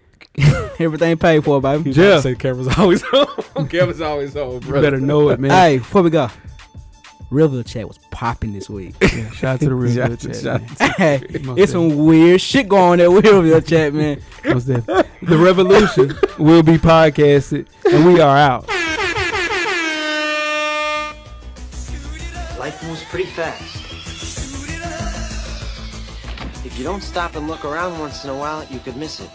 Speaker 3: Everything paid for, baby.
Speaker 2: Jeff.
Speaker 4: Say camera's always on. camera's always on,
Speaker 2: you
Speaker 4: bro.
Speaker 2: better know it, man.
Speaker 3: Hey, before we go, River Chat was popping this week.
Speaker 2: Yeah, shout out to the real
Speaker 4: Shout-
Speaker 2: good chat,
Speaker 4: shout-
Speaker 2: man.
Speaker 3: hey,
Speaker 2: Most
Speaker 3: it's some weird shit going on there with River Chat, man.
Speaker 2: Most definitely. The revolution will be podcasted, and we are out.
Speaker 6: Life moves pretty fast. If you don't stop and look around once in a while, you could miss it.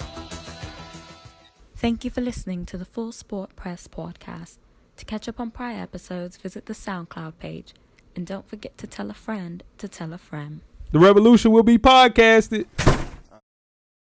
Speaker 1: Thank you for listening to the Full Sport Press podcast. To catch up on prior episodes, visit the SoundCloud page. And don't forget to tell a friend to tell a friend.
Speaker 2: The revolution will be podcasted.